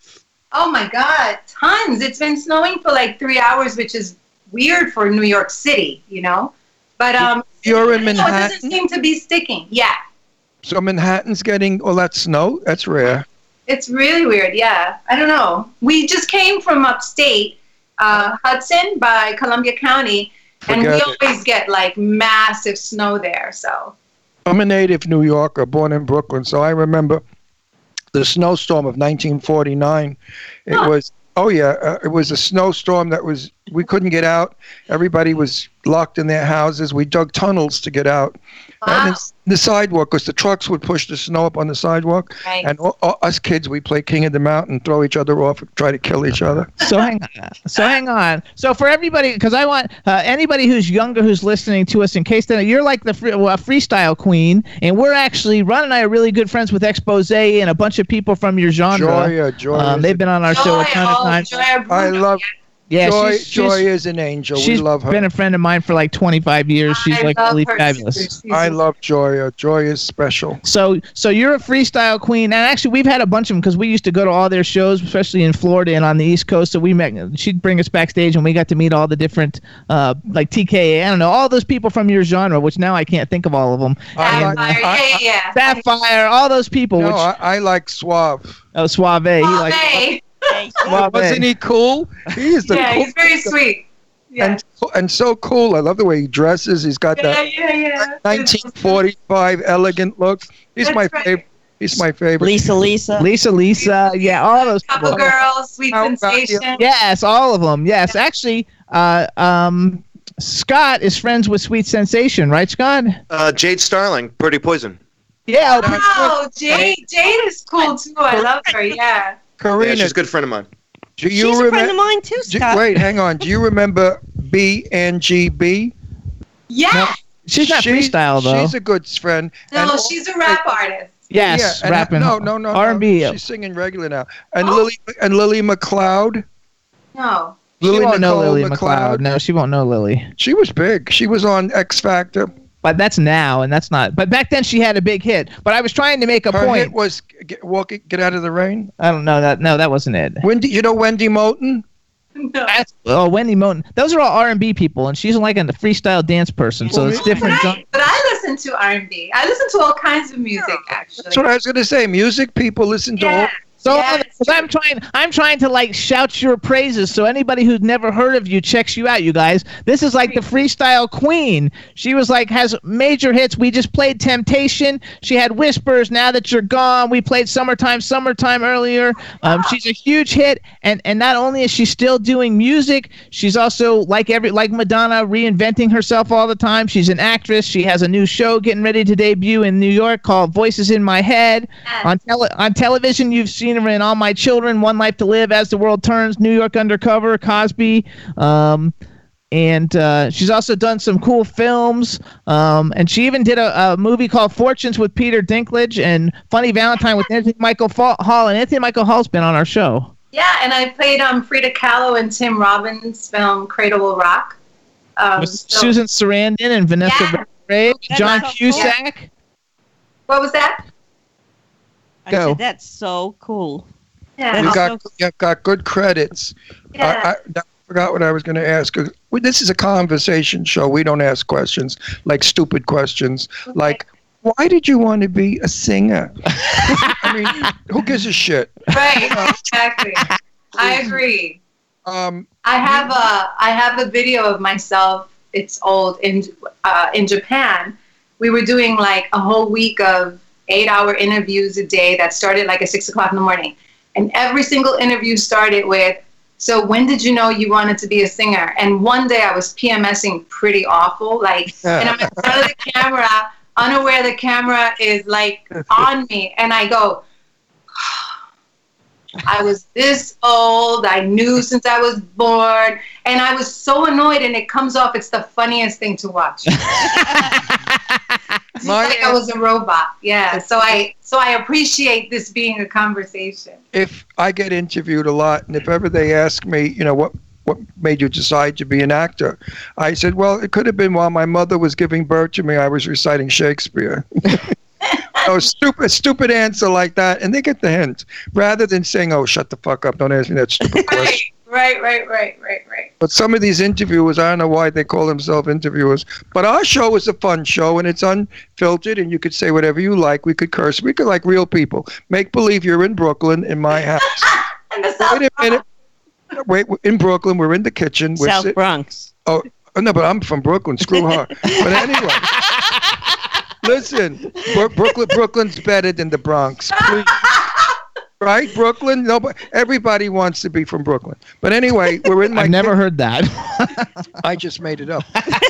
S10: Oh my God, tons. It's been snowing for like three hours, which is weird for New York City, you know? But um,
S4: You're in
S10: no, it doesn't
S4: Manhattan,
S10: seem to be sticking. Yeah,
S4: so Manhattan's getting all that snow. That's rare.
S10: it's really weird. Yeah, I don't know. We just came from upstate, uh, Hudson by Columbia County, and we
S4: Forget it.
S10: always get like massive snow there. So
S4: I'm a native New Yorker, born in Brooklyn, so I remember the snowstorm of 1949. It
S10: Huh.
S4: was oh yeah, uh, it was a snowstorm that was we couldn't get out. Everybody was locked in their houses. We dug tunnels to get out.
S10: wow,
S4: And it's the sidewalk, because the trucks would push the snow up on the sidewalk,
S10: right.
S4: and all, all, us kids we play King of the Mountain, throw each other off, and try to kill each other.
S10: <laughs>
S3: So hang on. So hang on. So for everybody, because I want uh, anybody who's younger who's listening to us, in case that you're like the free, well, freestyle queen, and we're actually Ron and I are really good friends with Expose and a bunch of people from your genre.
S4: Joya, Joya,
S3: Um,
S4: uh, is
S3: they've
S4: a-
S3: been on our show a
S10: Joy,
S3: ton of
S10: oh,
S3: times.
S10: Joy Bruno.
S4: I love
S3: Yeah,
S4: Joy.
S3: she's, she's,
S4: Joy is an angel. We
S3: she's
S4: love her.
S3: been a friend of mine for like 25 years. She's
S10: I
S3: like
S10: love
S3: really
S10: her
S3: fabulous.
S10: sisters. She's
S4: I love Joya. Joy is special.
S3: So, so you're a freestyle queen, and actually, we've had a bunch of them because we used to go to all their shows, especially in Florida and on the East Coast. So we met. She'd bring us backstage, and we got to meet all the different, uh, like TKA. I don't know, all those people from your genre, which now I can't think of all of them.
S4: I
S10: Sapphire.
S4: like- I-
S10: yeah, yeah, yeah.
S3: Sapphire, all those people.
S4: No,
S3: which,
S4: I, I like Suave.
S3: oh, Suave. He like
S4: <laughs>
S10: Hey.
S5: Hey.
S3: Suave.
S4: Wasn't he cool? He is the
S10: yeah,
S4: cool,
S10: he's very sweet. Yeah,
S4: and, and so cool. I love the way he dresses. He's got
S10: yeah,
S4: that
S10: yeah,
S4: <laughs>
S10: yeah.
S4: 1945 elegant look. He's
S10: That's
S4: my
S10: right.
S4: favorite. He's my favorite.
S5: Lisa, Lisa.
S3: Lisa, Lisa, yeah, all those
S10: Couple
S3: people.
S10: girls, sweet
S4: How about you?
S10: sensation.
S3: Yes, all of them. Yes, actually, uh, um, Scott is friends with Sweet Sensation, right, Scott?
S7: Uh, Jade Starling, Pretty Poison.
S3: Yeah, oh,
S10: Wow, Jade, Jade is cool too. I love her. Yeah.
S7: Yeah,
S4: Karina,
S7: she's a good friend of mine.
S4: do you
S5: She's a friend of
S4: remember?
S5: mine too, Scott.
S4: Wait, hang on. Do you remember B and G B?
S10: Yeah.
S3: she's not freestyle though.
S4: She's a good friend.
S10: No,
S4: And-
S10: she's a rap artist.
S3: Yes,
S4: yeah, and-
S3: rapping.
S4: No, no, no. no.
S3: R&B.
S4: She's singing regular now. And
S10: Oh.
S4: Lily and Lily McLeod.
S10: No.
S3: She
S4: Lily
S3: won't know
S4: Nicole
S3: Lily
S4: McLeod.
S3: McLeod. No, she won't know Lily.
S4: She was
S10: <laughs>
S4: big. She was on X Factor.
S3: But that's now, and that's not. But back then she had a big hit. But I was trying to make a
S4: Her
S3: point.
S4: hit was get, walk, get out of the rain.
S3: I don't know that. No, that wasn't it.
S4: Wendy, you know Wendy Moulton.
S10: No.
S3: That's, oh, Wendy Moten. Those are all R and B people, and she's like a freestyle dance person, so it's
S10: But
S3: different.
S10: I, but I listen to R&B. I listen to all kinds of music, actually.
S4: That's what I was gonna say. Music people listen to.
S10: yeah.
S3: So
S10: Yes.
S3: so I'm trying, I'm trying to like shout your praises, so anybody who's never heard of you checks you out. You guys, this is like the freestyle queen. She was like has major hits. We just played Temptation. She had Whispers. Now that you're gone, we played Summertime, Summertime earlier. Um, she's a huge hit, and and not only is she still doing music, she's also like every like Madonna, reinventing herself all the time. She's an actress. She has a new show getting ready to debut in New York called Voices in My Head. On, tele- on television, you've seen her in All My Children, One Life to Live, As the World Turns, New York Undercover, Cosby. Um, and uh, she's also done some cool films. Um, and she even did a, a movie called Fortunes with Peter Dinklage and Funny Valentine with Anthony Michael Fa- Hall. And Anthony Michael Hall's been on our show.
S10: Yeah, and I played um, Frida Kahlo and Tim Robbins' film Cradle Will Rock. Um,
S3: with
S10: so-
S3: Susan Sarandon and Vanessa
S10: Yeah.
S3: Redgrave,
S5: Oh, That's
S3: John
S5: so cool.
S3: Cusack.
S10: What was that?
S5: I
S3: Go.
S5: said, that's so cool.
S10: Yeah.
S4: You
S5: That's
S4: got you got good credits.
S10: yeah.
S4: I, I, I forgot what I was going to ask. Well, This is a conversation show. We don't ask questions
S3: <laughs>
S4: like stupid questions like. Why did you want to be a singer? I mean, who gives a shit?
S10: <laughs> Right,
S3: <laughs>
S10: exactly. I agree.
S4: Um,
S10: I have a I have a video of myself. It's old in uh, in Japan. We were doing like a whole week of eight hour interviews a day that started like at six o'clock in the morning, and every single interview started with, "So when did you know you wanted to be a singer?" And one day I was PMSing pretty awful, like, and I'm in front of the camera, unaware the camera is like on me, and I go. I was this old. I knew since I was born. And I was so annoyed, and it comes off. It's the funniest thing to watch. It's
S4: My-
S10: like I was a robot. Yeah. So I so I appreciate this being a conversation.
S4: if I get interviewed a lot, and if ever they ask me, you know, what what made you decide to be an actor, I said, well, it could have been while my mother was giving birth to me, I was reciting Shakespeare. Oh, stupid, stupid answer like that, and they get the hint. Rather than saying, "Oh, shut the fuck up, don't ask me that stupid question."
S10: Right. Right. Right. Right. Right.
S4: But some of these interviewers, I don't know why they call themselves interviewers. But our show is a fun show and it's unfiltered and you could say whatever you like. We could curse. We could like real people. Make believe you're in Brooklyn in my house.
S10: And the
S4: Wait a minute. Wait, we're in Brooklyn, we're in the kitchen. We're
S5: South
S4: sit-
S5: Bronx.
S4: oh, oh, no, but I'm from Brooklyn. Screw her. But anyway, listen, Bro- Brooklyn, Brooklyn's better than the Bronx. Please. Right, Brooklyn. Nobody, everybody wants to be from Brooklyn. But anyway, we're in my
S3: I've never heard that.
S4: I just made it up. <laughs>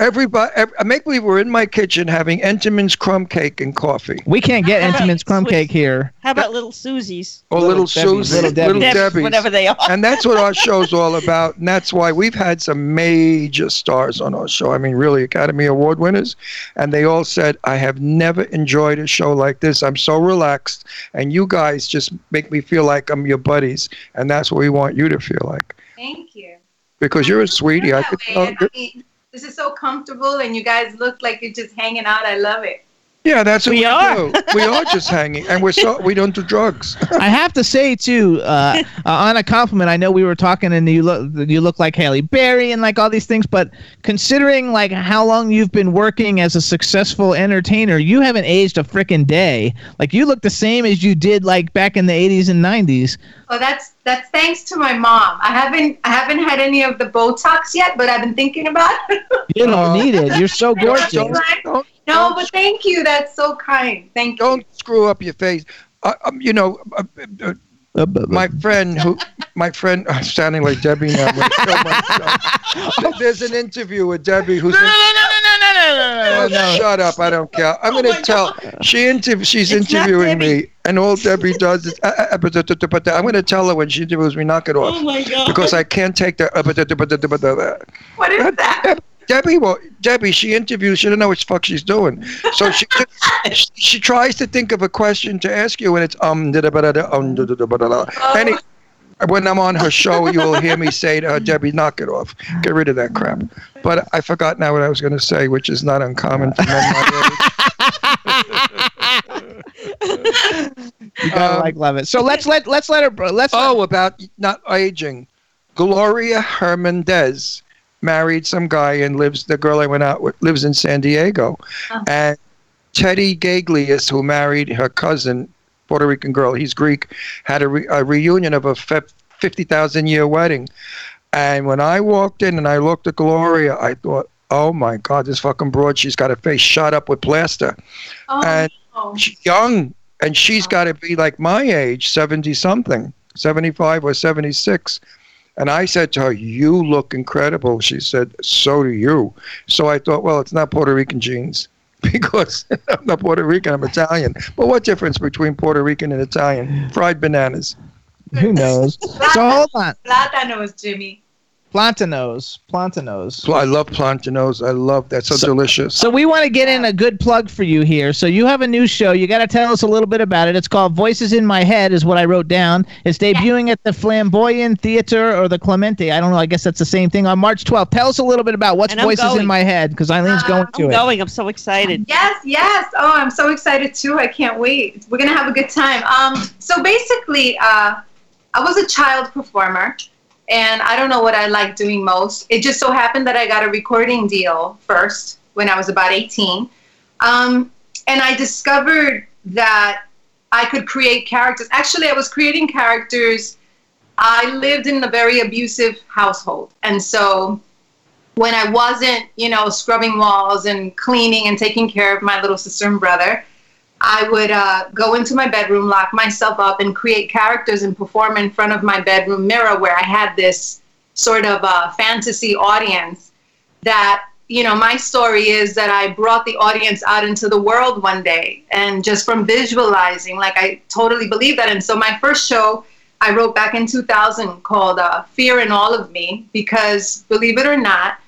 S4: Everybody, ev I make believe we're in my kitchen having Entenmann's crumb cake and coffee.
S3: we can't get
S5: How about
S3: Entenmann's crumb
S5: Swiss?
S3: cake here.
S5: How about Little Susie's?
S4: Or
S3: Little
S4: Oh, little,
S3: Debbie's,
S4: Susie,
S3: Little
S4: little,
S3: Debbie's.
S5: Debs,
S4: Debbie's.
S5: whatever they are.
S4: And that's what our show's all about. And that's why we've had some major stars on our show. I mean, really Academy Award winners. And they all said, I have never enjoyed a show like this. I'm so relaxed. And you guys just make me feel like I'm your buddies. And that's what we want you to feel like.
S10: Thank you.
S4: Because you're a sweetie. I
S10: That
S4: could
S10: way,
S4: tell
S10: and I mean, this is so comfortable, and you guys look like you're just hanging out. I love it.
S4: Yeah, that's what
S5: We
S4: we,
S5: are.
S4: do. We are just hanging, and we're so we don't do drugs.
S3: I have to say too, uh, uh, on a compliment. I know we were talking, and you look you look like Haley Berry and like all these things. But considering like how long you've been working as a successful entertainer, you haven't aged a frickin' day. Like you look the same as you did like back in the '80s and '90s.
S10: Oh, that's that's thanks to my mom. I haven't I haven't had any of the Botox yet, but I've been thinking about it.
S3: You don't need it. Oh, You're
S10: <laughs>
S3: so gorgeous.
S4: Don't, don't,
S10: No, but thank you. That's so kind. Thank you.
S4: don't screw up your face. Uh, um, you know, uh, uh, my friend who, my friend, <laughs> I'm sounding like Debbie now. I'm gonna kill myself. There's an interview with Debbie who's. in- Oh, Shut up! I don't care. I'm gonna tell. She interv- She's
S5: Oh It's not
S4: interviewing
S5: Debbie.
S4: me, and all Debbie does is. uh, uh, uh, but- but- but- I'm gonna tell her when she interviews me, knock it
S5: Oh
S4: off,
S5: my god!
S4: because I can't take the. uh, but- but- but- but- but- but-
S10: What is that?
S4: Debbie, well, Debbie, she interviews. She don't know what the fuck she's doing, so
S5: <laughs>
S4: she she, she tries to think of a question to ask you, and it's um da da ba da da um da da da ba da da.
S5: Oh.
S4: Any, when I'm on her show, you will hear me say to her, Debbie, knock it off, get rid of that crap. But I forgot now what I was going to say, which is not uncommon for men my age.
S3: You gotta
S4: Um,
S3: like love it. So let's <laughs> let let's let her let's.
S4: Oh, about not aging. Gloria Hernandez married some guy and lives the girl I went out with lives in San Diego.
S10: Oh.
S4: And Teddy Gaglius, who married her cousin, Puerto Rican girl, he's Greek, had a, re- a reunion of a fe- 50,000 year wedding. And when I walked in and I looked at Gloria, I thought, oh my God, this fucking broad, she's got her face shot up with plaster.
S10: Oh,
S4: And
S10: no. Oh.
S4: She's young, and she's got to be like my age, 70 something, 75 or 76. And I said to her, You look incredible. She said, So do you. So I thought, Well, it's not Puerto Rican genes <laughs> because I'm not Puerto Rican, I'm Italian. But what difference between Puerto Rican and Italian? Fried bananas.
S3: Who knows? so hold on.
S10: Platanos, Jimmy.
S3: Plantanos. Plantanos.
S4: Pl- I love plantanos. I love that's so,
S3: So-
S4: delicious.
S3: So we want to get in a good plug for you here. So you have a new show. You got to tell us a little bit about it. It's called Voices in My Head, is what I wrote down. It's debuting at the Flamboyant Theater or the Clemente. I don't know. I guess that's the same thing on March 12th. Tell us a little bit about what's
S5: And I'm
S3: Voices in
S5: going. Ah,
S3: My Head because Eileen's
S10: Uh,
S3: going to
S5: I'm
S3: it.
S5: going. I'm so excited.
S10: Yes, yes. Oh, I'm so excited too. I can't wait. We're gonna have a good time. Um, so basically, uh, I was a child performer, and I don't know what I like doing most. It just so happened that I got a recording deal first when I was about 18, um, and I discovered that I could create characters. Actually, I was creating characters. I lived in a very abusive household. And so when I wasn't, you know, scrubbing walls and cleaning and taking care of my little sister and brother, I would uh, go into my bedroom, lock myself up, and create characters and perform in front of my bedroom mirror where I had this sort of uh, fantasy audience that, you know, my story is that I brought the audience out into the world one day. And just from visualizing, like, I totally believe that. And so my first show, I wrote back in 2000 called uh, Fear in All of Me because, believe it or not,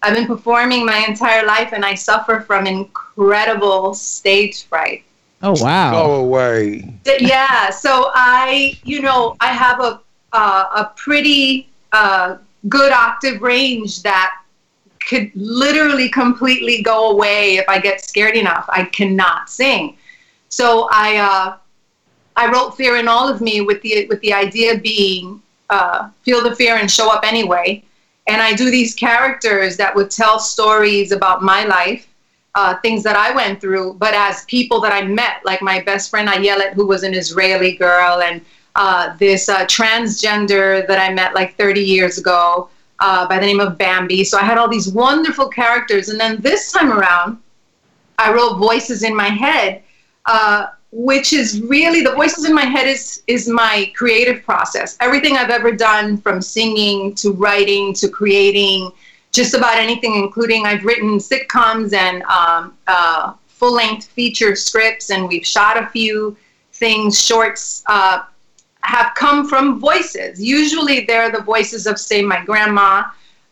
S10: I've been performing my entire life and I suffer from incredible stage fright.
S3: Oh wow.
S4: Go away.
S10: <laughs> Th- yeah so i you know i have a uh, a pretty uh, good octave range that could literally completely go away if i get scared enough i cannot sing so i uh, i wrote fear in all of me with the with the idea being uh, feel the fear and show up anyway and i do these characters that would tell stories about my life uh, things that I went through, but as people that I met, like my best friend Ayelet, who was an Israeli girl, and uh, this uh, transgender that I met like 30 years ago uh, by the name of Bambi. So I had all these wonderful characters. And then this time around, I wrote voices in my head, uh, which is really the voices in my head is is my creative process. Everything I've ever done, from singing to writing to creating, just about anything, including I've written sitcoms and um, uh, full length feature scripts, and we've shot a few things, shorts. Uh, have come from voices. Usually, they're the voices of, say, my grandma,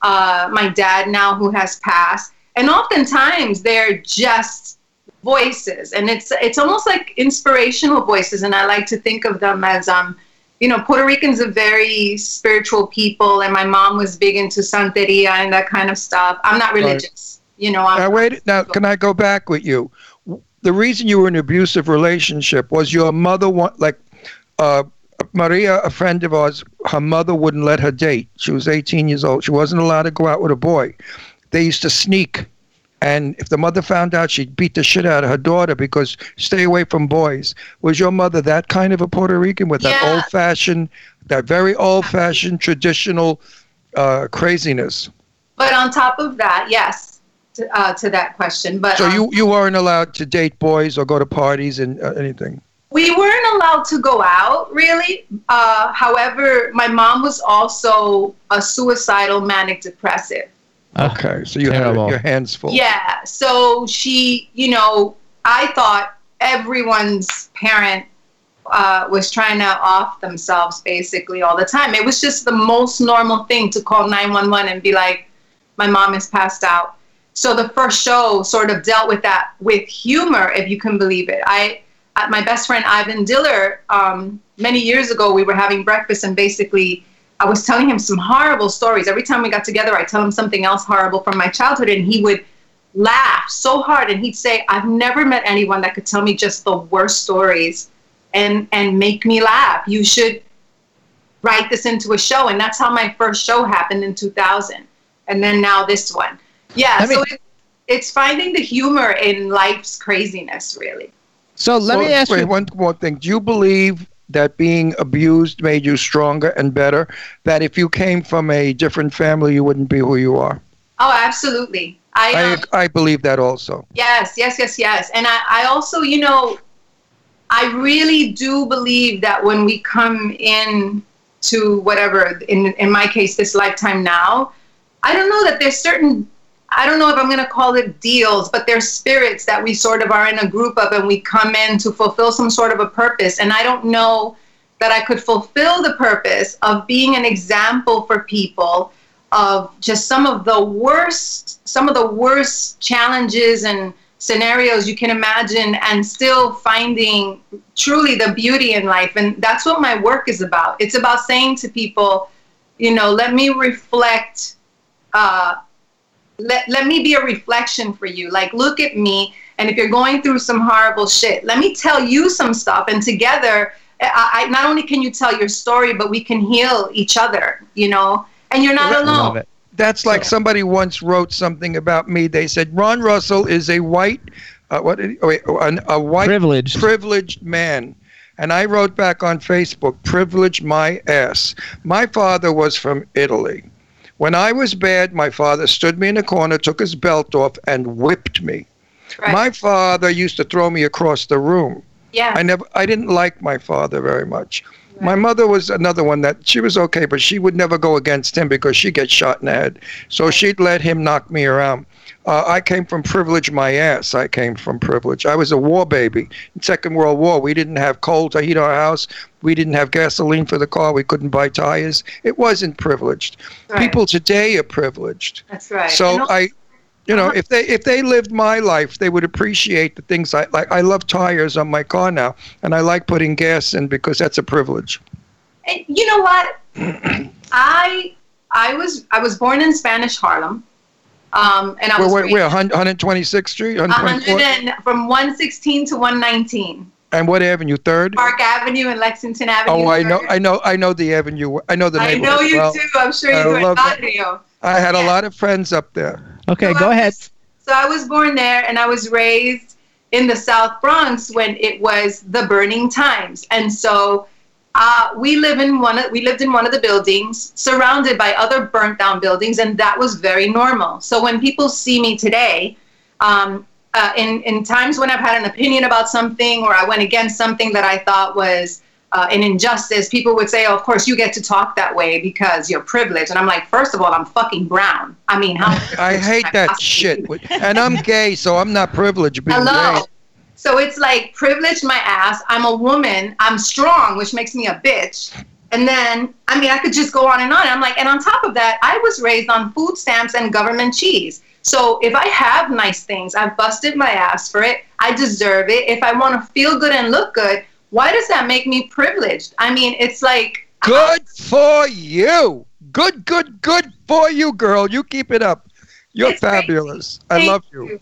S10: uh, my dad now who has passed, and oftentimes they're just voices and it's it's almost like inspirational voices and i like to think of them as um you know puerto ricans are very spiritual people and my mom was big into santeria and that kind of stuff i'm not
S4: Right.
S10: religious you know i'm
S4: Now wait. Now can I go back with you? W- The reason you were in an abusive relationship was your mother want like uh, Maria, a friend of ours. Her mother wouldn't let her date. She was 18 years old. She wasn't allowed to go out with a boy. They used to sneak, and if the mother found out, she'd beat the shit out of her daughter because stay away from boys. Was your mother that kind of a Puerto Rican with that
S10: Yeah.
S4: old-fashioned, that very old-fashioned traditional uh, craziness?
S10: but on top of that yes to, uh, to that question but
S4: So
S10: um,
S4: you you weren't allowed to date boys or go to parties and uh, anything.
S10: we weren't allowed to go out really uh, however my mom was also a suicidal manic depressive
S3: Ugh,
S4: Okay, so you had
S3: terrible.
S4: your hands full.
S10: yeah so she you know i thought everyone's parent uh, was trying to off themselves basically all the time it was just the most normal thing to call 911 and be like my mom is passed out so the first show sort of dealt with that with humor if you can believe it i uh, my best friend ivan diller um, many years ago we were having breakfast and basically i was telling him some horrible stories every time we got together i tell him something else horrible from my childhood and he would laugh so hard and he'd say i've never met anyone that could tell me just the worst stories and and make me laugh you should write this into a show and that's how my first show happened in 2000 and then now this one yeah
S3: Let me-
S10: so it, it's finding the humor in life's craziness really
S3: So let me
S4: Well,
S3: ask
S4: wait,
S3: you.
S4: one more thing. Do you believe that being abused made you stronger and better? That if you came from a different family, you wouldn't be who you are.
S10: oh absolutely i, um,
S4: I I believe that also.
S10: Yes, yes, yes, yes. And I, I also, you know, I really do believe that when we come in to whatever, in, in my case, this lifetime now, I don't know that there's certain, I don't know if I'm going to call it deals, but there's spirits that we sort of are in a group of and we come in to fulfill some sort of a purpose. And I don't know that I could fulfill the purpose of being an example for people of just some of the worst some of the worst challenges and scenarios you can imagine and still finding truly the beauty in life and that's what my work is about it's about saying to people you know let me reflect uh, let, let me be a reflection for you like look at me and if you're going through some horrible shit let me tell you some stuff and together I, I not only can you tell your story but we can heal each other you know and you're not
S4: Well,
S10: alone
S3: Love it.
S4: That's like somebody once wrote something about me. They said Ron Russell is a white, uh, what? did he- Oh, wait, uh, an- a white
S3: Privileged.
S4: privileged man. And I wrote back on Facebook, privilege my ass. My father was from Italy. When I was bad, my father stood me in a corner, took his belt off, and whipped me.
S10: Right.
S4: My father used to throw me across the room.
S10: yeah.
S4: I never I didn't like my father very much. My
S10: Right.
S4: mother was another one that she was okay, but she would never go against him because she gets shot in the head. So she'd let him knock me around. Uh, I came from privilege, my ass. I came from privilege. I was a war baby. In Second World War, we didn't have coal to heat our house. We didn't have gasoline for the car. We couldn't buy tires. It wasn't privileged.
S10: Right.
S4: People today are privileged.
S10: <laughs> That's right.
S4: So
S10: And al-
S4: I, you know,
S10: Uh-huh.
S4: if they if they lived my life, they would appreciate the things I like. I love tires on my car now, and I like putting gas in because that's a privilege.
S10: And you know what? <clears throat> I I was I was born in Spanish Harlem, um, and I
S4: We're
S10: was
S4: we're,
S10: raised
S4: we're 126th Street,
S10: 100
S4: 124th,
S10: and, from 116 to 119
S4: and what avenue? Third.
S10: Park Avenue and Lexington Avenue.
S4: Oh, I know,
S10: Third.
S4: I know, I know the avenue. I know the
S10: I
S4: neighborhood.
S10: know you
S4: well.
S10: do. I'm sure
S4: I
S10: you do.
S4: love
S10: At
S4: that.
S10: Barrio.
S4: I had a
S10: Yeah.
S4: lot of friends up there.
S3: Okay,
S10: So
S3: go
S10: I
S3: ahead.
S10: was- so I was born there, and I was raised in the South Bronx when it was the burning times, and so. Uh, we live in one. Of, we lived in one of the buildings, surrounded by other burnt down buildings, and that was very normal. So when people see me today, um, uh, in in times when I've had an opinion about something or I went against something that I thought was uh, an injustice, people would say, oh, "Of course, you get to talk that way because you're privileged." And I'm like, first of all, I'm fucking brown. I mean, how?
S4: I hate that
S10: <laughs>
S4: shit, and I'm gay, so I'm not privileged. Being
S10: Hello.
S4: gay.
S10: So it's like privilege my ass. I'm a woman. I'm strong, which makes me a bitch. And then, I mean, I could just go on and on. I'm like, and on top of that, I was raised on food stamps and government cheese. So if I have nice things, I've busted my ass for it. I deserve it. If I want to feel good and look good, why does that make me privileged? I mean, it's like,
S4: Good for you. Good, good, good for you, girl. You keep it up. You're
S10: It's crazy.
S4: fabulous. I
S10: Thank
S4: love you.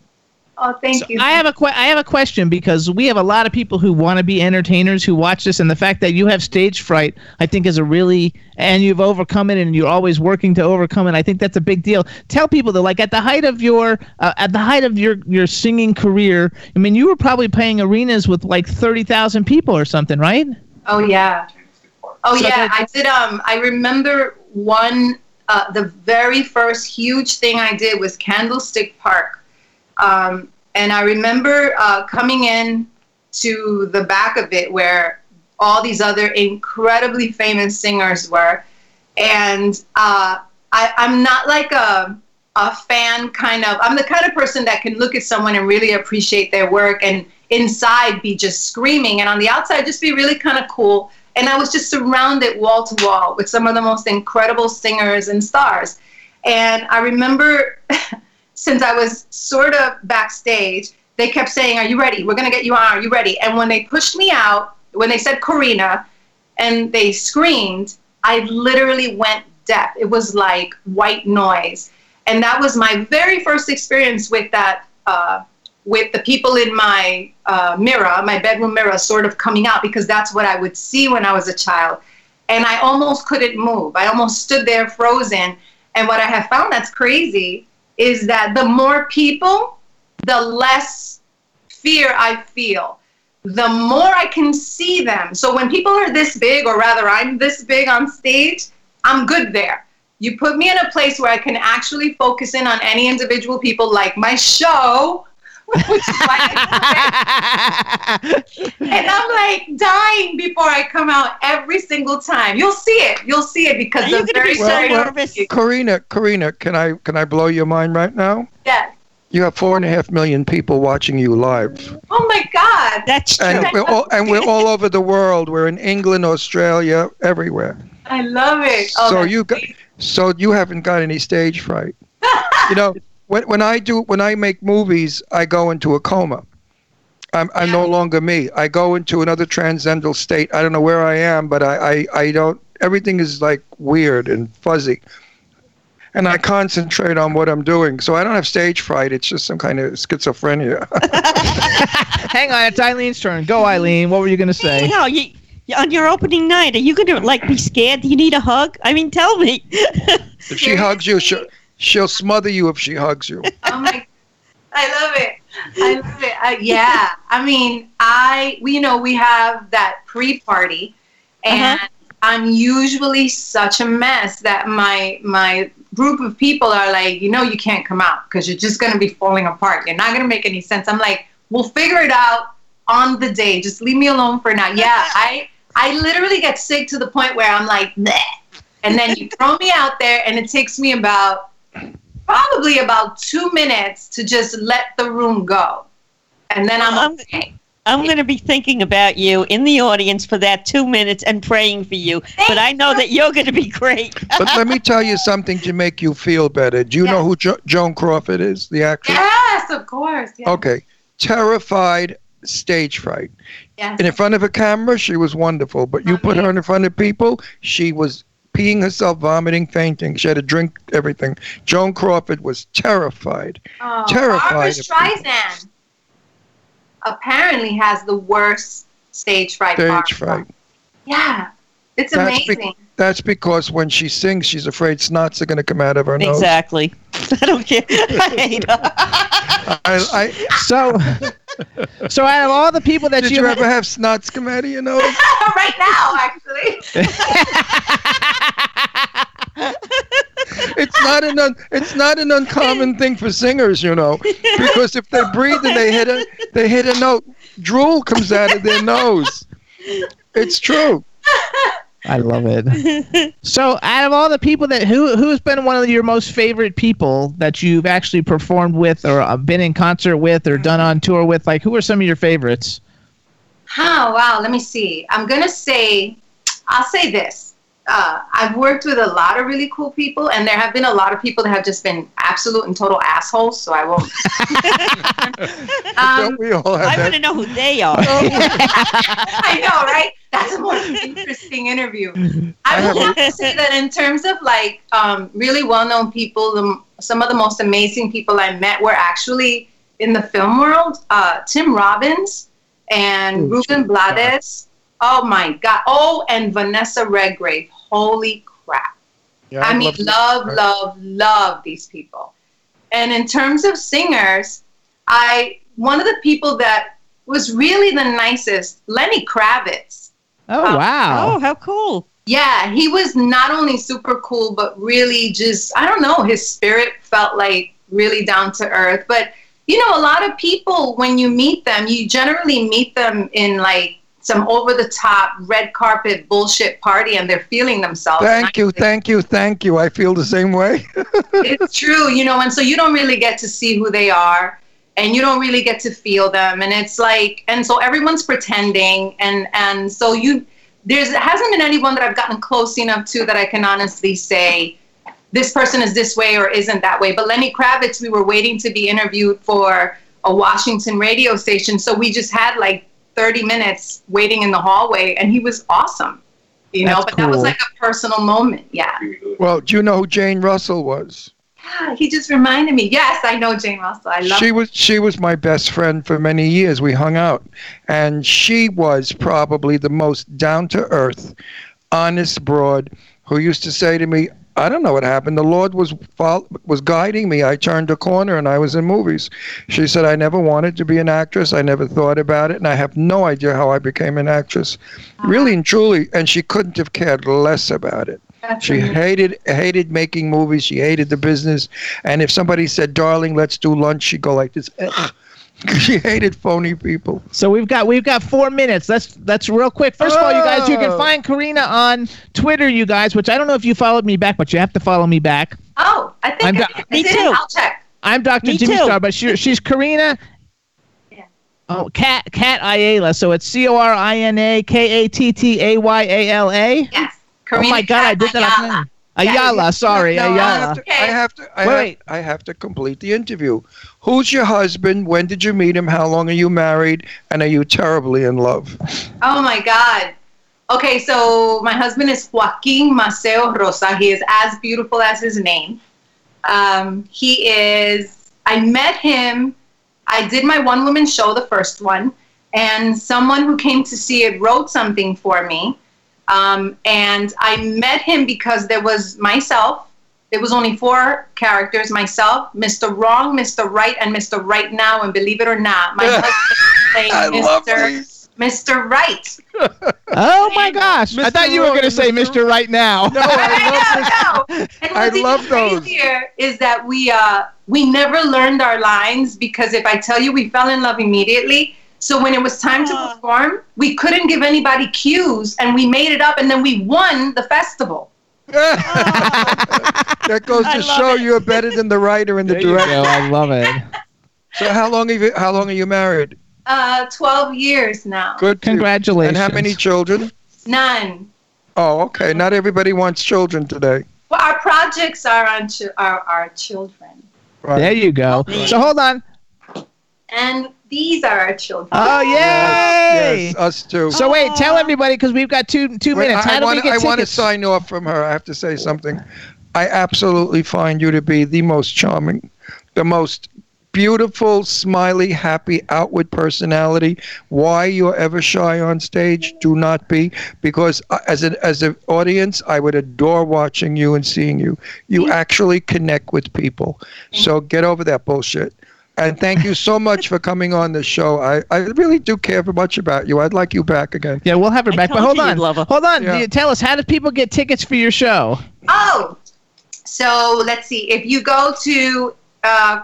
S10: oh, thank
S3: So
S10: you.
S3: I have a que- I have a question because we have a lot of people who want to be entertainers who watch this, and the fact that you have stage fright, I think, is a really and you've overcome it, and you're always working to overcome it. I think that's a big deal. Tell people that, like at the height of your uh, at the height of your your singing career, I mean, you were probably playing arenas with like thirty thousand people or something, right?
S10: Oh yeah. Oh
S3: So
S10: yeah,
S3: that-
S10: I did. Um, I remember one. Uh, the very first huge thing I did was Candlestick Park, um, and I remember uh, coming in to the back of it where all these other incredibly famous singers were, and uh, I, I'm not like um, a a fan kind of. I'm the kind of person that can look at someone and really appreciate their work, and inside be just screaming, and on the outside just be really kind of cool and I was just surrounded wall to wall with some of the most incredible singers and stars. And I remember, <laughs> since I was sort of backstage, they kept saying, "Are you ready? We're gonna get you on. Are you ready?" And when they pushed me out, when they said Corina, and they screamed, I literally went deaf. It was like white noise, and that was my very first experience with that. Uh, with the people in my uh, mirror, my bedroom mirror, sort of coming out because that's what I would see when I was a child. And I almost couldn't move. I almost stood there frozen. And what I have found that's crazy is that the more people, the less fear I feel. The more I can see them. So when people are this big, or rather, I'm this big on stage, I'm good there. You put me in a place where I can actually focus in on any individual people, like my show, <laughs> which is why I
S5: <laughs>
S10: and I'm like dying before I come out every single time. You'll see it. You'll see it because
S5: Are you
S10: the
S5: gonna
S10: very
S5: be so
S10: very-
S5: nervous?
S4: Karina, Karina, can I can I blow your mind right now?
S10: Yeah.
S4: You have four and a half million people watching you live,
S10: Oh my God.
S5: That's true.
S4: and we're all and we're all over the world. We're in England, Australia, everywhere.
S10: I love it. Oh,
S4: so
S10: that's
S4: you got,
S10: amazing.
S4: so you haven't got any stage fright. you know, when when I do when I make movies, I go into a coma. I'm I'm no longer me. I go into another transcendental state. I don't know where I am, but I I, I don't. Everything is like weird and fuzzy. And I concentrate on what I'm doing, so I don't have stage fright. It's just some kind of schizophrenia. <laughs>
S3: Hang on, it's Eileen's turn. Go, Eileen. What were you gonna say?
S5: No, you, you- on your opening night, are you going to like be scared? Do you need a hug? I mean, tell me. <laughs>
S4: if she hugs you, she'll, she'll smother you. If she hugs you,
S10: Oh my, I love it. I love it. Uh, yeah. I mean, I we you know we have that pre-party, and I'm usually such a mess that my my group of people are like, you know, you can't come out because you're just gonna be falling apart. You're not gonna make any sense. I'm like, we'll figure it out on the day. Just leave me alone for now. Yeah. I I literally get sick to the point where I'm like, Bleh. and then you throw me out there, and it takes me about probably about two minutes to just let the room go. And then I'm
S5: Um,
S10: okay.
S5: I'm going to be thinking about you in the audience for that two minutes and praying for you. but I know that you're going to be great.
S4: But
S10: <laughs>
S4: let me tell you something to make you feel better. Do you know who jo- Joan Crawford is, the actress?
S10: Yes, of course. Yes.
S4: Okay. Terrified stage fright.
S10: Yes.
S4: And in front of a camera, she was wonderful. But you put her in front of people, she was peeing herself, vomiting, fainting. She had to drink everything. Joan Crawford was terrified.
S10: Oh,
S4: terrified
S10: Barbara
S4: of people.
S10: Streisand apparently has the worst stage fright.
S4: Stage
S10: Barbara.
S4: fright.
S10: Yeah, it's
S4: That's be-
S10: amazing.
S4: That's because when she sings, she's afraid snots are going to come out of her nose.
S5: Exactly. <laughs> I don't care.
S4: <laughs>
S10: <laughs>
S5: I hate her.
S4: I, I,
S3: So, so out of all the people that
S4: did
S3: you,
S4: you ever have snots come out of your nose?
S10: <laughs> right now, actually.
S4: It's not an un, it's not an uncommon thing for singers, you know, because if they breathe and they hit a they hit a note, drool comes out of their nose. It's true.
S3: I love it.
S10: <laughs>
S3: so, out of all the people that who who's been one of your most favorite people that you've actually performed with, or uh, been in concert with, or done on tour with, like who are some of your favorites?
S10: Oh, wow. Let me see. I'm going to say, I'll say this. Uh, I've worked with a lot of really cool people, and there have been a lot of people that have just been absolute and total assholes, so
S4: <laughs>
S10: I won't. um,
S4: Don't we all
S5: I
S4: have
S5: want
S4: that?
S5: to know who they are.
S10: <laughs> I know, right? That's a more interesting interview. I
S4: Uh-huh.
S10: would have to say that in terms of like um, really well-known people, the, some of the most amazing people I met were actually in the film world. Uh, Tim Robbins and Ruben
S4: Uh-huh.
S10: Blades. Oh my God! Oh, and Vanessa Redgrave. Holy crap!
S4: Yeah,
S10: I
S4: I'd
S10: mean,
S4: love to-
S10: love,
S4: Right.
S10: love, love these people. And in terms of singers, I one of the people that was really the nicest, Lenny Kravitz.
S3: Oh
S10: Oh,
S3: wow!
S5: Oh, how cool.
S10: Yeah, he was not only super cool, but really just I don't know, his spirit felt like really down to earth. But you know, a lot of people when you meet them, you generally meet them in like some over the top red carpet bullshit party and they're feeling themselves.
S4: Thank you,
S10: And I-
S4: thank you, thank you. I feel the same way.
S10: it's true, you know, and so you don't really get to see who they are and you don't really get to feel them and it's like and so everyone's pretending and and so you there's hasn't been anyone that I've gotten close enough to that I can honestly say this person is this way or isn't that way. But Lenny Kravitz, we were waiting to be interviewed for a Washington radio station, so we just had like 30 minutes waiting in the hallway and he was awesome. You know,
S3: That's
S10: but that was
S3: cool.
S10: like a personal moment, yeah.
S4: Well, do you know who Jane Russell was?
S10: Ah, he just reminded me. Yes, I know Jane Russell. I love
S4: She was she was my best friend for many years. We hung out, and she was probably the most down to earth, honest broad who used to say to me, "I don't know what happened. The Lord was fol- was guiding me. I turned a corner and I was in movies." She said, "I never wanted to be an actress. I never thought about it, and I have no idea how I became an actress, really and truly." And she couldn't have cared less about it.
S10: That's
S4: She
S10: amazing.
S4: hated hated making movies. She hated the business. And if somebody said, "Darling, let's do lunch," she'd go like this. <laughs> "Ugh." she hated phony people.
S3: So we've got we've got four minutes. That's that's real quick. First of all, you guys, you can
S4: Oh.
S3: find Karina on Twitter, you guys. Which I don't know if you followed me back, but you have to follow me back.
S10: Oh, I think
S3: I'm
S10: I,
S3: go-
S10: I
S5: Me
S10: did
S5: too.
S10: it. I'll check.
S3: I'm Dr.
S5: Me
S3: Jimmy
S5: too.
S3: Star, but she, she's Karina.
S10: Yeah.
S3: Oh, Cat Cat Ayala. So it's C O R I N A K A T T A Y A L A.
S10: Yes.
S3: Oh my
S10: Karina
S3: God, I did that. last
S10: Ayala.
S3: night. Ayala. Sorry,
S4: No, I
S3: Ayala.
S4: have to. I have to. I, have,
S3: Wait.
S4: I have to complete the interview. Who's your husband? When did you meet him? How long are you married? And are you terribly in
S3: <laughs>
S4: love?
S10: Oh my God. Okay, so my husband is Joaquin Maceo Rosa. He is as beautiful as his name. Um, he is, I met him, I did my one woman show, the first one, and someone who came to see it wrote something for me. Um, and I met him because there was myself It was only four characters: myself, Mr. Wrong, Mr. Right, and Mr. Right Now. And believe it or not, my
S4: I
S10: husband was
S4: love
S10: playing Mr.
S4: these. <laughs>
S10: Mr. Right.
S3: Oh my gosh! I thought you were going to say Mr. Right Now.
S4: No,
S3: <laughs>
S4: Oh, I love this.
S10: <laughs> I know, no. And
S4: I
S10: what's even
S4: love those.
S10: crazier is that we uh we never learned our lines because if I tell you we fell in love immediately. So when it was time to
S5: Ah.
S10: perform, we couldn't give anybody cues and we made it up and then we won the festival.
S4: that goes
S5: I
S4: to
S5: love
S4: show
S5: it.
S4: you're better than the writer and the
S3: There you
S4: director.
S3: go. I love it.
S4: <laughs> So how long have you how long are you married?
S10: Uh 12 years now.
S4: Good. to-
S3: Congratulations.
S4: And how many children?
S10: None.
S4: Oh, okay. Not everybody wants children today.
S10: Well, our projects are on ch- are our children.
S3: There you go. So hold on.
S10: And these are our children. <laughs>
S3: Oh yay!
S4: Yes, us too.
S3: So wait, tell everybody because we've got two two
S4: Wait,
S3: minutes.
S4: I,
S3: How do
S4: want,
S3: we get
S4: I
S3: tickets?
S4: want to sign off from her. I have to say something. I absolutely find you to be the most charming, the most beautiful, smiley, happy, outward personality. Why you're ever shy on stage? Do not be, because uh, as an as an audience, I would adore watching you and seeing you. You actually connect with people. So get over that bullshit. And thank you so much for coming on the show. I, I really do care much about you. I'd like you back again.
S3: yeah, we'll have her
S5: I
S3: back. But
S5: told
S3: hold
S5: you
S3: on,
S5: you'd love her.
S3: hold on.
S4: Yeah.
S3: You- Tell us how do people get tickets for your show?
S10: Oh, so let's see. If you go to uh,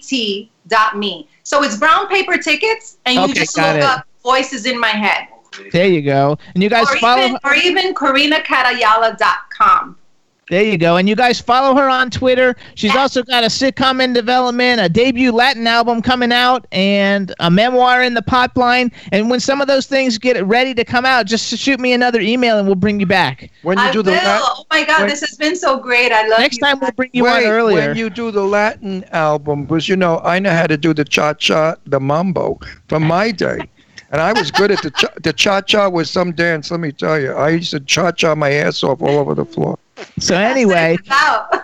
S10: karinavoices.bpt.me. So it's brown paper tickets, and you
S3: Okay,
S10: just
S3: got
S10: look
S3: it.
S10: up voices in my head.
S3: There you go. And you guys
S10: Or
S3: follow.
S10: even, or even karinacatayala.com.
S3: There you go. And you guys follow her on Twitter. She's also got a sitcom in development, a debut Latin album coming out, and a memoir in the pipeline. And when some of those things get ready to come out, just shoot me another email and we'll bring you back.
S4: When you
S10: I
S4: do
S10: will.
S4: the la-
S10: oh my God,
S4: when-
S10: this has been so great. I love
S3: Next
S10: you.
S3: time we'll bring you on
S4: Wait,
S3: earlier.
S4: When you do the Latin album, because you know I know how to do the cha cha, the mambo from my day, and I was good at the cha- the cha cha was some dance. Let me tell you, I used to cha cha my ass off all over the floor.
S3: so
S10: That's what
S3: anyway,
S10: it's about.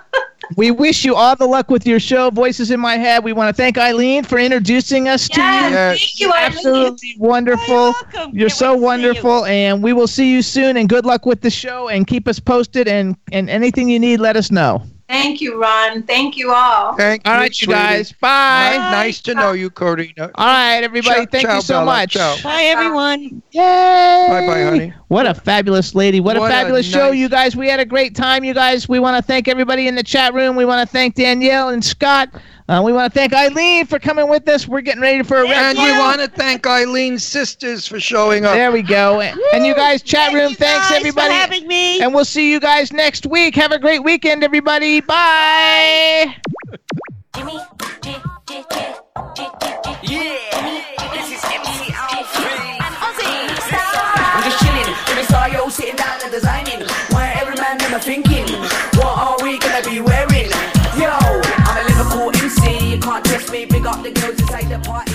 S3: we wish you all the luck with your show, Voices in My Head. We want to thank Eileen for introducing us to
S10: Yes,
S3: you.
S4: Yes.
S10: thank you, Eileen.
S3: Absolutely wonderful.
S5: welcome.
S3: You're
S5: Can't
S3: so
S5: wait to see you.
S3: wonderful, and we will see you soon. And good luck with the show, and keep us posted. And and anything you need, let us know.
S10: Thank you, Ron. Thank you all.
S4: Thank
S3: All
S4: you,
S3: right, you
S4: sweetie.
S3: guys. Bye.
S4: Ni- Nice to know you, Corina.
S3: All right, everybody.
S4: Ciao-
S3: thank
S4: ciao,
S3: you so
S4: Bella.
S3: much.
S4: Ciao.
S5: Bye, everyone.
S3: Yay!
S4: Bye, bye, honey.
S3: What a fabulous lady. What,
S4: What
S3: a
S4: a
S3: fabulous show,
S4: nice-
S3: you guys. We had a great time, you guys. We want to thank everybody in the chat room. We want to thank Danielle and Scott. Uh, we want to thank Eileen for coming with us. We're getting ready for a
S4: And
S3: wrap.
S4: we want to thank Eileen's sisters for showing up.
S3: There we go. And you guys, chat room,
S5: you
S3: thanks
S5: guys
S3: everybody.
S5: for having me.
S3: and we'll see you guys next week. Have a great weekend, everybody. Bye.
S1: Jimmy, Jimmy, Jimmy, Jimmy,
S2: Yeah, this is MC Alfred.
S1: I'm Ozzy. Stop.
S2: I'm just chilling, when I saw you sitting down and designing. Why every man in my thinking, what are we gonna be wearing? Yo, I'm a Liverpool MC, you can't test me, big up the girls inside the party.